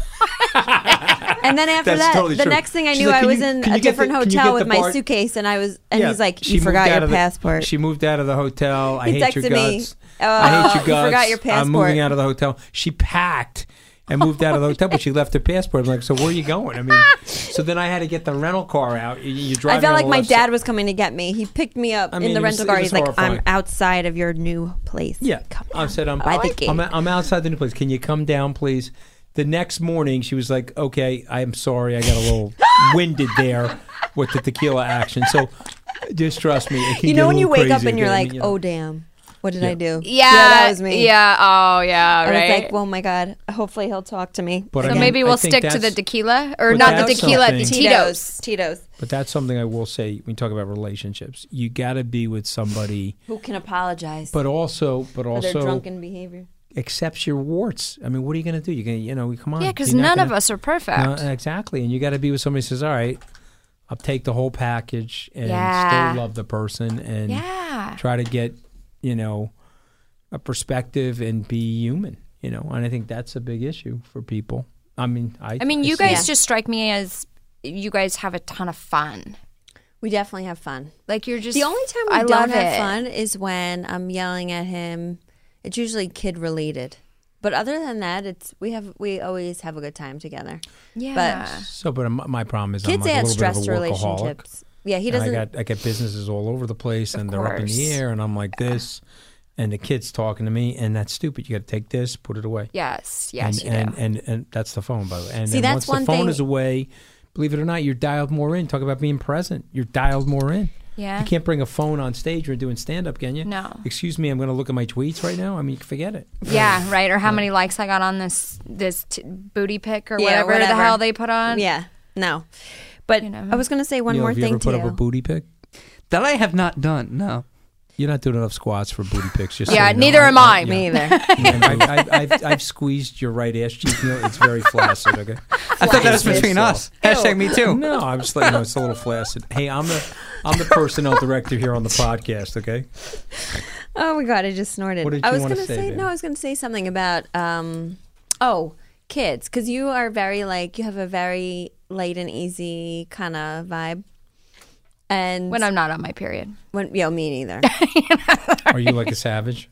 Speaker 2: And then after
Speaker 4: That's
Speaker 2: that,
Speaker 4: totally
Speaker 2: the
Speaker 4: true.
Speaker 2: next thing I
Speaker 4: She's
Speaker 2: knew,
Speaker 4: like,
Speaker 2: I
Speaker 4: "Can
Speaker 2: was
Speaker 4: you-
Speaker 2: in
Speaker 4: can
Speaker 2: a
Speaker 4: you get
Speaker 2: different
Speaker 4: the- can you
Speaker 2: hotel
Speaker 4: get
Speaker 2: with
Speaker 4: the
Speaker 2: my
Speaker 4: bar-
Speaker 2: suitcase, and I was, and
Speaker 4: Yeah,
Speaker 2: he's like,
Speaker 4: she
Speaker 2: "You
Speaker 4: moved
Speaker 2: forgot
Speaker 4: out
Speaker 2: your
Speaker 4: of the-
Speaker 2: passport."
Speaker 4: She moved out of the hotel. I
Speaker 2: He
Speaker 4: hate
Speaker 2: texted
Speaker 4: your
Speaker 2: me,
Speaker 4: guts. I hate
Speaker 2: "Uh,
Speaker 4: your
Speaker 2: you
Speaker 4: guts.
Speaker 2: forgot your
Speaker 4: I'm
Speaker 2: passport."
Speaker 4: moving out of the hotel. She packed and moved out of the hotel, but she left her passport. I'm like, so where are you going? I mean, so then I had to get the rental car out. You, you drive.
Speaker 2: I felt like my dad was coming to get me. He picked me up
Speaker 4: I
Speaker 2: in
Speaker 4: mean,
Speaker 2: the
Speaker 4: it was-
Speaker 2: rental
Speaker 4: it
Speaker 2: car.
Speaker 4: was
Speaker 2: He's like, "I'm
Speaker 4: horrifying.
Speaker 2: outside of your new place."
Speaker 4: Yeah, I said I'm.
Speaker 2: by the gate.
Speaker 4: I'm, I'm outside the new place. Can you come down, please? The next morning, she was like, "Okay, I'm sorry, I got a
Speaker 2: (laughs)
Speaker 4: little winded there with the tequila action." So, just trust me. It can
Speaker 2: You
Speaker 4: get a
Speaker 2: know when you
Speaker 4: little
Speaker 2: wake up
Speaker 4: crazy,
Speaker 2: and you're
Speaker 4: okay? I
Speaker 2: like,
Speaker 4: mean, you know.
Speaker 2: "Oh damn, what did I
Speaker 4: uh, Yeah.
Speaker 2: do?"
Speaker 7: Yeah,
Speaker 2: that was me.
Speaker 7: yeah, oh, yeah,
Speaker 2: I was
Speaker 7: right.
Speaker 2: like, "Oh my god, hopefully he'll talk to me."
Speaker 4: But I
Speaker 7: so
Speaker 4: mean,
Speaker 7: maybe
Speaker 4: I
Speaker 7: we'll
Speaker 4: think
Speaker 7: stick to the
Speaker 4: that's-
Speaker 7: tequila or
Speaker 4: but
Speaker 7: not the
Speaker 4: that's
Speaker 7: tequila, the
Speaker 4: something-
Speaker 7: Tito's.
Speaker 2: Tito's.
Speaker 4: But that's something I will say when you talk about relationships. You got to be with somebody,
Speaker 2: Who can apologize?
Speaker 4: but also, but
Speaker 2: for their
Speaker 4: also
Speaker 2: drunken behavior.
Speaker 4: accepts your warts. I mean, what are you going to do? You're going to, you know, come on.
Speaker 7: Yeah, 'cause
Speaker 4: you're not
Speaker 7: none of
Speaker 4: gonna-
Speaker 7: us are perfect.
Speaker 4: No, exactly, and you got to be with somebody who says, "All right, I'll take the whole package and
Speaker 7: Yeah.
Speaker 4: still love the person and
Speaker 7: Yeah.
Speaker 4: try to get, you know, a perspective and be human." You know, and I think that's a big issue for people. I mean, I.
Speaker 7: I mean, you
Speaker 4: see
Speaker 7: guys
Speaker 4: it.
Speaker 7: just strike me as you guys have a ton of fun.
Speaker 2: We definitely have fun.
Speaker 7: Like you're just
Speaker 2: the only time we
Speaker 7: I
Speaker 2: don't
Speaker 7: love
Speaker 2: have
Speaker 7: it.
Speaker 2: fun is when I'm yelling at him. It's usually kid related, but other than that, it's we have we always have a good time together.
Speaker 7: Yeah.
Speaker 4: So, but my- my problem is
Speaker 2: Kids
Speaker 4: I'm like
Speaker 2: add
Speaker 4: a little bit
Speaker 2: stress
Speaker 4: of
Speaker 2: to
Speaker 4: a workaholic.
Speaker 2: relationships. Yeah, he
Speaker 4: And
Speaker 2: doesn't-
Speaker 4: I got I got businesses all over the place, and they're up in the
Speaker 7: course.
Speaker 4: air, and I'm like this, and the kids talking to me, and that's stupid. You got to take this, put it away.
Speaker 7: Yes,
Speaker 4: and,
Speaker 7: yes, you
Speaker 4: and,
Speaker 7: do.
Speaker 4: and and that's the phone, by the way. And
Speaker 2: See,
Speaker 4: then once
Speaker 2: that's one
Speaker 4: the phone
Speaker 2: thing-
Speaker 4: is away, believe it or not, you're dialed more in. Talk about being present. You're dialed more in.
Speaker 7: Yeah.
Speaker 4: You can't bring a phone on stage when you're doing stand up, can you?
Speaker 7: No.
Speaker 4: Excuse me, I'm going to look at my tweets right now. I mean, forget it.
Speaker 7: Yeah, right. Or how many likes I got on this this t- booty pic or
Speaker 2: Yeah,
Speaker 7: whatever,
Speaker 2: whatever.
Speaker 7: the hell they put on.
Speaker 2: Yeah, no. But I was going to say one
Speaker 4: You know,
Speaker 2: more
Speaker 4: have you
Speaker 2: thing
Speaker 4: ever
Speaker 2: to
Speaker 4: put
Speaker 2: you.
Speaker 4: up a booty pic?
Speaker 5: That I have not done. No.
Speaker 4: You're not doing enough squats for booty pics. Just
Speaker 7: Yeah,
Speaker 4: so you know.
Speaker 7: neither am I.
Speaker 4: yeah.
Speaker 7: Me
Speaker 2: either.
Speaker 4: Man, I've, I've, I've, I've squeezed your right ass cheek. Neil. It's very flaccid. Okay.
Speaker 5: I thought that was between us. Hashtag me too.
Speaker 4: No, I'm just letting you know it's a little flaccid. Hey, I'm the I'm the personnel director here on the podcast. Okay.
Speaker 2: Oh my god, I just snorted.
Speaker 4: What did
Speaker 2: I
Speaker 4: you
Speaker 2: was
Speaker 4: wanna
Speaker 2: gonna
Speaker 4: say,
Speaker 2: say
Speaker 4: babe?
Speaker 2: no. I was gonna say something about um, oh kids, because you are very like you have a very light and easy kind of vibe. And
Speaker 7: When I'm not on my period.
Speaker 2: when yo me
Speaker 7: (laughs)
Speaker 2: neither.
Speaker 4: Are you like a savage?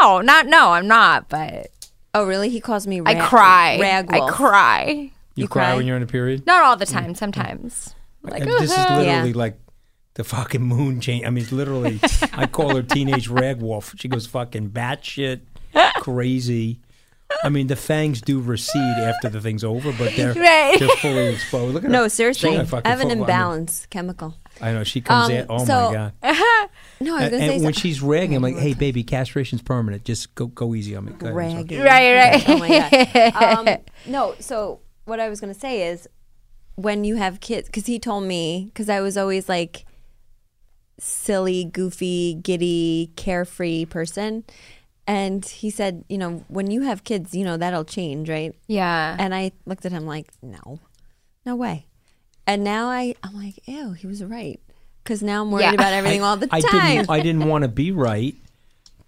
Speaker 7: No, not no, I'm not. But
Speaker 2: oh really? He calls me.
Speaker 7: I
Speaker 2: rag-
Speaker 7: cry.
Speaker 2: Ragwolf.
Speaker 7: I cry.
Speaker 4: You,
Speaker 2: (laughs) You
Speaker 4: cry,
Speaker 2: cry?
Speaker 4: when you're in a period.
Speaker 7: Not all the time. Sometimes. Like
Speaker 4: And this is
Speaker 7: "Uh-huh."
Speaker 4: literally like the fucking moon change. I mean, it's
Speaker 2: (laughs)
Speaker 4: literally, I call her teenage rag wolf. She goes fucking batshit crazy. I mean, the fangs do recede after the thing's over, but they're
Speaker 2: (laughs) Right.
Speaker 4: they're fully exposed. Look at her.
Speaker 2: No,
Speaker 4: She's
Speaker 2: seriously,
Speaker 4: a
Speaker 2: I
Speaker 4: fucking
Speaker 2: have an
Speaker 4: football. I mean,
Speaker 2: imbalance chemical.
Speaker 4: I know she comes
Speaker 2: Um,
Speaker 4: in. Oh
Speaker 2: so-
Speaker 4: my god.
Speaker 2: No, I was
Speaker 4: And,
Speaker 2: gonna
Speaker 4: and
Speaker 2: say
Speaker 4: when
Speaker 2: so- Oh
Speaker 4: she's ragging, I'm like, "Hey, baby, castration's permanent. Just go go easy on me." Go ahead, I'm sorry.
Speaker 2: Raggy. (laughs)
Speaker 7: Right, right. (laughs)
Speaker 2: Oh my god. Um, no, so what I was going to say is when you have kids, because he told me, because I was always like silly, goofy, giddy, carefree person. And he said, you know, when you have kids, you know, that'll change, right?
Speaker 7: Yeah.
Speaker 2: And I looked at him like, no, no way. And now I, I'm like, ew, he was right. Because now I'm worried
Speaker 7: Yeah.
Speaker 2: about everything all the
Speaker 4: I
Speaker 2: time.
Speaker 4: didn't. I didn't want to be right,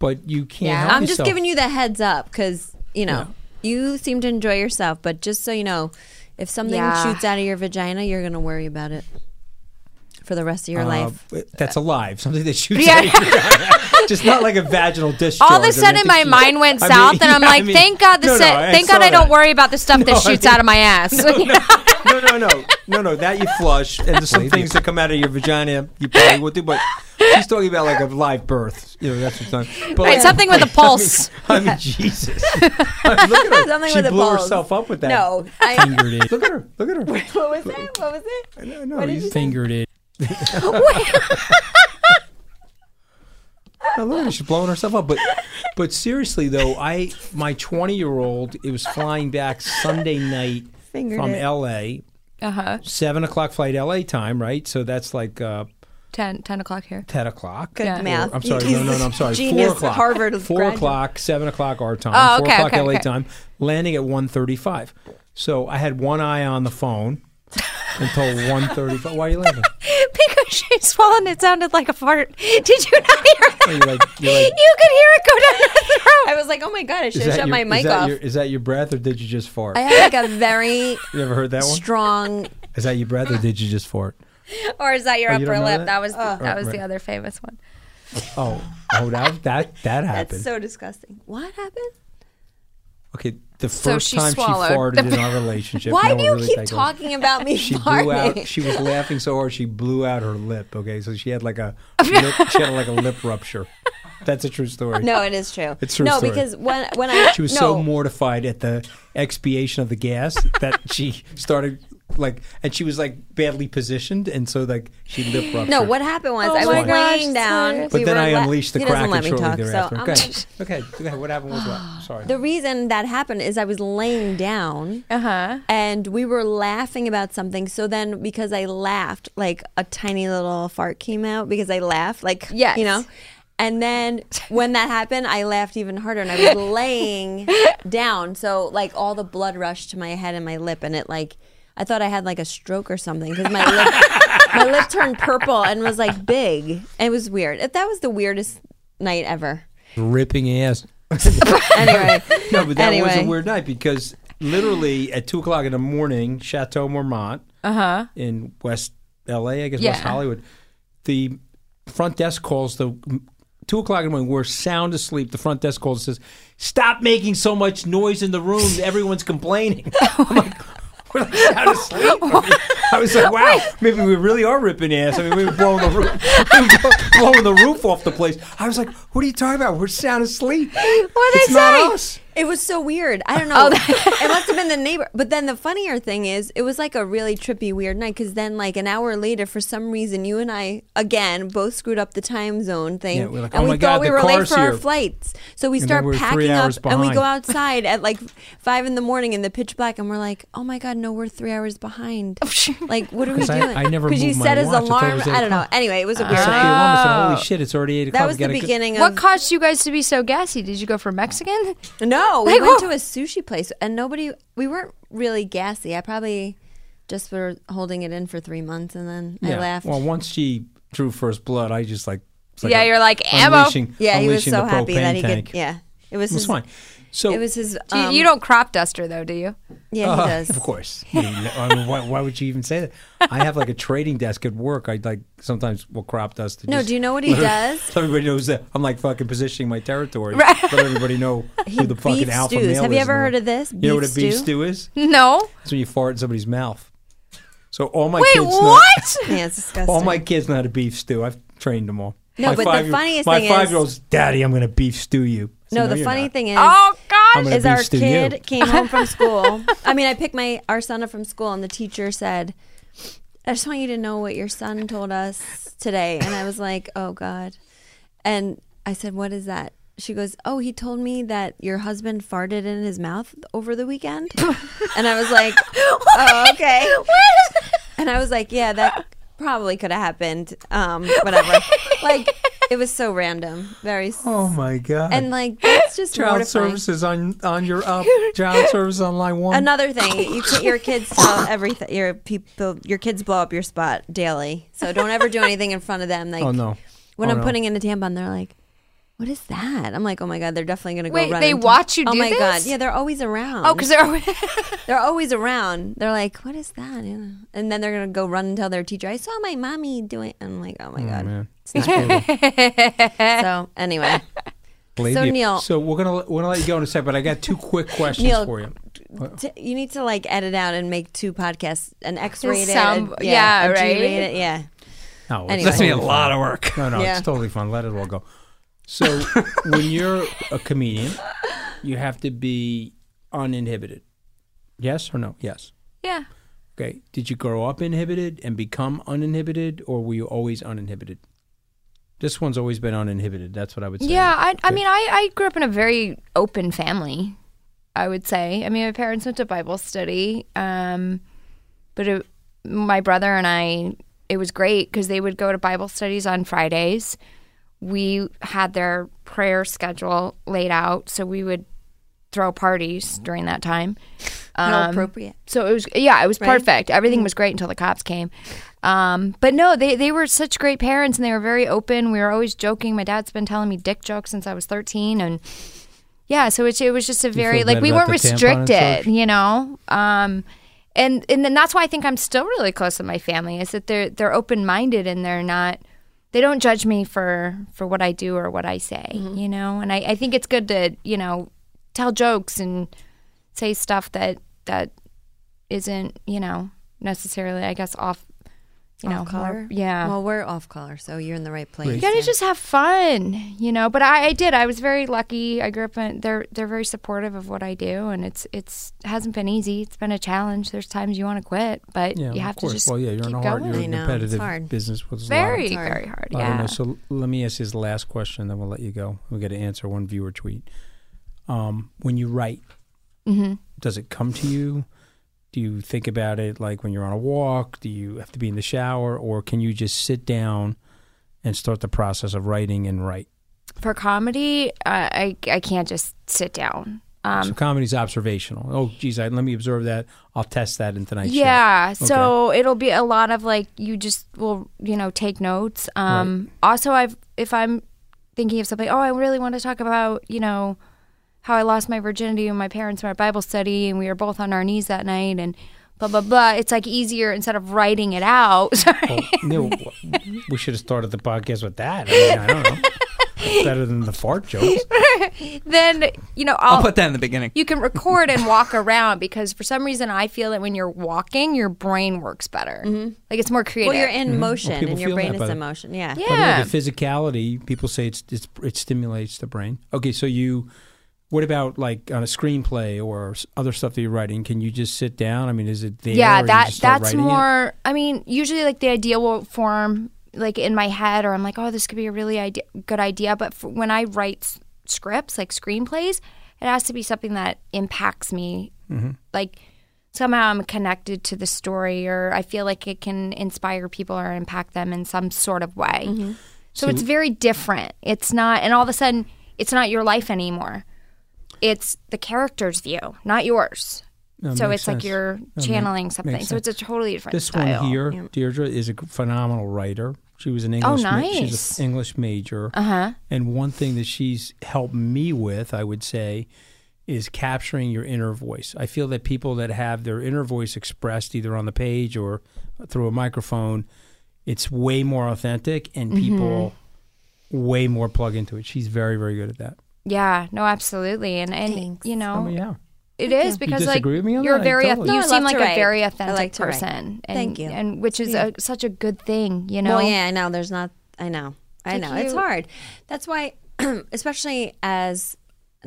Speaker 4: but you can't. Help
Speaker 2: I'm just
Speaker 4: yourself.
Speaker 2: giving you the heads up because you know you seem to enjoy yourself, but just so you know, if something
Speaker 7: Yeah.
Speaker 2: shoots out of your vagina, you're gonna worry about it for the rest of your
Speaker 4: Uh,
Speaker 2: life.
Speaker 4: (laughs) That's alive. Something that shoots
Speaker 7: Yeah.
Speaker 4: out of your- (laughs) just not like a vaginal discharge.
Speaker 7: All of
Speaker 4: I
Speaker 7: a sudden,
Speaker 4: mean,
Speaker 7: my
Speaker 4: you-
Speaker 7: mind went
Speaker 4: I mean,
Speaker 7: south, and
Speaker 4: (laughs)
Speaker 7: I'm
Speaker 4: yeah, I
Speaker 7: like,
Speaker 4: mean-
Speaker 7: "Thank God, the
Speaker 4: No, no,
Speaker 7: se-
Speaker 4: I
Speaker 7: thank
Speaker 4: saw
Speaker 7: God, I don't
Speaker 4: that.
Speaker 7: worry about the
Speaker 4: (laughs)
Speaker 7: stuff
Speaker 4: No, I
Speaker 7: that shoots
Speaker 4: mean-
Speaker 7: out of my ass."
Speaker 4: no, no, no, no, no. That you flush, and there's some things that come out of your vagina you probably will do. But she's talking about like a live birth. You know, that's what's done. But
Speaker 7: (laughs) Right,
Speaker 4: like-
Speaker 7: something with a pulse.
Speaker 4: (laughs) I mean, I mean, Jesus. I mean, look at her.
Speaker 2: (laughs) Something
Speaker 4: she
Speaker 2: with a
Speaker 4: blew
Speaker 2: pulse.
Speaker 4: herself up with that.
Speaker 2: No,
Speaker 4: (laughs)
Speaker 2: I-
Speaker 4: fingered it. Look at her. Look at her.
Speaker 2: (laughs) what was that? What was
Speaker 7: (laughs)
Speaker 2: it?
Speaker 4: No, no,
Speaker 2: What did
Speaker 4: he's
Speaker 2: you say?
Speaker 4: fingered (laughs) it. No, look at her. She's blowing herself up. But but seriously though, I my twenty year old it was flying back Sunday night
Speaker 7: Fingered
Speaker 4: from
Speaker 7: it.
Speaker 4: LA.
Speaker 7: Uh
Speaker 2: Uh-huh.
Speaker 7: huh.
Speaker 4: Seven o'clock flight LA time, right? So that's like uh,
Speaker 7: 10, 10 o'clock here.
Speaker 4: ten o'clock.
Speaker 7: Good Yeah. math.
Speaker 4: I'm sorry, no, no, no, I'm sorry.
Speaker 7: Genius
Speaker 4: Four o'clock.
Speaker 7: Harvard
Speaker 4: four
Speaker 7: graduate.
Speaker 4: o'clock, seven o'clock our time,
Speaker 7: Oh,
Speaker 4: four
Speaker 7: okay,
Speaker 4: o'clock
Speaker 7: okay,
Speaker 4: LA
Speaker 7: okay.
Speaker 4: time, landing at one thirty five. So I had one eye on the phone until one thirty five. Why are you laughing?
Speaker 7: (laughs) Because she swallowed, it sounded like a fart. (laughs) Did you not hear that?
Speaker 4: Oh, You're like, you're like
Speaker 7: You could hear it go down
Speaker 4: (laughs)
Speaker 7: her throat.
Speaker 2: I was like, oh my god, I (laughs) should
Speaker 4: is
Speaker 2: have
Speaker 4: that
Speaker 2: shut
Speaker 4: your,
Speaker 2: my
Speaker 4: is
Speaker 2: mic
Speaker 4: that
Speaker 2: off.
Speaker 4: Your, is that your breath or did you just fart?
Speaker 2: I had like a very
Speaker 4: you ever heard that one?
Speaker 2: strong,
Speaker 4: Is that your breath or did you just fart?
Speaker 7: Or is that your
Speaker 4: Oh, you don't
Speaker 7: upper
Speaker 4: know
Speaker 7: lip?
Speaker 4: that?
Speaker 7: That, was that
Speaker 4: Right,
Speaker 7: was
Speaker 4: right.
Speaker 7: the other famous one.
Speaker 4: Oh, oh, that that that happened.
Speaker 2: that's so disgusting. What happened?
Speaker 4: okay, the first
Speaker 7: So she
Speaker 4: time
Speaker 7: swallowed.
Speaker 4: she farted
Speaker 2: (laughs)
Speaker 7: (laughs)
Speaker 4: in our relationship.
Speaker 2: Why
Speaker 4: no
Speaker 2: do
Speaker 4: one
Speaker 2: you
Speaker 4: really
Speaker 2: keep
Speaker 4: tackled it. (laughs)
Speaker 2: talking about me
Speaker 4: She
Speaker 2: farting?
Speaker 4: blew out. She was laughing so hard she blew out her lip. Okay, so she had like
Speaker 2: (laughs)
Speaker 4: a lip, she had like a lip rupture. That's a true story.
Speaker 2: no, it is true.
Speaker 4: It's a true
Speaker 2: no,
Speaker 4: story.
Speaker 2: because when when I
Speaker 4: She was
Speaker 2: no,
Speaker 4: so mortified at the expiation of the gas
Speaker 2: (laughs)
Speaker 4: that she started like, and she was like badly positioned, and so like she lip ruptured.
Speaker 2: No, what happened was
Speaker 7: Oh
Speaker 2: I
Speaker 7: my
Speaker 2: was
Speaker 7: gosh,
Speaker 2: laying
Speaker 7: it's
Speaker 2: down.
Speaker 7: hilarious.
Speaker 4: But
Speaker 2: we
Speaker 4: then
Speaker 2: were
Speaker 4: I
Speaker 2: la-
Speaker 4: unleashed the
Speaker 2: he
Speaker 4: crack
Speaker 2: doesn't let me
Speaker 4: shortly
Speaker 2: talk,
Speaker 4: thereafter.
Speaker 2: So I'm
Speaker 4: okay.
Speaker 2: like-
Speaker 4: okay, go ahead. What happened was what?
Speaker 2: (sighs)
Speaker 4: Sorry.
Speaker 2: the reason that happened is I was laying down,
Speaker 7: uh-huh.
Speaker 2: and we were laughing about something. So then, because I laughed, like a tiny little fart came out because I laughed, like
Speaker 7: Yes.
Speaker 2: you know. And then when that happened, I laughed even harder, and I
Speaker 7: (laughs)
Speaker 2: was laying down, so like all the blood rushed to my head and my lip, and it like I thought I had like a stroke or something because my lip, my lip turned purple and was like big. It was weird. That was the weirdest night ever.
Speaker 4: Ripping
Speaker 2: (laughs)
Speaker 4: ass.
Speaker 2: Anyway,
Speaker 4: No, but that was
Speaker 2: Anyway.
Speaker 4: a weird night because literally at two o'clock in the morning, Chateau Marmont
Speaker 7: Uh-huh.
Speaker 4: in West LA, I guess West
Speaker 7: Yeah.
Speaker 4: Hollywood, the front desk calls the two o'clock in the morning. We're sound asleep. The front desk calls and says, "Stop making so much noise in the room. Everyone's
Speaker 7: (laughs)
Speaker 4: complaining."
Speaker 7: Oh
Speaker 4: I'm like. We're like sound asleep. I, mean, I was like, wow, maybe we really are ripping ass. I mean, we were blowing the roof, we were blowing the roof off the place. I was like, what are you talking about? We're sound asleep.
Speaker 7: (laughs) What
Speaker 4: it's
Speaker 7: they
Speaker 4: not
Speaker 7: say? Oh,
Speaker 4: us.
Speaker 2: It was so weird. I
Speaker 7: (laughs)
Speaker 2: don't know. it must have been the neighbor. But then the funnier thing is, it was like a really trippy, weird night. Because then, like an hour later, for some reason, you and I again both screwed up the time zone thing,
Speaker 4: Yeah, we're like,
Speaker 2: and
Speaker 4: "Oh
Speaker 2: we
Speaker 4: my
Speaker 2: thought
Speaker 4: God,
Speaker 2: we
Speaker 4: the
Speaker 2: were late
Speaker 4: car's
Speaker 2: for our
Speaker 4: here."
Speaker 2: flights. So we
Speaker 4: And then
Speaker 2: start
Speaker 4: we were three
Speaker 2: packing up,
Speaker 4: hours
Speaker 2: and we
Speaker 4: behind. (laughs)
Speaker 2: go outside at like five in the morning in the pitch black, and we're like, "Oh my God, no, we're three hours behind.
Speaker 7: Oh,
Speaker 2: like, what are
Speaker 4: (laughs)
Speaker 2: we
Speaker 4: 'Cause I-
Speaker 2: doing?"
Speaker 4: I
Speaker 2: (laughs)
Speaker 4: never
Speaker 2: because you
Speaker 4: moved my
Speaker 2: set his
Speaker 4: watch. I thought it
Speaker 2: alarm.
Speaker 4: was eight
Speaker 2: I don't know.
Speaker 4: o'clock.
Speaker 2: Anyway, it was a
Speaker 4: I
Speaker 2: weird
Speaker 4: said to
Speaker 2: night.
Speaker 4: the woman, I said, "Holy shit, it's already eight o'clock."
Speaker 2: Oh. That
Speaker 4: We
Speaker 2: was the
Speaker 4: gotta go-
Speaker 2: beginning of
Speaker 7: What caused you guys to be so gassy? Did you go for Mexican?
Speaker 2: No, we
Speaker 7: Like,
Speaker 2: went
Speaker 7: wha-
Speaker 2: to a sushi place and nobody, we weren't really gassy. I probably just were holding it in for three months and then I
Speaker 4: Yeah.
Speaker 2: left.
Speaker 4: Well, once she drew first blood, I just like. it's
Speaker 7: Yeah,
Speaker 4: a-
Speaker 7: you're like, ammo.
Speaker 4: unleashing-
Speaker 2: yeah, he was
Speaker 4: unleashing
Speaker 2: so
Speaker 4: the
Speaker 2: happy that
Speaker 4: propane
Speaker 2: he
Speaker 4: tank.
Speaker 2: could. Yeah, it was,
Speaker 4: It was
Speaker 2: his.
Speaker 4: fine. So
Speaker 2: it was his.
Speaker 7: Do you-
Speaker 2: Um,
Speaker 7: you don't crop duster though, do you? (laughs)
Speaker 2: Yeah, he
Speaker 4: Uh,
Speaker 2: does.
Speaker 4: Of
Speaker 2: (laughs)
Speaker 4: course. You know, I mean, why, why would you even say that? I have like a trading desk at work. I like sometimes will crop dust. to
Speaker 2: No,
Speaker 4: just-
Speaker 2: do you know what he does?
Speaker 4: (laughs) So everybody knows that I'm like fucking positioning my territory. Right. Let everybody
Speaker 2: (laughs)
Speaker 4: know who the fucking
Speaker 2: beef
Speaker 4: alpha
Speaker 2: stews.
Speaker 4: male
Speaker 2: Have you
Speaker 4: is
Speaker 2: ever
Speaker 4: in the-
Speaker 2: heard of this?
Speaker 4: You know what
Speaker 2: Beef
Speaker 4: a beef
Speaker 2: stew?
Speaker 4: stew is?
Speaker 7: No.
Speaker 4: It's when you fart in somebody's mouth. So all my
Speaker 7: Wait,
Speaker 4: kids know- (laughs)
Speaker 7: what?
Speaker 2: Yeah, it's disgusting.
Speaker 4: All my kids know how to beef stew. I've trained them all.
Speaker 2: No,
Speaker 4: my
Speaker 2: but the
Speaker 4: five-year-
Speaker 2: funniest
Speaker 4: my
Speaker 2: thing is-
Speaker 4: five-year-old's daddy, I'm going to beef stew you. I said,
Speaker 2: no, the
Speaker 4: you're
Speaker 2: funny
Speaker 4: not."
Speaker 2: thing is,
Speaker 7: Oh
Speaker 4: I'm
Speaker 7: gosh.
Speaker 4: gonna
Speaker 2: is our
Speaker 4: beef stew
Speaker 2: kid
Speaker 4: you.
Speaker 2: came home
Speaker 4: (laughs)
Speaker 2: from school. I mean, I picked my our son up from school, and the teacher said, "I just want you to know what your son told us today." And I was like, "Oh God!" And I said, "What is that?" she goes, "Oh, he told me that your husband farted in his mouth over the weekend," and I was
Speaker 4: (laughs)
Speaker 2: like, "Oh, okay." And I was like, "Yeah, that probably could have happened." Um, whatever. like it was so random, very. s-
Speaker 4: Oh my God!
Speaker 2: And like that's just
Speaker 4: child
Speaker 2: mortifying.
Speaker 4: services on on your
Speaker 2: (laughs)
Speaker 4: up. Child services on line one.
Speaker 2: Another thing, you can, your kids tell everything. Your people, your kids blow up your spot daily, so don't ever do anything in front of them. Like,
Speaker 4: oh no!
Speaker 2: when
Speaker 4: Oh,
Speaker 2: I'm
Speaker 4: no.
Speaker 2: putting in a tampon, they're like, "What is that?" I'm like, "Oh my god, they're definitely gonna go
Speaker 7: Wait,
Speaker 2: run."
Speaker 7: they
Speaker 2: and t-
Speaker 7: watch you
Speaker 2: Oh
Speaker 7: do
Speaker 2: my god,
Speaker 7: this?
Speaker 2: yeah, they're always around.
Speaker 7: Oh, 'cause they're always- (laughs)
Speaker 2: they're always around. They're like, "What is that?" Yeah. And then they're gonna go run and tell their teacher, "I saw my mommy doing." I'm like, "Oh my
Speaker 4: Oh,
Speaker 2: god."
Speaker 4: man.
Speaker 2: It's not
Speaker 4: (laughs)
Speaker 7: (laughs)
Speaker 2: cool. so anyway,
Speaker 4: Believe
Speaker 2: so
Speaker 4: you.
Speaker 2: Neil-
Speaker 4: so we're gonna we're gonna let you go in a second, but I got two
Speaker 2: (laughs)
Speaker 4: quick questions
Speaker 2: Neil,
Speaker 4: for you. What?
Speaker 2: t- you need to like edit out and make two podcasts: an X-rated,
Speaker 7: Some-
Speaker 2: a,
Speaker 7: yeah,
Speaker 2: a
Speaker 7: right?
Speaker 2: G-rated, yeah.
Speaker 4: No,
Speaker 2: Anyway. That's
Speaker 5: gonna be a lot of work.
Speaker 4: Oh, No, no,
Speaker 2: Yeah.
Speaker 4: it's totally fun. Let it all go. So (laughs) when you're a comedian, you have to be uninhibited. Yes or no? Yes.
Speaker 7: Yeah.
Speaker 4: Okay. Did you grow up inhibited and become uninhibited, or were you always uninhibited? This one's always been uninhibited. That's what I would say.
Speaker 7: Yeah, I, I mean, I, I grew up in a very open family, I would say. I mean, my parents went to Bible study, um, but it, my brother and I, it was great because they would go to Bible studies on Fridays. We had their prayer schedule laid out, so we would throw parties during that time. Um,
Speaker 2: How appropriate.
Speaker 7: So it was, yeah, it was
Speaker 2: Right?
Speaker 7: perfect. Everything was great until the cops came. Um, but no, they, they were such great parents and they were very open. We were always joking. My dad's been telling me dick jokes since I was 13. And yeah, so it, it was just a very,
Speaker 14: feel
Speaker 7: like,
Speaker 14: bad
Speaker 7: we
Speaker 14: about
Speaker 7: weren't
Speaker 14: the tampon and such?
Speaker 7: restricted, you know? Um, and, and then that's why I think I'm still really close with my family is that they're, they're open minded and they're not, they don't judge me for, for what I do or what I say, you know? And I, I think it's good to, you know, tell jokes and say stuff that, that isn't, you know, necessarily, I guess, off, you know,
Speaker 2: off color.
Speaker 7: more- yeah.
Speaker 2: Well, we're off color, so you're in the right place.
Speaker 7: You gotta just have fun, you know. But I, I did. I was very lucky. I grew up in. They're they're very supportive of what I do, and it's it's hasn't been easy. It's been a challenge. There's times you want to quit, but
Speaker 4: Yeah, of
Speaker 7: you have
Speaker 4: course.
Speaker 7: to just
Speaker 4: well, yeah, you're
Speaker 7: keep
Speaker 4: in a hard,
Speaker 7: going.
Speaker 4: you're in a competitive business. With
Speaker 7: Very,
Speaker 4: a lot of,
Speaker 7: very hard,
Speaker 4: lot of
Speaker 7: yeah.
Speaker 4: noise. So l- let me ask you this last question, then we'll let you go. We got to answer one viewer tweet. Um, when you write,
Speaker 7: Mhm.
Speaker 4: does it come to you? Do you think about it like when you're on a walk? Do you have to be in the shower, or can you just sit down and start the process of writing and write?
Speaker 7: for comedy. Uh, I I can't just sit down. Um,
Speaker 4: so comedy's observational. Oh, geez, I, let me observe that. I'll test that in tonight's
Speaker 7: yeah
Speaker 4: show. Okay.
Speaker 7: so it'll be a lot of like you just will you know take notes um also i've if i'm thinking of something oh i really want to talk about you know how i lost my virginity and my parents were at bible study and we were both on our knees that night and blah blah blah it's like easier instead of writing it out (laughs) sorry
Speaker 4: Neil, w- we should have started the podcast with that. I mean, I don't know. It's better than the fart jokes.
Speaker 7: then you know
Speaker 5: I'll put that in the beginning.
Speaker 7: you can record and walk around because for some reason I feel that when you're walking, your brain works better. Like it's more creative.
Speaker 2: Mm-hmm. Well, you're in
Speaker 4: Mhm.
Speaker 2: motion,
Speaker 4: Well, people
Speaker 2: and your
Speaker 4: feel
Speaker 2: brain
Speaker 4: that
Speaker 2: is
Speaker 4: by
Speaker 2: in
Speaker 4: the-
Speaker 2: motion. Yeah.
Speaker 7: Yeah.
Speaker 4: By the way, the physicality, people say it's, it's it stimulates the brain. Okay, so you, what about like on a screenplay or s- other stuff that you're writing? Can you just sit down? I mean, is it there? or
Speaker 7: yeah
Speaker 4: you
Speaker 7: that
Speaker 4: just start
Speaker 7: that's
Speaker 4: writing it?
Speaker 7: more i mean usually like the idea will form like in my head or i'm like oh this could be a really idea, good idea but for, when i write s- scripts like screenplays it has to be something that impacts me
Speaker 4: Mm-hmm.
Speaker 14: Mhm.
Speaker 7: like somehow i'm connected to the story or i feel like it can inspire people or impact them in some sort of way so
Speaker 4: So-
Speaker 7: it's very different it's not and all of a sudden it's not your life anymore it's the character's view not yours
Speaker 4: No, it
Speaker 7: so
Speaker 4: makes
Speaker 7: it's
Speaker 4: sense.
Speaker 7: like you're
Speaker 4: No, it
Speaker 7: channeling
Speaker 4: make-
Speaker 7: something.
Speaker 4: makes
Speaker 7: So it's a
Speaker 4: sense.
Speaker 7: totally different
Speaker 4: This
Speaker 7: style.
Speaker 4: one here, Deirdre, is a g- phenomenal writer. She was an
Speaker 7: Oh,
Speaker 4: English. ma-
Speaker 7: nice.
Speaker 4: she's an English major.
Speaker 7: Uh-huh.
Speaker 4: And one thing that she's helped me with, I would say, is capturing your inner voice. I feel that people that have their inner voice expressed either on the page or through a microphone, it's way more authentic, and
Speaker 2: Mm-hmm.
Speaker 4: people way more plug into it. She's very, very good at that.
Speaker 7: Yeah, no, absolutely. And and you know,
Speaker 4: mean, Oh, yeah.
Speaker 7: it
Speaker 4: Thank
Speaker 7: is
Speaker 4: you.
Speaker 7: because
Speaker 4: You
Speaker 7: like
Speaker 4: disagree with me on
Speaker 7: you're
Speaker 4: that?
Speaker 7: very
Speaker 4: Totally.
Speaker 7: you
Speaker 4: No, I
Speaker 7: seem
Speaker 2: love
Speaker 7: like
Speaker 2: to
Speaker 7: a
Speaker 2: write.
Speaker 7: very
Speaker 2: I
Speaker 7: authentic
Speaker 2: like to write.
Speaker 7: person. And,
Speaker 2: Thank you.
Speaker 7: And which is
Speaker 2: Yeah.
Speaker 7: a, such a good thing, you know.
Speaker 2: Well, yeah, I know. There's not. I know. I
Speaker 7: Like
Speaker 2: know. It's
Speaker 7: you-
Speaker 2: hard. That's why, (clears throat) especially as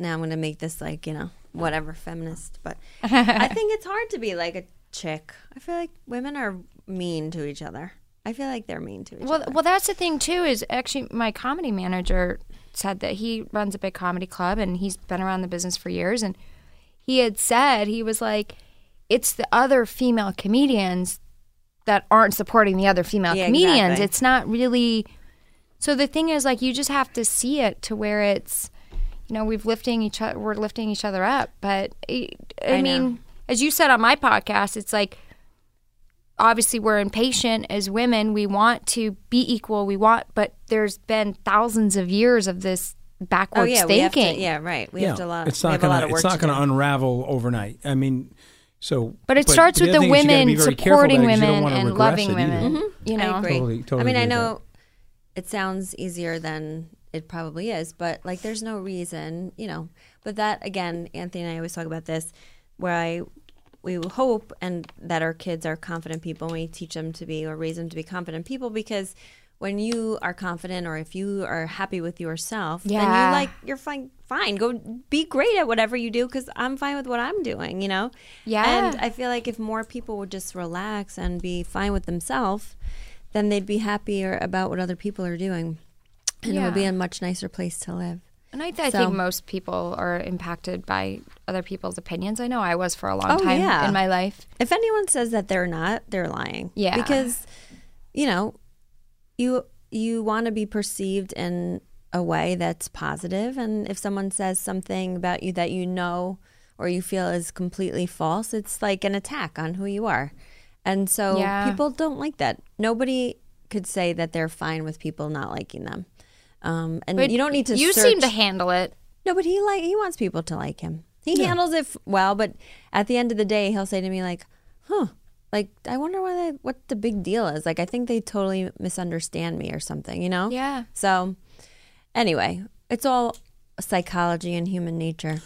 Speaker 2: now, I'm going to make this like you know whatever feminist, but
Speaker 7: (laughs)
Speaker 2: I think it's hard to be like a chick. I feel like women are mean to each other. I feel like they're mean to each
Speaker 7: Well,
Speaker 2: other.
Speaker 7: well, that's the thing too. Is actually my comedy manager said that he runs a big comedy club and he's been around the business for years. And he had said, he was like, it's the other female comedians that aren't supporting the other female
Speaker 2: Yeah,
Speaker 7: comedians.
Speaker 2: exactly.
Speaker 7: It's not really. So the thing is, like, you just have to see it to where it's, you know, we've lifting each other, we're lifting each other up. But I, I
Speaker 2: I know.
Speaker 7: mean, as you said on my podcast, it's like obviously we're impatient as women. We want to be equal. We want, but there's been thousands of years of this
Speaker 2: Oh
Speaker 7: backwards
Speaker 2: yeah, we have
Speaker 7: thinking.
Speaker 2: to, yeah, right. We
Speaker 4: Yeah,
Speaker 2: have to lot.
Speaker 4: It's
Speaker 2: we
Speaker 4: not
Speaker 2: have a lot
Speaker 4: going
Speaker 2: of
Speaker 4: to.
Speaker 2: work
Speaker 4: It's not
Speaker 2: to
Speaker 4: going
Speaker 2: do.
Speaker 4: to unravel overnight. I mean, so.
Speaker 7: But it starts with
Speaker 4: other
Speaker 7: the
Speaker 4: thing is you gotta be
Speaker 7: women
Speaker 4: very careful about
Speaker 7: supporting
Speaker 4: it 'cause you don't
Speaker 7: women
Speaker 4: wanna
Speaker 7: and
Speaker 4: regress
Speaker 7: loving
Speaker 4: it either.
Speaker 7: women. You know,
Speaker 2: I agree.
Speaker 4: Totally- totally
Speaker 2: Mm-hmm. I mean,
Speaker 4: agree
Speaker 2: I
Speaker 4: with
Speaker 2: know it sounds easier than it probably is, but like, there's no reason, you know. But that again, Anthony and I always talk about this, where I we hope and that our kids are confident people, and we teach them to be or raise them to be confident people because. When you are confident, or if you are happy with yourself, then
Speaker 7: Yeah.
Speaker 2: you like you're fine. Fine, go be great at whatever you do because I'm fine with what I'm doing. You know,
Speaker 7: Yeah.
Speaker 2: and I feel like if more people would just relax and be fine with themselves, then they'd be happier about what other people are doing. And it
Speaker 7: Yeah.
Speaker 2: would be a much nicer place to live.
Speaker 7: And I, I
Speaker 2: So-
Speaker 7: think most people are impacted by other people's opinions. I know I was for a long
Speaker 2: Oh,
Speaker 7: time
Speaker 2: yeah.
Speaker 7: in my life.
Speaker 2: If anyone says that they're not, they're lying.
Speaker 7: Yeah.
Speaker 2: Because, you know, you you want to be perceived in a way that's positive and if someone says something about you that you know or you feel is completely false, it's like an attack on who you are. And so
Speaker 7: Yeah.
Speaker 2: people don't like that. Nobody could say that they're fine with people not liking them. Um, and
Speaker 7: But
Speaker 2: you don't need to
Speaker 7: You
Speaker 2: search.
Speaker 7: seem to handle it.
Speaker 2: No, but he like he wants people to like him. He
Speaker 7: Yeah.
Speaker 2: handles it f- well, but at the end of the day, he'll say to me like, "Huh." Like I wonder why they, what the big deal is. Like I think they totally misunderstand me or something, you know?
Speaker 7: Yeah.
Speaker 2: So anyway, it's all psychology and human nature.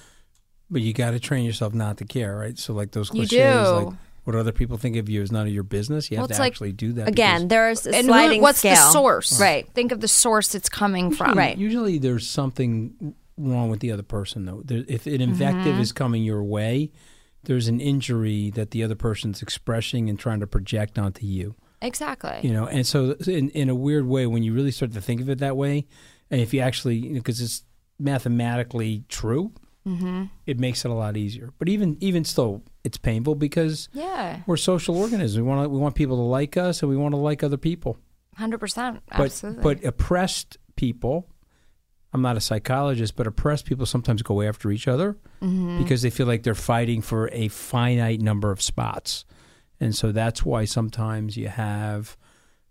Speaker 4: But you got to train yourself not to care, right? So like those
Speaker 2: You
Speaker 4: cliches, like
Speaker 2: do.
Speaker 4: what other people think of you is none of your business. You
Speaker 7: Well,
Speaker 4: have
Speaker 7: it's
Speaker 4: to
Speaker 7: like-
Speaker 4: actually do that.
Speaker 2: Again, there's a
Speaker 7: And who-
Speaker 2: sliding
Speaker 7: what's the
Speaker 2: scale.
Speaker 7: source?
Speaker 2: Right. Mm-hmm.
Speaker 7: Think of the source it's coming
Speaker 4: because
Speaker 7: from.
Speaker 4: Usually there's something wrong with the other person though. There, if an invective
Speaker 7: Mhm.
Speaker 4: is coming your way, there's an injury that the other person's expressing and trying to project onto you.
Speaker 7: Exactly.
Speaker 4: You know, and so in, in a weird way, when you really start to think of it that way, and if you actually, because it's mathematically true,
Speaker 7: Mhm.
Speaker 4: it makes it a lot easier. But even even still, it's painful because
Speaker 7: Yeah.
Speaker 4: we're social organisms. We want to, we want people to like us, and we want to like other people.
Speaker 7: 100%.
Speaker 4: But
Speaker 7: Absolutely.
Speaker 4: but oppressed people. I'm not a psychologist, but oppressed people sometimes go after each other
Speaker 7: Mhm.
Speaker 4: because they feel like they're fighting for a finite number of spots. And so that's why sometimes you have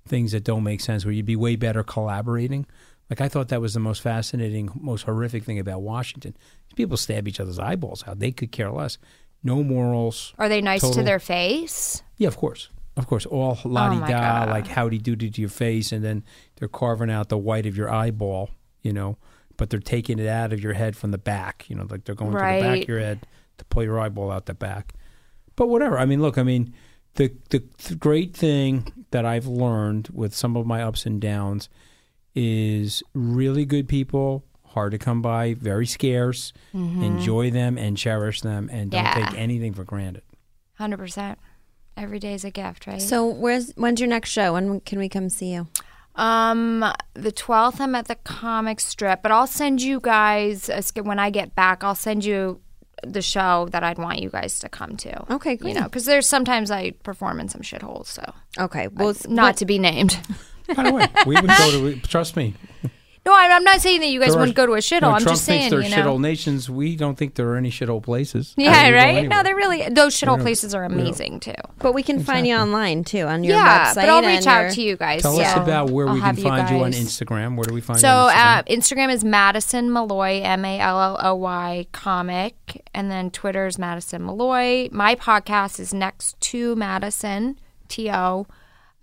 Speaker 4: things that don't make sense where you'd be way better collaborating. Like I thought that was the most fascinating, most horrific thing about Washington. People stab each other's eyeballs out. They could care less. No morals.
Speaker 7: Are they nice to
Speaker 4: total-
Speaker 7: their face?
Speaker 4: Yeah, of course. Of course. All la di da,
Speaker 7: Oh God.
Speaker 4: like howdy doody to your face. And then they're carving out the white of your eyeball, you know, but they're taking it out of your head from the back, you know, like they're going to the back
Speaker 7: Right.
Speaker 4: of your head to pull your eyeball out the back. But whatever. I mean, look, I mean, the, the th- great thing that I've learned with some of my ups and downs is really good people, hard to come by, very scarce.
Speaker 7: Mhm.
Speaker 4: Enjoy them and cherish them and don't
Speaker 7: Yeah.
Speaker 4: take anything for granted.
Speaker 7: 100%. Every day is a gift, right?
Speaker 2: So where's when's your next show? When can we come see you?
Speaker 7: Um, the twelfth, I'm at the comic strip, but I'll send you guys a, sk- when I get back. I'll send you the show that I'd want you guys to come to.
Speaker 2: Okay,
Speaker 7: You
Speaker 2: great.
Speaker 7: know, because there's sometimes I perform in some shitholes, so
Speaker 2: Okay. Well,
Speaker 7: I- not to be named. (laughs)
Speaker 4: By the way, we would go to. Trust me.
Speaker 7: No, I, I'm not saying that you guys
Speaker 4: there are-
Speaker 7: wouldn't go to a
Speaker 4: you know,
Speaker 7: shithole. I'm
Speaker 4: Trump
Speaker 7: just saying,
Speaker 4: thinks
Speaker 7: you
Speaker 4: there are
Speaker 7: know.
Speaker 4: shithole nations. We don't think there are any shithole places.
Speaker 7: Yeah,
Speaker 4: We go
Speaker 7: right.
Speaker 4: anywhere.
Speaker 7: No, they're really those
Speaker 4: We
Speaker 7: shithole
Speaker 4: don't-
Speaker 7: places are
Speaker 4: we don't-
Speaker 7: amazing too.
Speaker 2: But we can find you online too on your
Speaker 7: Yeah,
Speaker 2: website.
Speaker 7: but I'll
Speaker 2: and
Speaker 7: reach out
Speaker 2: your-
Speaker 7: to you guys.
Speaker 4: Tell us
Speaker 7: yeah.
Speaker 4: about where
Speaker 7: I'll
Speaker 4: we can
Speaker 7: have
Speaker 4: find you on
Speaker 7: guys.
Speaker 4: Instagram. Where do we find
Speaker 7: So
Speaker 4: you? on Instagram?
Speaker 7: uh, Instagram is Madison Malloy, M A L L O Y comic, and then Twitter is Madison Malloy. My podcast is next to Madison T O.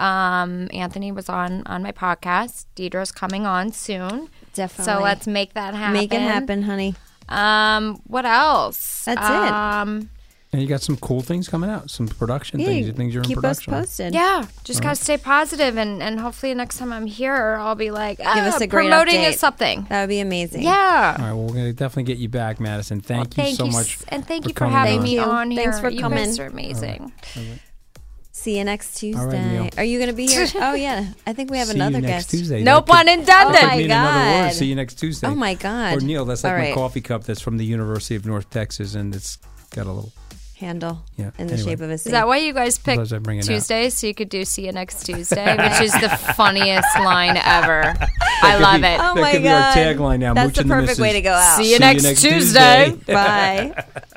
Speaker 7: Um, Anthony was on on my podcast. Deidre's coming on soon.
Speaker 2: Definitely.
Speaker 7: So let's make that happen.
Speaker 2: Make it happen, honey.
Speaker 7: Um, what else?
Speaker 2: That's it.
Speaker 7: um, it.
Speaker 4: and you got some cool things coming out. Some production
Speaker 2: Yeah,
Speaker 4: things. Things you're in
Speaker 2: keep us
Speaker 4: production. on.
Speaker 2: posted.
Speaker 7: Yeah, just
Speaker 4: All
Speaker 7: gotta
Speaker 4: right.
Speaker 7: stay positive, and and hopefully next time I'm here, I'll be like, ah,
Speaker 2: Give us a great
Speaker 7: promoting
Speaker 2: update.
Speaker 7: is something.
Speaker 2: That would be amazing.
Speaker 7: Yeah.
Speaker 4: All right. Well, we're going to definitely get you back, Madison. Thank you
Speaker 7: thank
Speaker 4: so
Speaker 7: you
Speaker 4: much.
Speaker 7: s- and thank you for
Speaker 4: coming
Speaker 7: having
Speaker 4: on.
Speaker 7: me
Speaker 2: Thank you.
Speaker 7: on here.
Speaker 2: Thanks for
Speaker 7: you
Speaker 2: coming.
Speaker 7: guys are amazing.
Speaker 2: See you next Tuesday.
Speaker 4: All right, Neil.
Speaker 2: Are you going to be
Speaker 7: (laughs)
Speaker 2: here? Oh yeah, I think we have
Speaker 4: See you
Speaker 2: another
Speaker 4: next
Speaker 2: guest.
Speaker 4: Tuesday.
Speaker 2: Nope,
Speaker 4: That could-
Speaker 2: one and
Speaker 4: that
Speaker 2: done. then.
Speaker 4: could
Speaker 2: Oh my
Speaker 4: mean another
Speaker 2: God.
Speaker 4: word. See you next Tuesday.
Speaker 2: Oh my God.
Speaker 4: Or Neil, that's like
Speaker 2: All
Speaker 4: my
Speaker 2: right.
Speaker 4: coffee cup that's from the University of North Texas, and it's got a little.
Speaker 2: handle
Speaker 4: Yeah,
Speaker 2: in the
Speaker 4: anyway.
Speaker 2: shape of a
Speaker 7: Is
Speaker 2: C.
Speaker 7: that why you guys picked
Speaker 4: Sometimes I bring it out.
Speaker 7: Tuesday so you could do "See
Speaker 4: (laughs)
Speaker 7: you next Tuesday," which is the funniest line ever. I love it.
Speaker 4: that could be our tagline now.
Speaker 2: Oh That's the
Speaker 4: Mooch and
Speaker 2: perfect way
Speaker 4: Missus.
Speaker 2: to go out.
Speaker 7: (laughs) See you next Tuesday.
Speaker 2: Bye.